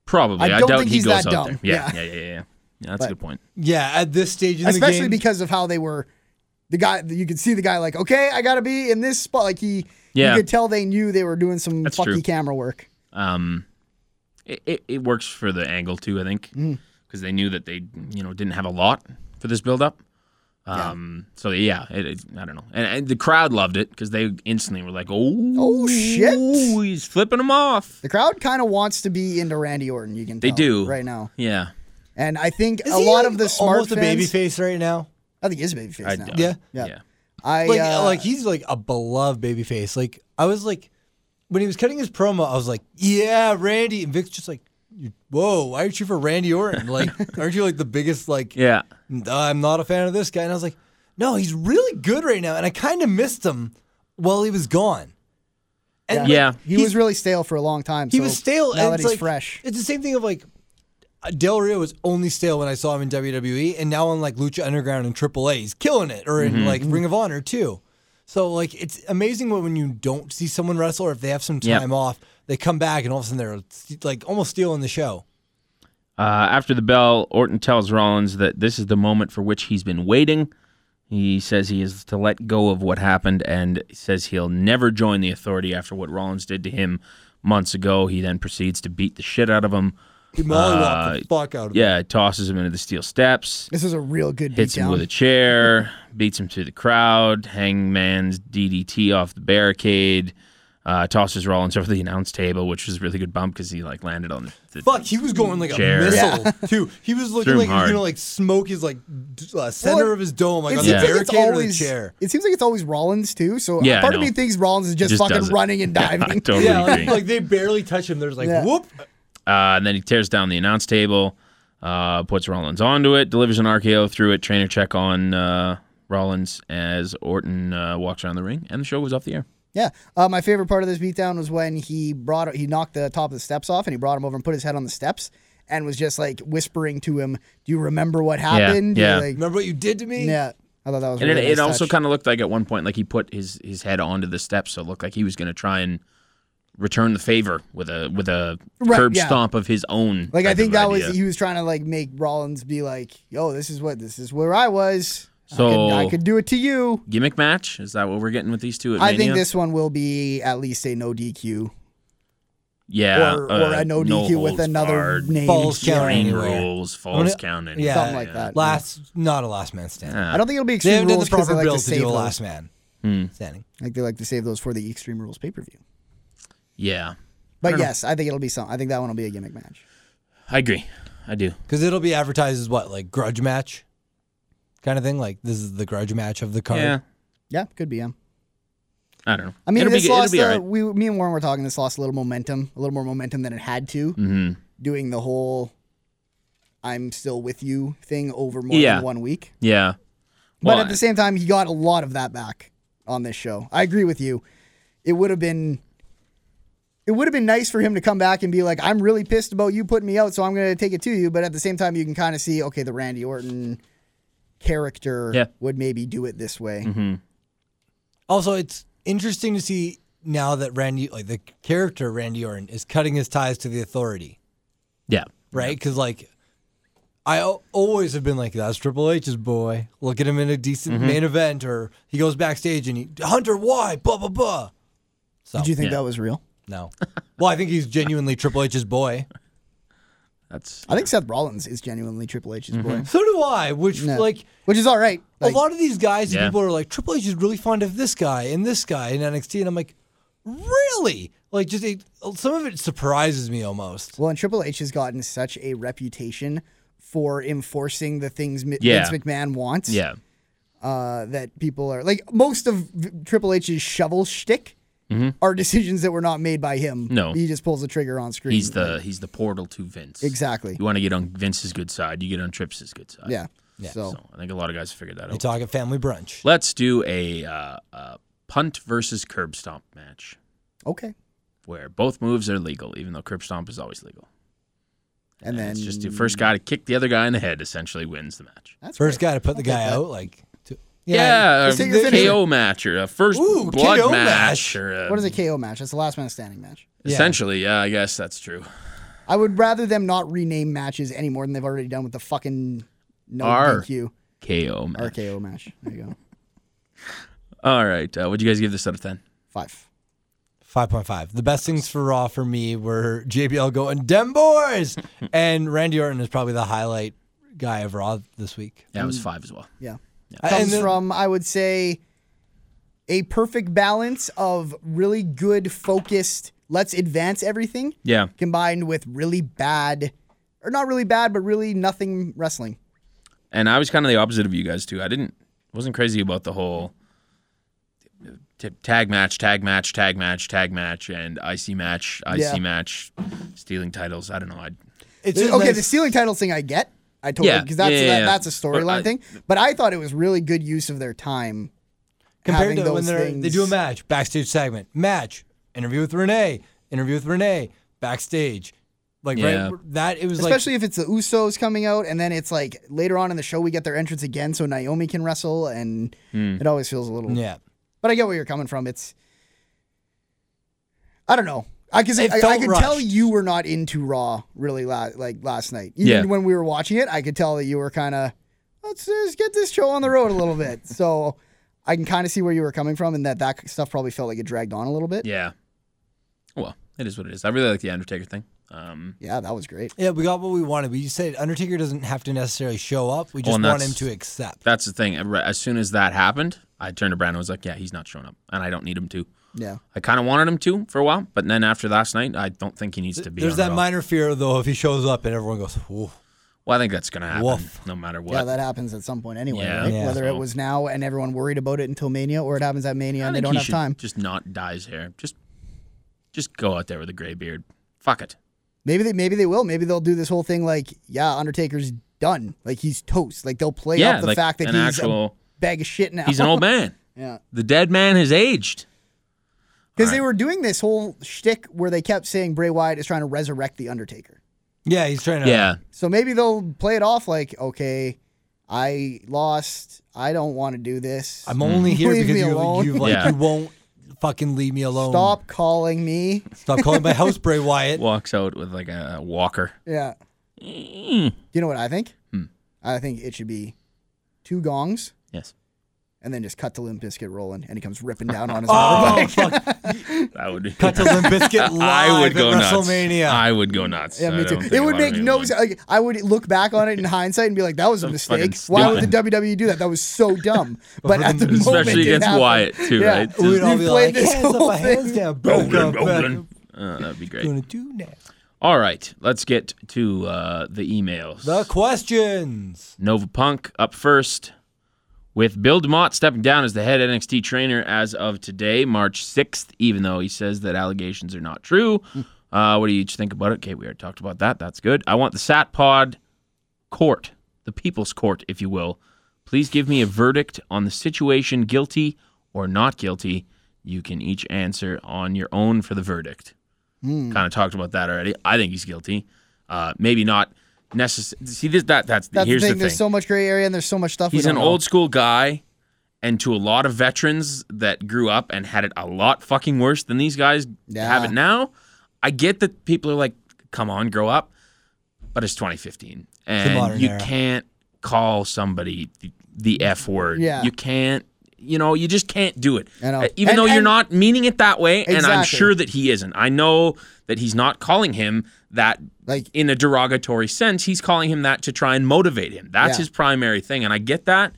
probably.
I
I,
don't
doubt
think
he
he's
goes
that
out
dumb.
there. Yeah, yeah,
Yeah.
yeah, yeah. yeah. Yeah, that's
But-
a good point.
Yeah, at this stage in the
especially
game,
because of how they were the guy you could see the guy like okay i gotta be in this spot like he
Yeah.
you could tell they knew they were doing some
That's
fucky
true.
camera work
Um, it, it, it works for the angle too, I think,
Mm.
because they knew that they you know didn't have a lot for this build up. Um, so yeah, it, it, I don't know, and, and the crowd loved it because they instantly were like, "Oh,
Oh, shit.
he's flipping him off."
the crowd kind of wants to be into randy orton you can
They
tell
do.
right now
Yeah,
and i think
Is
a
he,
lot
like,
of the smart
almost
fans,
a baby face right now.
i think he is a baby face now
doubt it.
Yeah.
Yeah.
yeah,
i
Like,
uh,
like he's like a beloved baby face. Like I was like, when he was cutting his promo, I was like, yeah, Randy. And Vic's just like, you- whoa, why aren't you for Randy Orton?
*laughs*
Like, aren't you like the biggest like?
yeah.
I'm not a fan of this guy. And I was like, no, he's really good right now. And I kind of missed him while he was gone. And like,
Yeah.
he
he's-
was really stale for a long time
he
so
was stale.
now
and
that
it's
he's
like,
fresh
It's the same thing of like Del Rio was only stale when I saw him in WWE, and now on like Lucha Underground and AAA, he's killing it, or
Mm-hmm.
in like Ring of Honor too. So like it's amazing when when you don't see someone wrestle, or if they have some
Yep.
time off, they come back and all of a sudden they're st- like almost stealing the show.
Uh, after the bell, Orton tells Rollins that this is the moment for which he's been waiting. He says he is to let go of what happened and says he'll never join the authority after what Rollins did to him months ago. He then proceeds to beat the shit out of him.
He
Uh,
mollywopped the fuck out of him.
Yeah, tosses him into the steel steps,
this is a real good
hits him
beatdown.
with a chair, beats him through the crowd, hangman's DDT off the barricade. Uh, tosses Rollins over the announce table, which was a really good bump because he like landed on the, the
Fuck, he was going like
Chair.
a missile *laughs* too. He was
Threw
looking
him
like he was
hard.
gonna like smoke his like d- uh, center
Well,
of his dome like
it
on the
seems like
barricade
it's
or the
always
chair.
it seems like it's always Rollins too. So
Yeah, I
part of
know.
me thinks Rollins is just,
Just does
fucking
it.
running and diving.
*laughs* I totally
Yeah,
agree.
like, like they barely touch him. There's like
Yeah.
whoop.
Uh, and then he tears down the announce table, uh, puts Rollins onto it, delivers an RKO through it, trainer check on uh, Rollins as Orton uh, walks around the ring, and the show goes off the air.
Yeah. Uh, my favorite part of this beatdown was when he brought he knocked the top of the steps off and he brought him over and put his head on the steps and was just like whispering to him, "Do you remember what happened?"
yeah.
Like,
Remember what you did to me?
yeah. I thought that was.
And
really
it,
nice
it also
touch.
kind of looked like at one point, like he put his, his head onto the steps, so it looked like he was going to try and return the favor with a with a
Right,
curb
yeah.
stomp of his own.
like I
type
think
of
that
idea.
was he was trying to like make Rollins be like, "Yo, this is what this is where I was. I,
so
could, I could do it to you."
gimmick match. Is that what we're getting with these two? At
I think
Mania?
this one will be at least a no DQ
yeah,
or,
uh,
or a no DQ with
holds
another
barred,
name.
Falls count
ring
anywhere.
rules,
gonna-
falls count anywhere.
yeah.
something like that.
Last, not a last man standing.
Yeah.
I don't think it'll be
They haven't
extreme
done the
rules because
proper
they like
build
to
to,
save
do a
those.
last man
Hmm.
standing.
Like they like to save those for the extreme rules pay per view.
Yeah,
But yes, I think it'll be some. I think that one will be a gimmick match.
I agree. I do.
Because it'll be advertised as what, like grudge match, kind of thing. Like this is the grudge match of the card.
Yeah,
Yeah, could be. Um,
I don't know.
I mean,
it'll
this
be,
lost.
it'll be
uh,
all right.
We, me and Warren were talking. This lost a little momentum, a little more momentum than it had to.
Mm-hmm.
Doing the whole "I'm still with you" thing over more
Yeah.
than one week.
Yeah.
But
Well,
at the same time, he got a lot of that back on this show. I agree with you. It would have been. It would have been nice for him to come back and be like, "I'm really pissed about you putting me out, so I'm going to take it to you." But at the same time, you can kind of see, okay, the Randy Orton character
Yeah. Mm-hmm.
would maybe do it this way.
Also, it's interesting to see now that Randy, like the character Randy Orton, is cutting his ties to the authority,
yeah.
right? Because like. I al- always have been like, that's Triple H's boy. Look at him in a decent
Mm-hmm.
main event, or he goes backstage and he, Hunter, why? Blah, blah, blah. So,
Did you think
Yeah.
that was real?
no. *laughs* well, I think he's genuinely Triple H's boy.
That's
I think Seth Rollins is genuinely Triple H's
Mm-hmm.
boy,
So do I, which
No.
like
which is all right. Like,
a lot of these guys,
Yeah.
people are like Triple H is really fond of this guy and this guy in NXT, and I'm like, really? Like, just it, some of it surprises me almost.
well, and Triple H has gotten such a reputation for enforcing the things Mi-
Yeah.
Vince McMahon wants.
Yeah.
uh, that people are like most of V- Triple H's shovel shtick are decisions that were not made by him.
Mm-hmm. No.
he just pulls the trigger on screen.
He's the he's the portal to Vince.
exactly.
You want to get on Vince's good side, you get on Trips' good side.
Yeah.
Yeah.
So,
So I think a lot of guys figured that
You
out.
talk at family brunch.
Let's do a uh, uh, punt versus curb stomp match
okay,
where both moves are legal, even though curb stomp is always legal.
and then
it's just the first guy to kick the other guy in the head essentially wins the match.
That's
First
great.
guy to put the
I'll take
guy
that.
out, like. To,
Yeah, um,
Let's
a
take your finisher.
KO match or a first
Ooh,
blood
KO
match.
match.
Or a,
What is a KO match? That's the last man standing match.
Yeah.
Essentially, yeah, I guess that's true.
I would rather them not rename matches any more than they've already done with the fucking no
R.
DQ
KO match.
RKO match. There you go.
All right, uh, would you guys give this out of ten?
Five.
5.5. The best things for Raw for me were JBL going,
*laughs*
Dem Boys! and Randy Orton is probably the highlight guy of Raw this week.
That was five as well.
Yeah.
I- and
comes
then-
from, I would say, a perfect balance of really good, focused, let's advance everything,
Yeah,
combined with really bad, or not really bad, but really nothing wrestling.
and I was kind of the opposite of you guys too. I didn't wasn't crazy about the whole t- tag match, tag match, tag match, tag match, and IC match, IC
Yeah.
match, stealing titles. I don't know. I
It's
okay,
just nice-
the stealing titles thing I get. I totally,
Yeah,
because that's,
yeah, yeah,
that,
yeah.
that's a
But
storyline
I-
thing. But I thought it was really good use of their time.
compared
having
to when
those
they're, they do a
things-
match, backstage segment, match, interview with Renee, interview with Renee, backstage. Like,
Yeah.
right? That, it was like.
Especially if it's the Usos coming out, and then it's like later on in the show we get their entrance again, so Naomi can wrestle, and it always feels a little.
Yeah.
But I get where you're coming from. It's I don't know. I can say
It
I, I
felt
could tell
rushed.
you were not into Raw really la- like last night. Even
Yeah.
when we were watching it, I could tell that you were kind of let's just get this show on the road a
*laughs*
little bit. so I can kind of see where you were coming from, and that that stuff probably felt like it dragged on a little bit.
yeah. Well, it is what it is. I really like the Undertaker thing. Um,
Yeah, that was great.
Yeah, we got what we wanted. But you said Undertaker doesn't have to necessarily show up. We
Well,
just
and
want him
that's-
to accept.
that's the thing. As soon as that happened, I turned to Brandon and was like, "Yeah, he's not showing up, and I don't need him to."
Yeah,
I kind of wanted him to for a while, but then after last night, I don't think he needs to be.
There's
on
that
Raw.
minor fear, though, if he shows up and everyone goes, Ooh.
Well, I think that's gonna happen
Woof.
no matter what.
yeah, that happens at some point anyway.
Yeah.
right?
Yeah.
Whether it
So-
was now and everyone worried about it until Mania, or it happens at Mania
I
and they
think
don't
he
have
should
time.
Just not dye his hair. Just, just go out there with a gray beard. Fuck it.
Maybe they maybe they will. Maybe they'll do this whole thing like, yeah, Undertaker's done. Like he's toast. Like they'll play
yeah,
up the
like
fact that
an
he's
actual.
a bag of shit now.
He's
*laughs*
an old man.
yeah.
The dead man has aged.
Because
All
they
right.
were doing this whole shtick where they kept saying Bray Wyatt is trying to resurrect the Undertaker.
Yeah, he's trying to.
Yeah,
So maybe they'll play it off like, okay, I lost. I don't want to do this.
I'm only here
Mm-hmm. Leave
because
me
you,
alone.
you've like
Yeah.
you won't fucking leave me alone.
Stop
*laughs*
calling me.
Stop calling my house Bray Wyatt.
*laughs*
walks out with like a walker.
Yeah.
Mm.
You know what I think?
Hmm.
I think it should be two gongs
Yes,
and then just cut the limp biscuit rolling and he comes ripping down
*laughs*
on his
oh
*laughs* motorbike.
fuck!
that would be.
Cut to Limp Bizkit
*laughs*
live
I would go
at
nuts.
WrestleMania.
I would go nuts.
Yeah,
I
me
don't
too.
think
It
a
would
lot of
make
people
no.
would.
Like, I would look back on it in *laughs* hindsight and be like, "That was a
fucking
mistake. Why would the
stupid.
WWE do that? That
*laughs*
was so dumb." But at the moment,
Especially
it
against
happened.
Wyatt, too,
Yeah.
right?
We'd all
You
be
played
like,
this
hands up,
whole
my hands
thing.
down, broke
Rolling,
up, back
rolling.
up.
Uh, that'd be great.
Gonna do now.
All right, let's get to uh, the emails.
The questions.
Nova Punk up first with Bill DeMott stepping down as the head NXT trainer as of today, March 6th, even though he says that allegations are not true.
Hmm.
Uh, what do you each think about it? Okay, we already talked about that. That's good. I want the Sat Pod court, the people's court, if you will. Please give me a verdict on the situation, guilty or not guilty. You can each answer on your own for the verdict.
Hmm.
Kind of talked about that already. I think he's guilty. Uh, maybe not necessary. See this that that's
That's
here's
the thing. There's
thing
so much gray area and there's so much stuff. we
he's
don't
an
know.
old school guy and to a lot of veterans that grew up and had it a lot fucking worse than these guys
Yeah.
have it now i get that people are like come on grow up but it's 2015
modern
and you
era.
can't call somebody the, the f word
Yeah.
you can't you know you just can't do it
I know.
Uh, even
And-
though you're
and-
not meaning it that way and i'm
Exactly.
sure that he isn't i know that he's not calling him that
Like-
in a derogatory sense he's calling him that to try and motivate him that's
Yeah.
his primary thing and i get that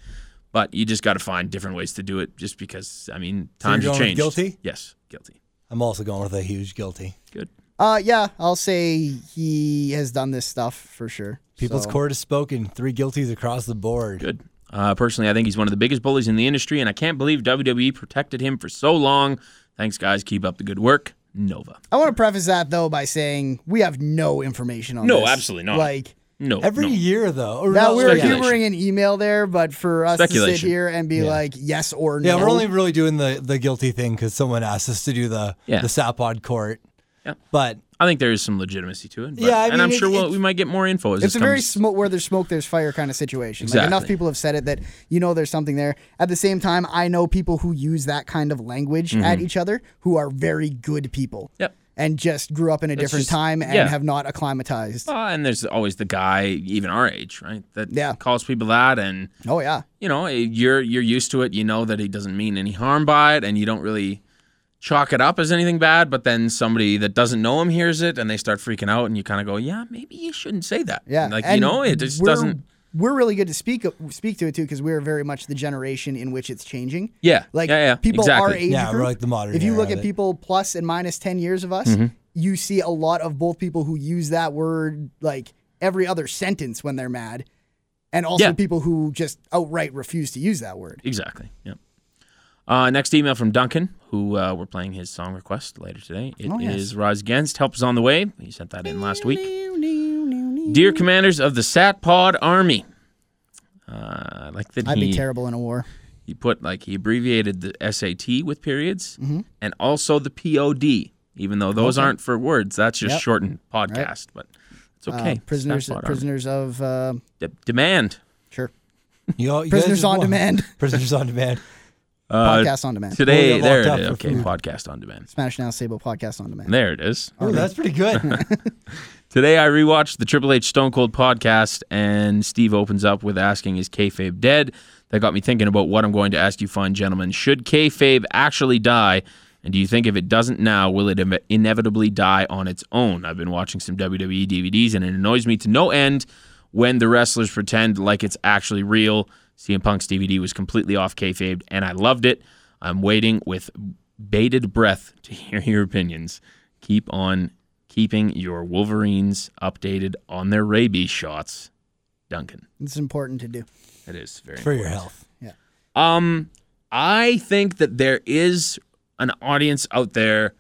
but you just got to find different ways to do it just because i mean
you're
times
going
have
with
changed
guilty?
yes guilty
I'm also going with a huge guilty.
good
Uh, yeah, I'll say he has done this stuff for sure.
People's
So,
court has spoken. Three guilties across the board.
Good. Uh, personally, I think he's one of the biggest bullies in the industry, and I can't believe WWE protected him for so long. Thanks, guys. Keep up the good work. Nova.
I want to preface that though by saying we have no information on
No,
this.
absolutely not.
Like
No.
Every
no.
year, though. Or
that,
no,
we were
Speculation.
humoring an email there, but for us to sit
Speculation.
here and be like yes or
yeah,
no.
we're only really doing the, the guilty thing because someone asked us to do the
Yeah.
the Sapod court.
Yeah.
But
I think there is some legitimacy to it. But,
Yeah, I
and I'm
mean,
sure
it-
we'll,
it's-
we might get more info. As
It's
this
a very
comes.
smoke where there's smoke, there's fire kind of situation. Like enough
Exactly.
people have said it that you know there's something there. At the same time, I know people who use that kind of language at each other who are very good people.
Mm-hmm. Yep.
And just grew up in a different
just-
time and
yeah.
have not acclimatized.
Uh, and there's always the guy, even our age, right? That
Yeah.
calls people that, and
Oh yeah.
you know, eh, you're you're used to it. You know that he doesn't mean any harm by it, and you don't really chalk it up as anything bad. But then somebody that doesn't know him hears it, and they start freaking out, and you kind of go, "Yeah, maybe you shouldn't say that."
Yeah.
like you
And
know, it just
we're-
doesn't.
We're really good to speak speak to it too because we're very much the generation in which it's changing.
Yeah,
Like
yeah, yeah,
people
exactly.
our age
Yeah, we're
group,
like the modern
If you
era
look
of
at
it.
people plus and minus ten years of us,
Mm-hmm.
you see a lot of both people who use that word like every other sentence when they're mad, and also
Yeah.
people who just outright refuse to use that word.
Exactly. Yep. Uh, next email from Duncan, who uh, we're playing his song request later today. It is
Oh,
Rise Against. Help is on the way. He sent that in last week. Dear commanders of the Satpod Army, uh, I like that
I'd
he,
be terrible in a war.
he put like he abbreviated the SAT with periods
Mm-hmm.
and also the POD, even though those aren't for words. That's just
Yep.
shortened podcast, but it's
Uh,
okay.
prisoners,
Satpod Army.
prisoners of uh,
De- demand.
sure.
you, all- you guys
Prisoners
just
on
won.
demand.
*laughs* Prisoners on demand.
Uh,
podcast on demand.
Today,
got
there
locked
it
up
is.
for
Okay,
food.
podcast on demand.
Smash now, Sable podcast on demand.
There it is.
Ooh, that's pretty good.
Today I rewatched the Triple H Stone Cold podcast, and Steve opens up with asking, "Is kayfabe dead?" That got me thinking about what I'm going to ask you, fine gentlemen. Should kayfabe actually die? And do you think if it doesn't now, will it im- inevitably die on its own? I've been watching some E WWE DVDs, and it annoys me to no end when the wrestlers pretend like it's actually real. CM Punk's DVD was completely off kayfabe, and I loved it. I'm waiting with bated breath to *laughs* hear your opinions. Keep on keeping your Wolverines updated on their rabies shots. Duncan.
It's important to do.
It is very
for your health.
um, I think that there is an audience out there.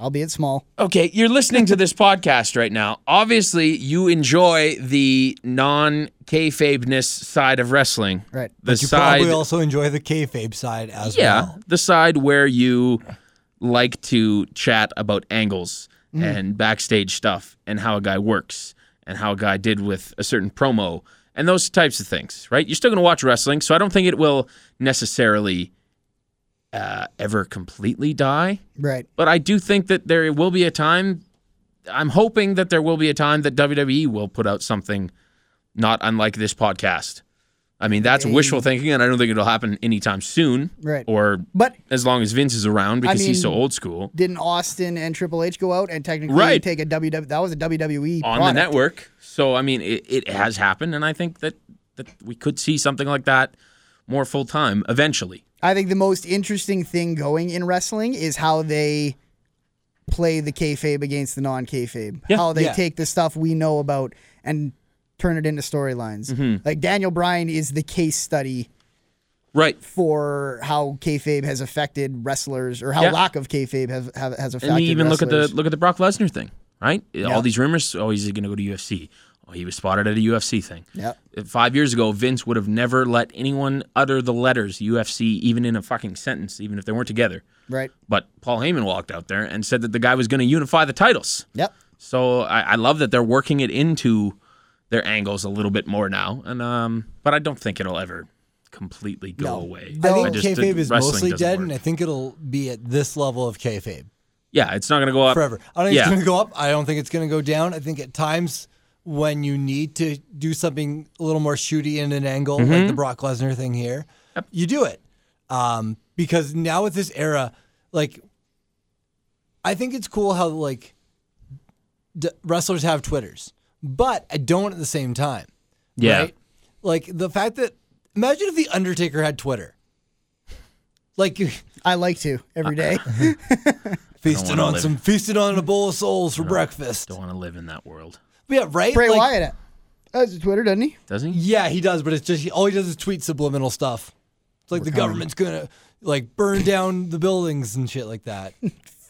Albeit small.
Okay, you're listening to this podcast right now. Obviously, you enjoy the non kayfabeness side of wrestling.
Right.
The
You
side,
probably also enjoy the kayfabe side as
yeah,
well.
the side where you like to chat about angles
Mm-hmm.
and backstage stuff and how a guy works and how a guy did with a certain promo and those types of things, right? You're still going to watch wrestling, so I don't think it will necessarily uh, ever completely die.
Right.
But I do think that there will be a time. I'm hoping that there will be a time that WWE will put out something not unlike this podcast. I mean, that's wishful thinking, and I don't think it'll happen anytime soon.
Right.
Or
But
as long as Vince is around because he's so
mean,
old school
didn't Austin and Triple H go out and technically
Right.
take a WW? That was a WWE
on the
product.
network. So I mean, it, it has happened, and I think that that we could see something like that more full time eventually.
I think the most interesting thing going in wrestling is how they play the kayfabe against the non-kayfabe. how they
Yeah.
take the stuff we know about and turn it into storylines.
Mm-hmm.
Like Daniel Bryan is the case study
Right.
for how kayfabe has affected wrestlers, or how
Yeah.
lack of kayfabe have, have has affected.
And you even look at the
wrestlers.
look at the Brock Lesnar thing, right? All these rumors. Oh, he's going to go to UFC. Oh, he was spotted at a UFC thing.
Yep.
Five years ago, Vince would have never let anyone utter the letters UFC, even in a fucking sentence, even if they weren't together.
right.
But Paul Heyman walked out there and said that the guy was going to unify the titles.
Yep.
So I, I love that they're working it into their angles a little bit more now. And um, but I don't think it'll ever completely go
No.
away.
I think
just-
kayfabe is
wrestling
mostly
doesn't
dead,
work.
and I think it'll be at this level of kayfabe
yeah, it's not going to go up
forever. I don't think
Yeah.
it's going to go up. I don't think it's going to go down. I think at times when you need to do something a little more shooty in an angle, like the
Mm-hmm.
Brock Lesnar thing here, you do it. Um, because now with this era, like, I think it's cool how, like, d- wrestlers have Twitters, but I don't at the same time.
Yeah.
Right? Like, the fact that, imagine if The Undertaker had Twitter. Like,
Uh, *laughs*
I like to every day.
Feasting
wanna
on
live-
some feasting on a bowl of souls for breakfast.
Don't want to live in that world.
But yeah, right.
*laughs* Bray
Like,
Wyatt has a Twitter, doesn't he?
Does he?
Yeah, he does, but it's just he, all he does is tweet subliminal stuff. It's like the government's gonna like burn down the buildings and shit like *laughs* that.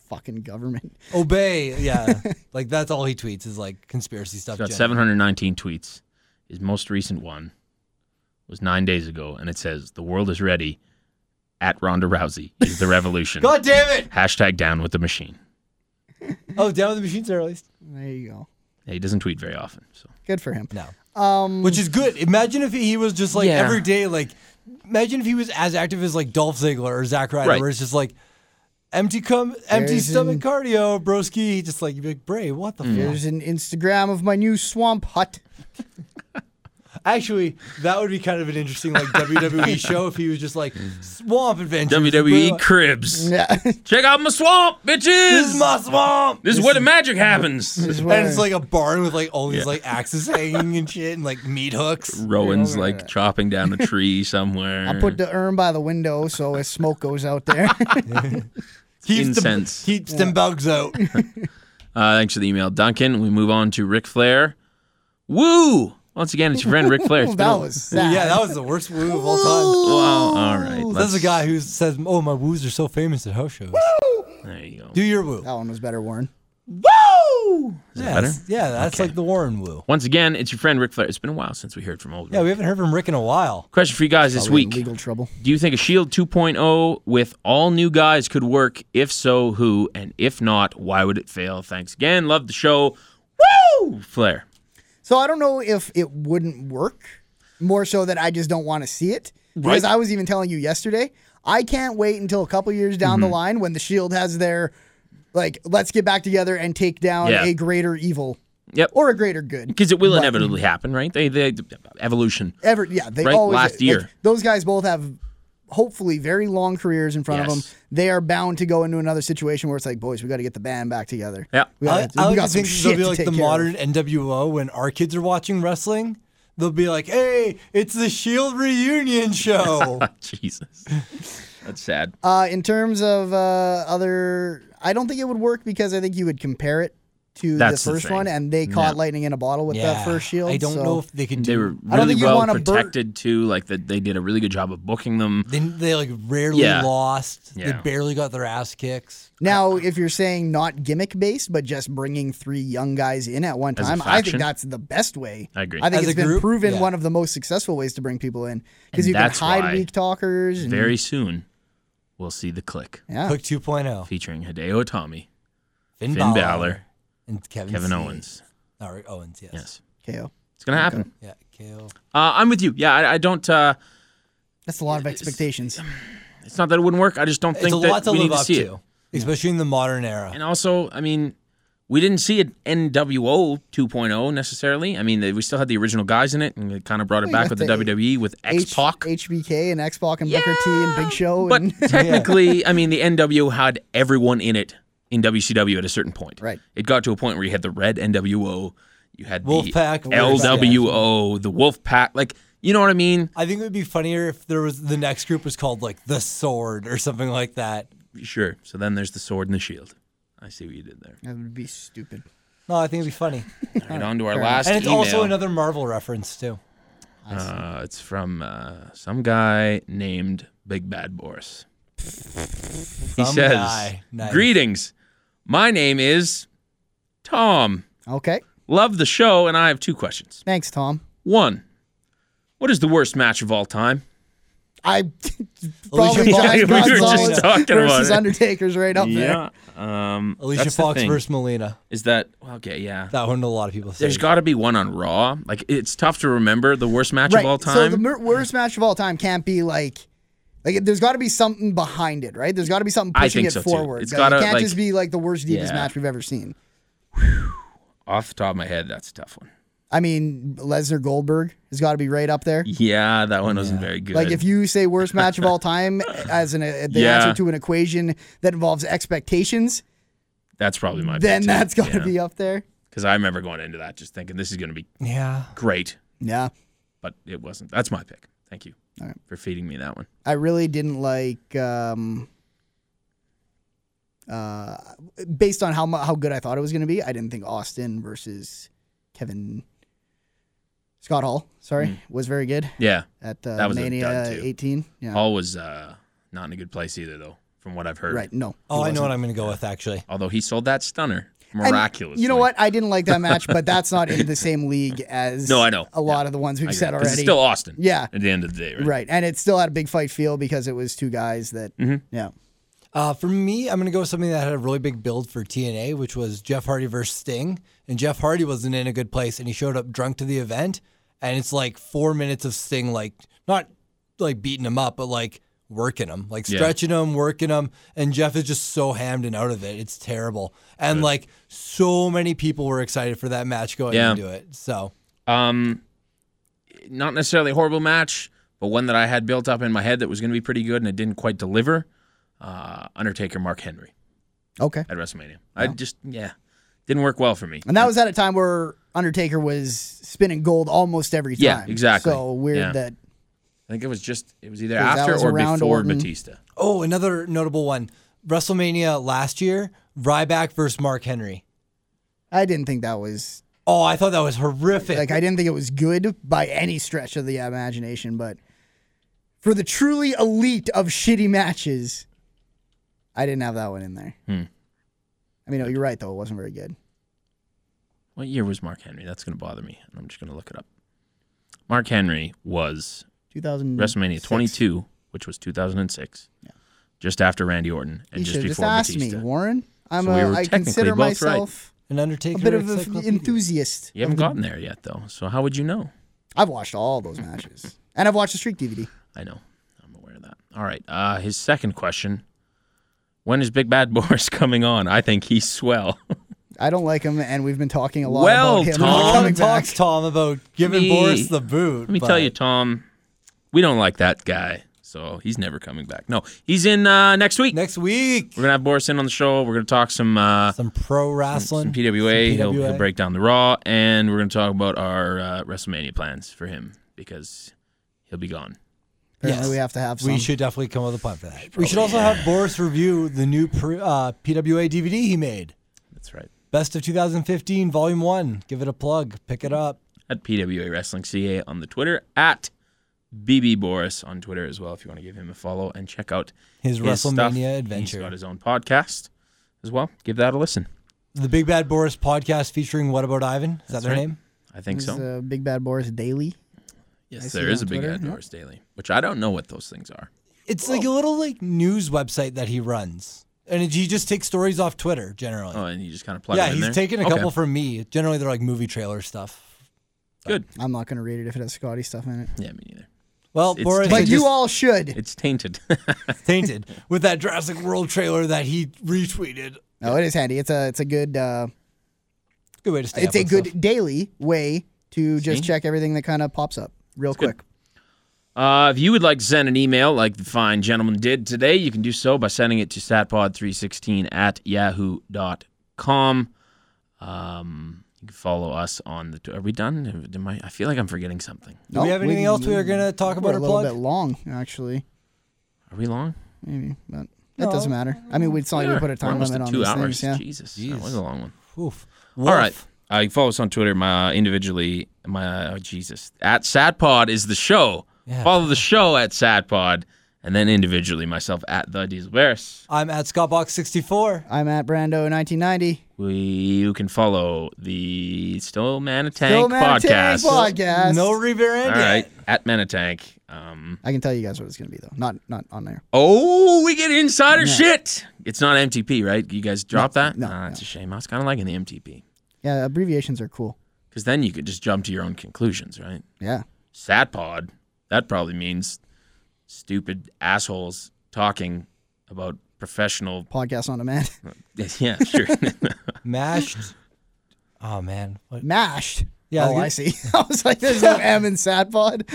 Fucking government. *laughs*
Obey, *laughs* yeah, like that's all he tweets is like conspiracy stuff.
He's got
generally.
719 tweets. His most recent one was nine days ago, and it says, The world is ready. At Ronda Rousey is the
*laughs*
revolution.
God damn it!
Hashtag down with the machine.
Oh, down with the machines are released.
There you go.
Yeah, he doesn't tweet very often. *laughs* So
Good for him.
No,
Um,
which is good. Imagine if he was just like
Yeah.
every day, like imagine if he was as active as like Dolph Ziggler or Zack Ryder,
Right.
where it's just like empty cum, empty
There's
stomach
an-
cardio, broski. Just like you'd be like, Bray, what
Mm.
the fuck?
There's an Instagram of my new swamp hut.
Actually, that would be kind of an
*laughs*
interesting like WWE show if he was just like swamp adventure.
WWE E Cribs.
*laughs* Yeah.
Check out my swamp, bitches.
This is my swamp.
This is where the magic happens.
and it's like a barn with like all these like axes hanging and shit and like meat hooks.
Rowan's like chopping down a tree somewhere.
I put the urn by the window so as smoke goes out there. *laughs*
Keeps
Incense.
Them, keeps them bugs out.
Uh, thanks for the email, Duncan. We move on to Ric Flair. Woo! Once again, it's your friend Ric Flair. It's been
*laughs* that
a-
was sad.
yeah, that was the worst woo of all time.
Well, all right.
That's
let's-
the guy who says, "Oh, my woos are so famous at house shows."
There you go.
Do your woo.
That one was better, Warren.
Woo! Is that
Yeah,
better?
that's- yeah, that's like the Warren woo.
Once again, it's your friend Ric Flair. It's been a while since we heard from old.
Yeah,
Ric.
we haven't heard from Rick in a while.
Question for you guys this
Probably in
week:
Legal trouble.
Do you think a Shield 2.0 with all new guys could work? If so, who? And if not, why would it fail? Thanks again. Love the show. Woo! Flair.
So I don't know if it wouldn't work. More so that I just don't want to see it. Because
Right.
I was even telling you yesterday, I can't wait until a couple years down
Mm-hmm.
the line when the Shield has their like, let's get back together and take down
Yeah.
a greater evil.
Yep.
Or a greater good.
Because it will inevitably happen, right? They, they evolution. *laughs*
Ever, yeah, they
Right,
always
last
like,
year.
those guys both have hopefully very long careers in front of
Yes.
them. They are bound to go into another situation where it's like, boys, we got to get the band back together.
Yeah.
we,
I,
gotta-
I
we
like to
got some
think they'll
shit
be
to
like
take
the
care of."
modern NWO when our kids are watching wrestling. They'll be like, "Hey, it's the Shield E reunion show."
Oh, *laughs* Jesus. That's sad.
Uh, in terms of uh, other, I don't think it would work because I think you would compare it to
That's the
the first
thing.
one, and they caught lightning in a bottle with that first shield.
I don't
E so-
know if they can do.
They were
I don't
really
think you
well
wanna bur- Mm-hmm.
protected too. Like that, they did a really good job of booking them.
they, they like rarely
Yeah.
lost.
Yeah.
They barely got their ass kicks.
Now, if you're saying not gimmick based, but just bringing three young guys in at one
As a
time, I
faction?
think that's the best way.
I agree.
I think
As a
it's been
group?
proven
Yeah.
one of the most successful ways to bring people in
And
because you can
that's why
hide weak talkers. And,
Very soon, we'll see the click
yeah.
Hook 2.0.
featuring Hideo Itami, Finn
Finn, Balor,
Balor,
and Kevin,
Kevin
Steen.
Owens.
All right, Owens. Yes.
Yes,
KO.
it's gonna happen.
Yeah. KO.
Uh, I'm with you. Yeah, I, I don't. Uh,
That's a lot of expectations.
it's not that it wouldn't work. I just don't
it's
think
a lot
that
to
we
live
need to
up
see
to,
it.
especially in the modern era.
And also, I mean, we didn't see an NWO 2.0 necessarily. I mean, they, we still had the original guys in it, and they kind of brought it
Well,
back
you
with the,
got the
WWE with X
H-
Pac.
HBK and X Pac and Booker T and Big Show.
But
and *laughs*
technically, I mean, the NWO had everyone in it in WCW at a certain point.
Right.
It got to a point where you had the red NWO, you had
Wolfpack,
the
Wolfpack.
LWO, the Wolfpack. Like, you know what I mean?
I think it would be funnier if there was the next group was called like the Sword or something like that.
Sure. So then there's the sword and the shield. I see what you did there.
That would be stupid.
No, I think it'd be funny,
All right, on to our last
and it's
email.
also another Marvel reference too.
uh, it's from uh, some guy named Big Bad Boris. he
Some
says,
guy. Nice.
"Greetings. My name is Tom.
Okay.
Love the show, and I have two questions.
Thanks, Tom.
One, what is the worst match of all time?
I *laughs* probably
Balls.
Giant
We were just
Gonzalez
talking about
versus
it.
Undertaker's right up there.
Um,
Alicia
that's the
Fox
thing,
versus Melina.
Is that okay? Yeah.
That one a lot of people say.
There's got to be one on Raw. Like it's tough to remember the worst match of all
So
time.
the mer- worst match of all time can't be like, like there's got to be something behind it, right? There's got to be something
I
pushing
think
it
so, too.
forward.
It's
Like,
gotta,
it can't
like-
just be like the worst divas
Yeah.
match we've ever seen.
Off the top of my head, that's a tough one.
I mean, Lesnar Goldberg has got to be right up there.
Yeah, that one wasn't very good.
Like if you say worst match of all
*laughs*
time as an uh, the
Yeah.
answer to an equation that involves expectations,
that's probably my
then that's got to be up there.
because I remember going into that just thinking this is going to be
yeah.
great,
Yeah.
but it wasn't. That's my pick. Thank you for feeding me that one.
I really didn't like. Um, Uh, based on how mu- how good I thought it was going to be, I didn't think Austin versus Kevin Scott Hall, sorry, was very good
Yeah.
at uh,
Mm. That was a
Mania
dud, too.
18. Yeah.
Hall was uh, not in a good place either, though, from what I've heard.
Right. No.
Oh,
he
I know
wasn't.
what I'm going to go with actually.
Although he sold that stunner
And
miraculously.
You know what? I didn't like that match, but that's not in the same
*laughs*
league as
No, I know.
a lot of the ones
I
we've
get it,
said
'cause
already.
It's still Austin.
Yeah.
At the end of the day, right?
right. And it still had a big fight feel because it was two guys that
Mm-hmm.
yeah.
Uh, for me, I'm going to go with something that had a really big build for TNA, which was Jeff Hardy versus Sting. And Jeff Hardy wasn't in a good place, and he showed up drunk to the event. And it's like four minutes of Sting, like not like beating him up, but like working him, like
Yeah.
stretching him, working him. And Jeff is just so hammed and out of it. It's terrible. And like so many people were excited for that match going
Yeah.
into it. So
Um, not necessarily a horrible match, but one that I had built up in my head that was going to be pretty good and it didn't quite deliver. Uh, Undertaker Mark Henry
Okay.
at WrestleMania. I just yeah, didn't work well for me.
And that was at a time where Undertaker was spinning gold almost every time.
Yeah, exactly.
So weird
Yeah.
that
I think it was just it was either
'Cause that
after
was
or
around
before
Orton.
Batista.
Oh, another notable one. WrestleMania last year, Ryback versus Mark Henry.
I didn't think that was
Oh, I thought that was horrific.
like I didn't think it was good by any stretch of the imagination, but for the truly elite of shitty matches, I didn't have that one in there.
Hmm.
I mean, no, you're right though. It wasn't very good.
What year was Mark Henry? That's going to bother me. I'm just going to look it up. Mark Henry was
2000
WrestleMania 22, which was 2006. Just after Randy Orton and
You
just
should just
before
ask
Batista.
me, Warren. I'm
So we
a,
were
I
technically
consider
both right.
myself
An Undertaker.
a bit of an
encyclopedia.
enthusiast.
You haven't gotten there yet though, so how would you know?
I've watched all those matches, and I've watched the Streak DVD.
I know. I'm aware of that. All right. Uh, his second question: When is Big Bad Boris *laughs* coming on? I think he's swell. *laughs*
I don't like him, and we've been talking a lot
Well,
about him.
Tom-
not
Tom
coming back.
talks Tom about giving
Me-
Boris the boot.
Let me tell you, Tom, we don't like that guy, so he's never coming back. No, he's in uh, next week.
Next week,
We're gonna have Boris in on the show. We're gonna talk some uh,
some pro
some
wrestling.
PWA. He'll, he'll break down the Raw, and we're gonna talk about our uh, WrestleMania plans for him because he'll be gone.
Apparently,
Yes.
we have to have some.
We should definitely come up with a plan for that. we should also have Boris review the new pre, uh, PWA DVD he made.
That's right.
Best of 2015, Volume 1. Give it a plug. Pick it up.
At PWA Wrestling CA on the Twitter at BB Boris on Twitter as well if you want to give him a follow and check out
His,
his stuff.
WrestleMania
He's
adventure.
got his own podcast as well. Give that a listen.
The Big Bad Boris podcast featuring What About Ivan? Is that their
right.
name?
I think
Is,
so.
uh, Big Bad Boris Daily. I
yes,
see
there
it
is a
on
big
Twitter,
ad
yeah.
Doors Daily, which I don't know what those things are.
It's like a little like news website that he runs, and it- he just takes stories off Twitter generally.
Oh, and you just kind of plug
yeah,
them in
he's
there.
taken a
Okay,
couple from me. Generally, they're like movie trailer stuff.
Good.
I'm not going to read it if it has Scotty stuff in it.
Yeah, me neither.
Well,
It's-
Boris,
But
is
you
just
all should.
It's tainted. *laughs*
tainted with that Jurassic World trailer that he retweeted.
No, it is handy. It's a it's a good uh,
Good way to stay.
it's
up
a
on
good
stuff.
daily way to just
See?
check everything that kind of pops up real
good.
quick.
Uh, if you would like to send an email like the fine gentleman did today, you can do so by sending it to statpod316 at yahoo.com. Um, you can follow us on the. tw- Are we done? Am I, I feel like I'm forgetting something.
Do we have anything else we are gonna talk about
we're
or
a little
plug?
bit long actually,
Are we long?
maybe, but that doesn't matter. I mean, we'd like we
Sure.
put a
We're
time
almost
limit
at
on
two
these
hours.
things. Yeah.
Jesus, that was a long one.
Oof.
All
Wolf.
right. Uh, you can follow us on Twitter. My uh, individually, my oh, Jesus at SadPod is the show.
Yeah.
Follow the show at SadPod, and then individually myself at the Diesel Bears.
I'm at Scottbox64.
I'm at Brando in 1990.
We you can follow the Still Manitank
Still Man of Tank
podcast.
podcast.
No rear
All
end. yet.
right, at Manitank. Um,
I can tell you guys what it's gonna be though. Not not on there.
oh, we get insider shit. It's not MTP, right? You guys drop that?
no,
Nah, it's a shame. I was kind of liking the MTP
Yeah, abbreviations are cool.
because then you could just jump to your own conclusions, right?
Yeah.
Sad pod. That probably means stupid assholes talking about professional. *laughs*
Podcast on demand. *laughs*
Yeah, sure.
Mashed. Oh man. What?
Mashed.
Yeah,
Oh,
I
I see. *laughs* I was like, there's no M in sad pod. *laughs*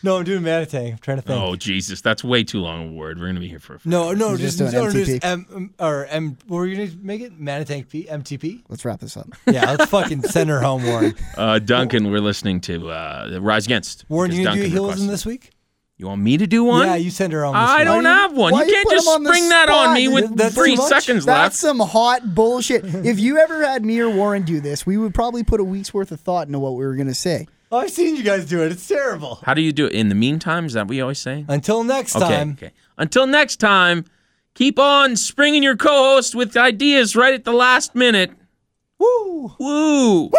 No, I'm doing Manatang. I'm trying to think.
oh Jesus, that's way too long a word. We're gonna be here for.
No, no,
He's
just,
just doing
no,
MTP.
just M, M- or M. Were you gonna make it Manitank P MTP?
Let's wrap this up.
Yeah, let's fucking send her
*laughs*
home, Warren.
Uh, Duncan, we're listening to uh, Rise Against.
Warren,
because
you gonna do
Duncan
heels in
requested-
this week?
You want me to do one?
Yeah, you send her on. This
I
one.
don't
Why you-
have one.
why
You
you
can't
put 'em
just
on the
spring that on
spot?
me with
That's
three
too much.
seconds left.
That's some hot bullshit. if you ever had me or Warren do this, we would probably put a week's worth of thought into what we were going to say.
Oh, I've seen you guys do it. It's terrible.
How do you do it? In the meantime, is that what you always say?
Until next time.
Okay, okay. Until next time, keep on springing your co-host with ideas right at the last minute.
Woo.
Woo!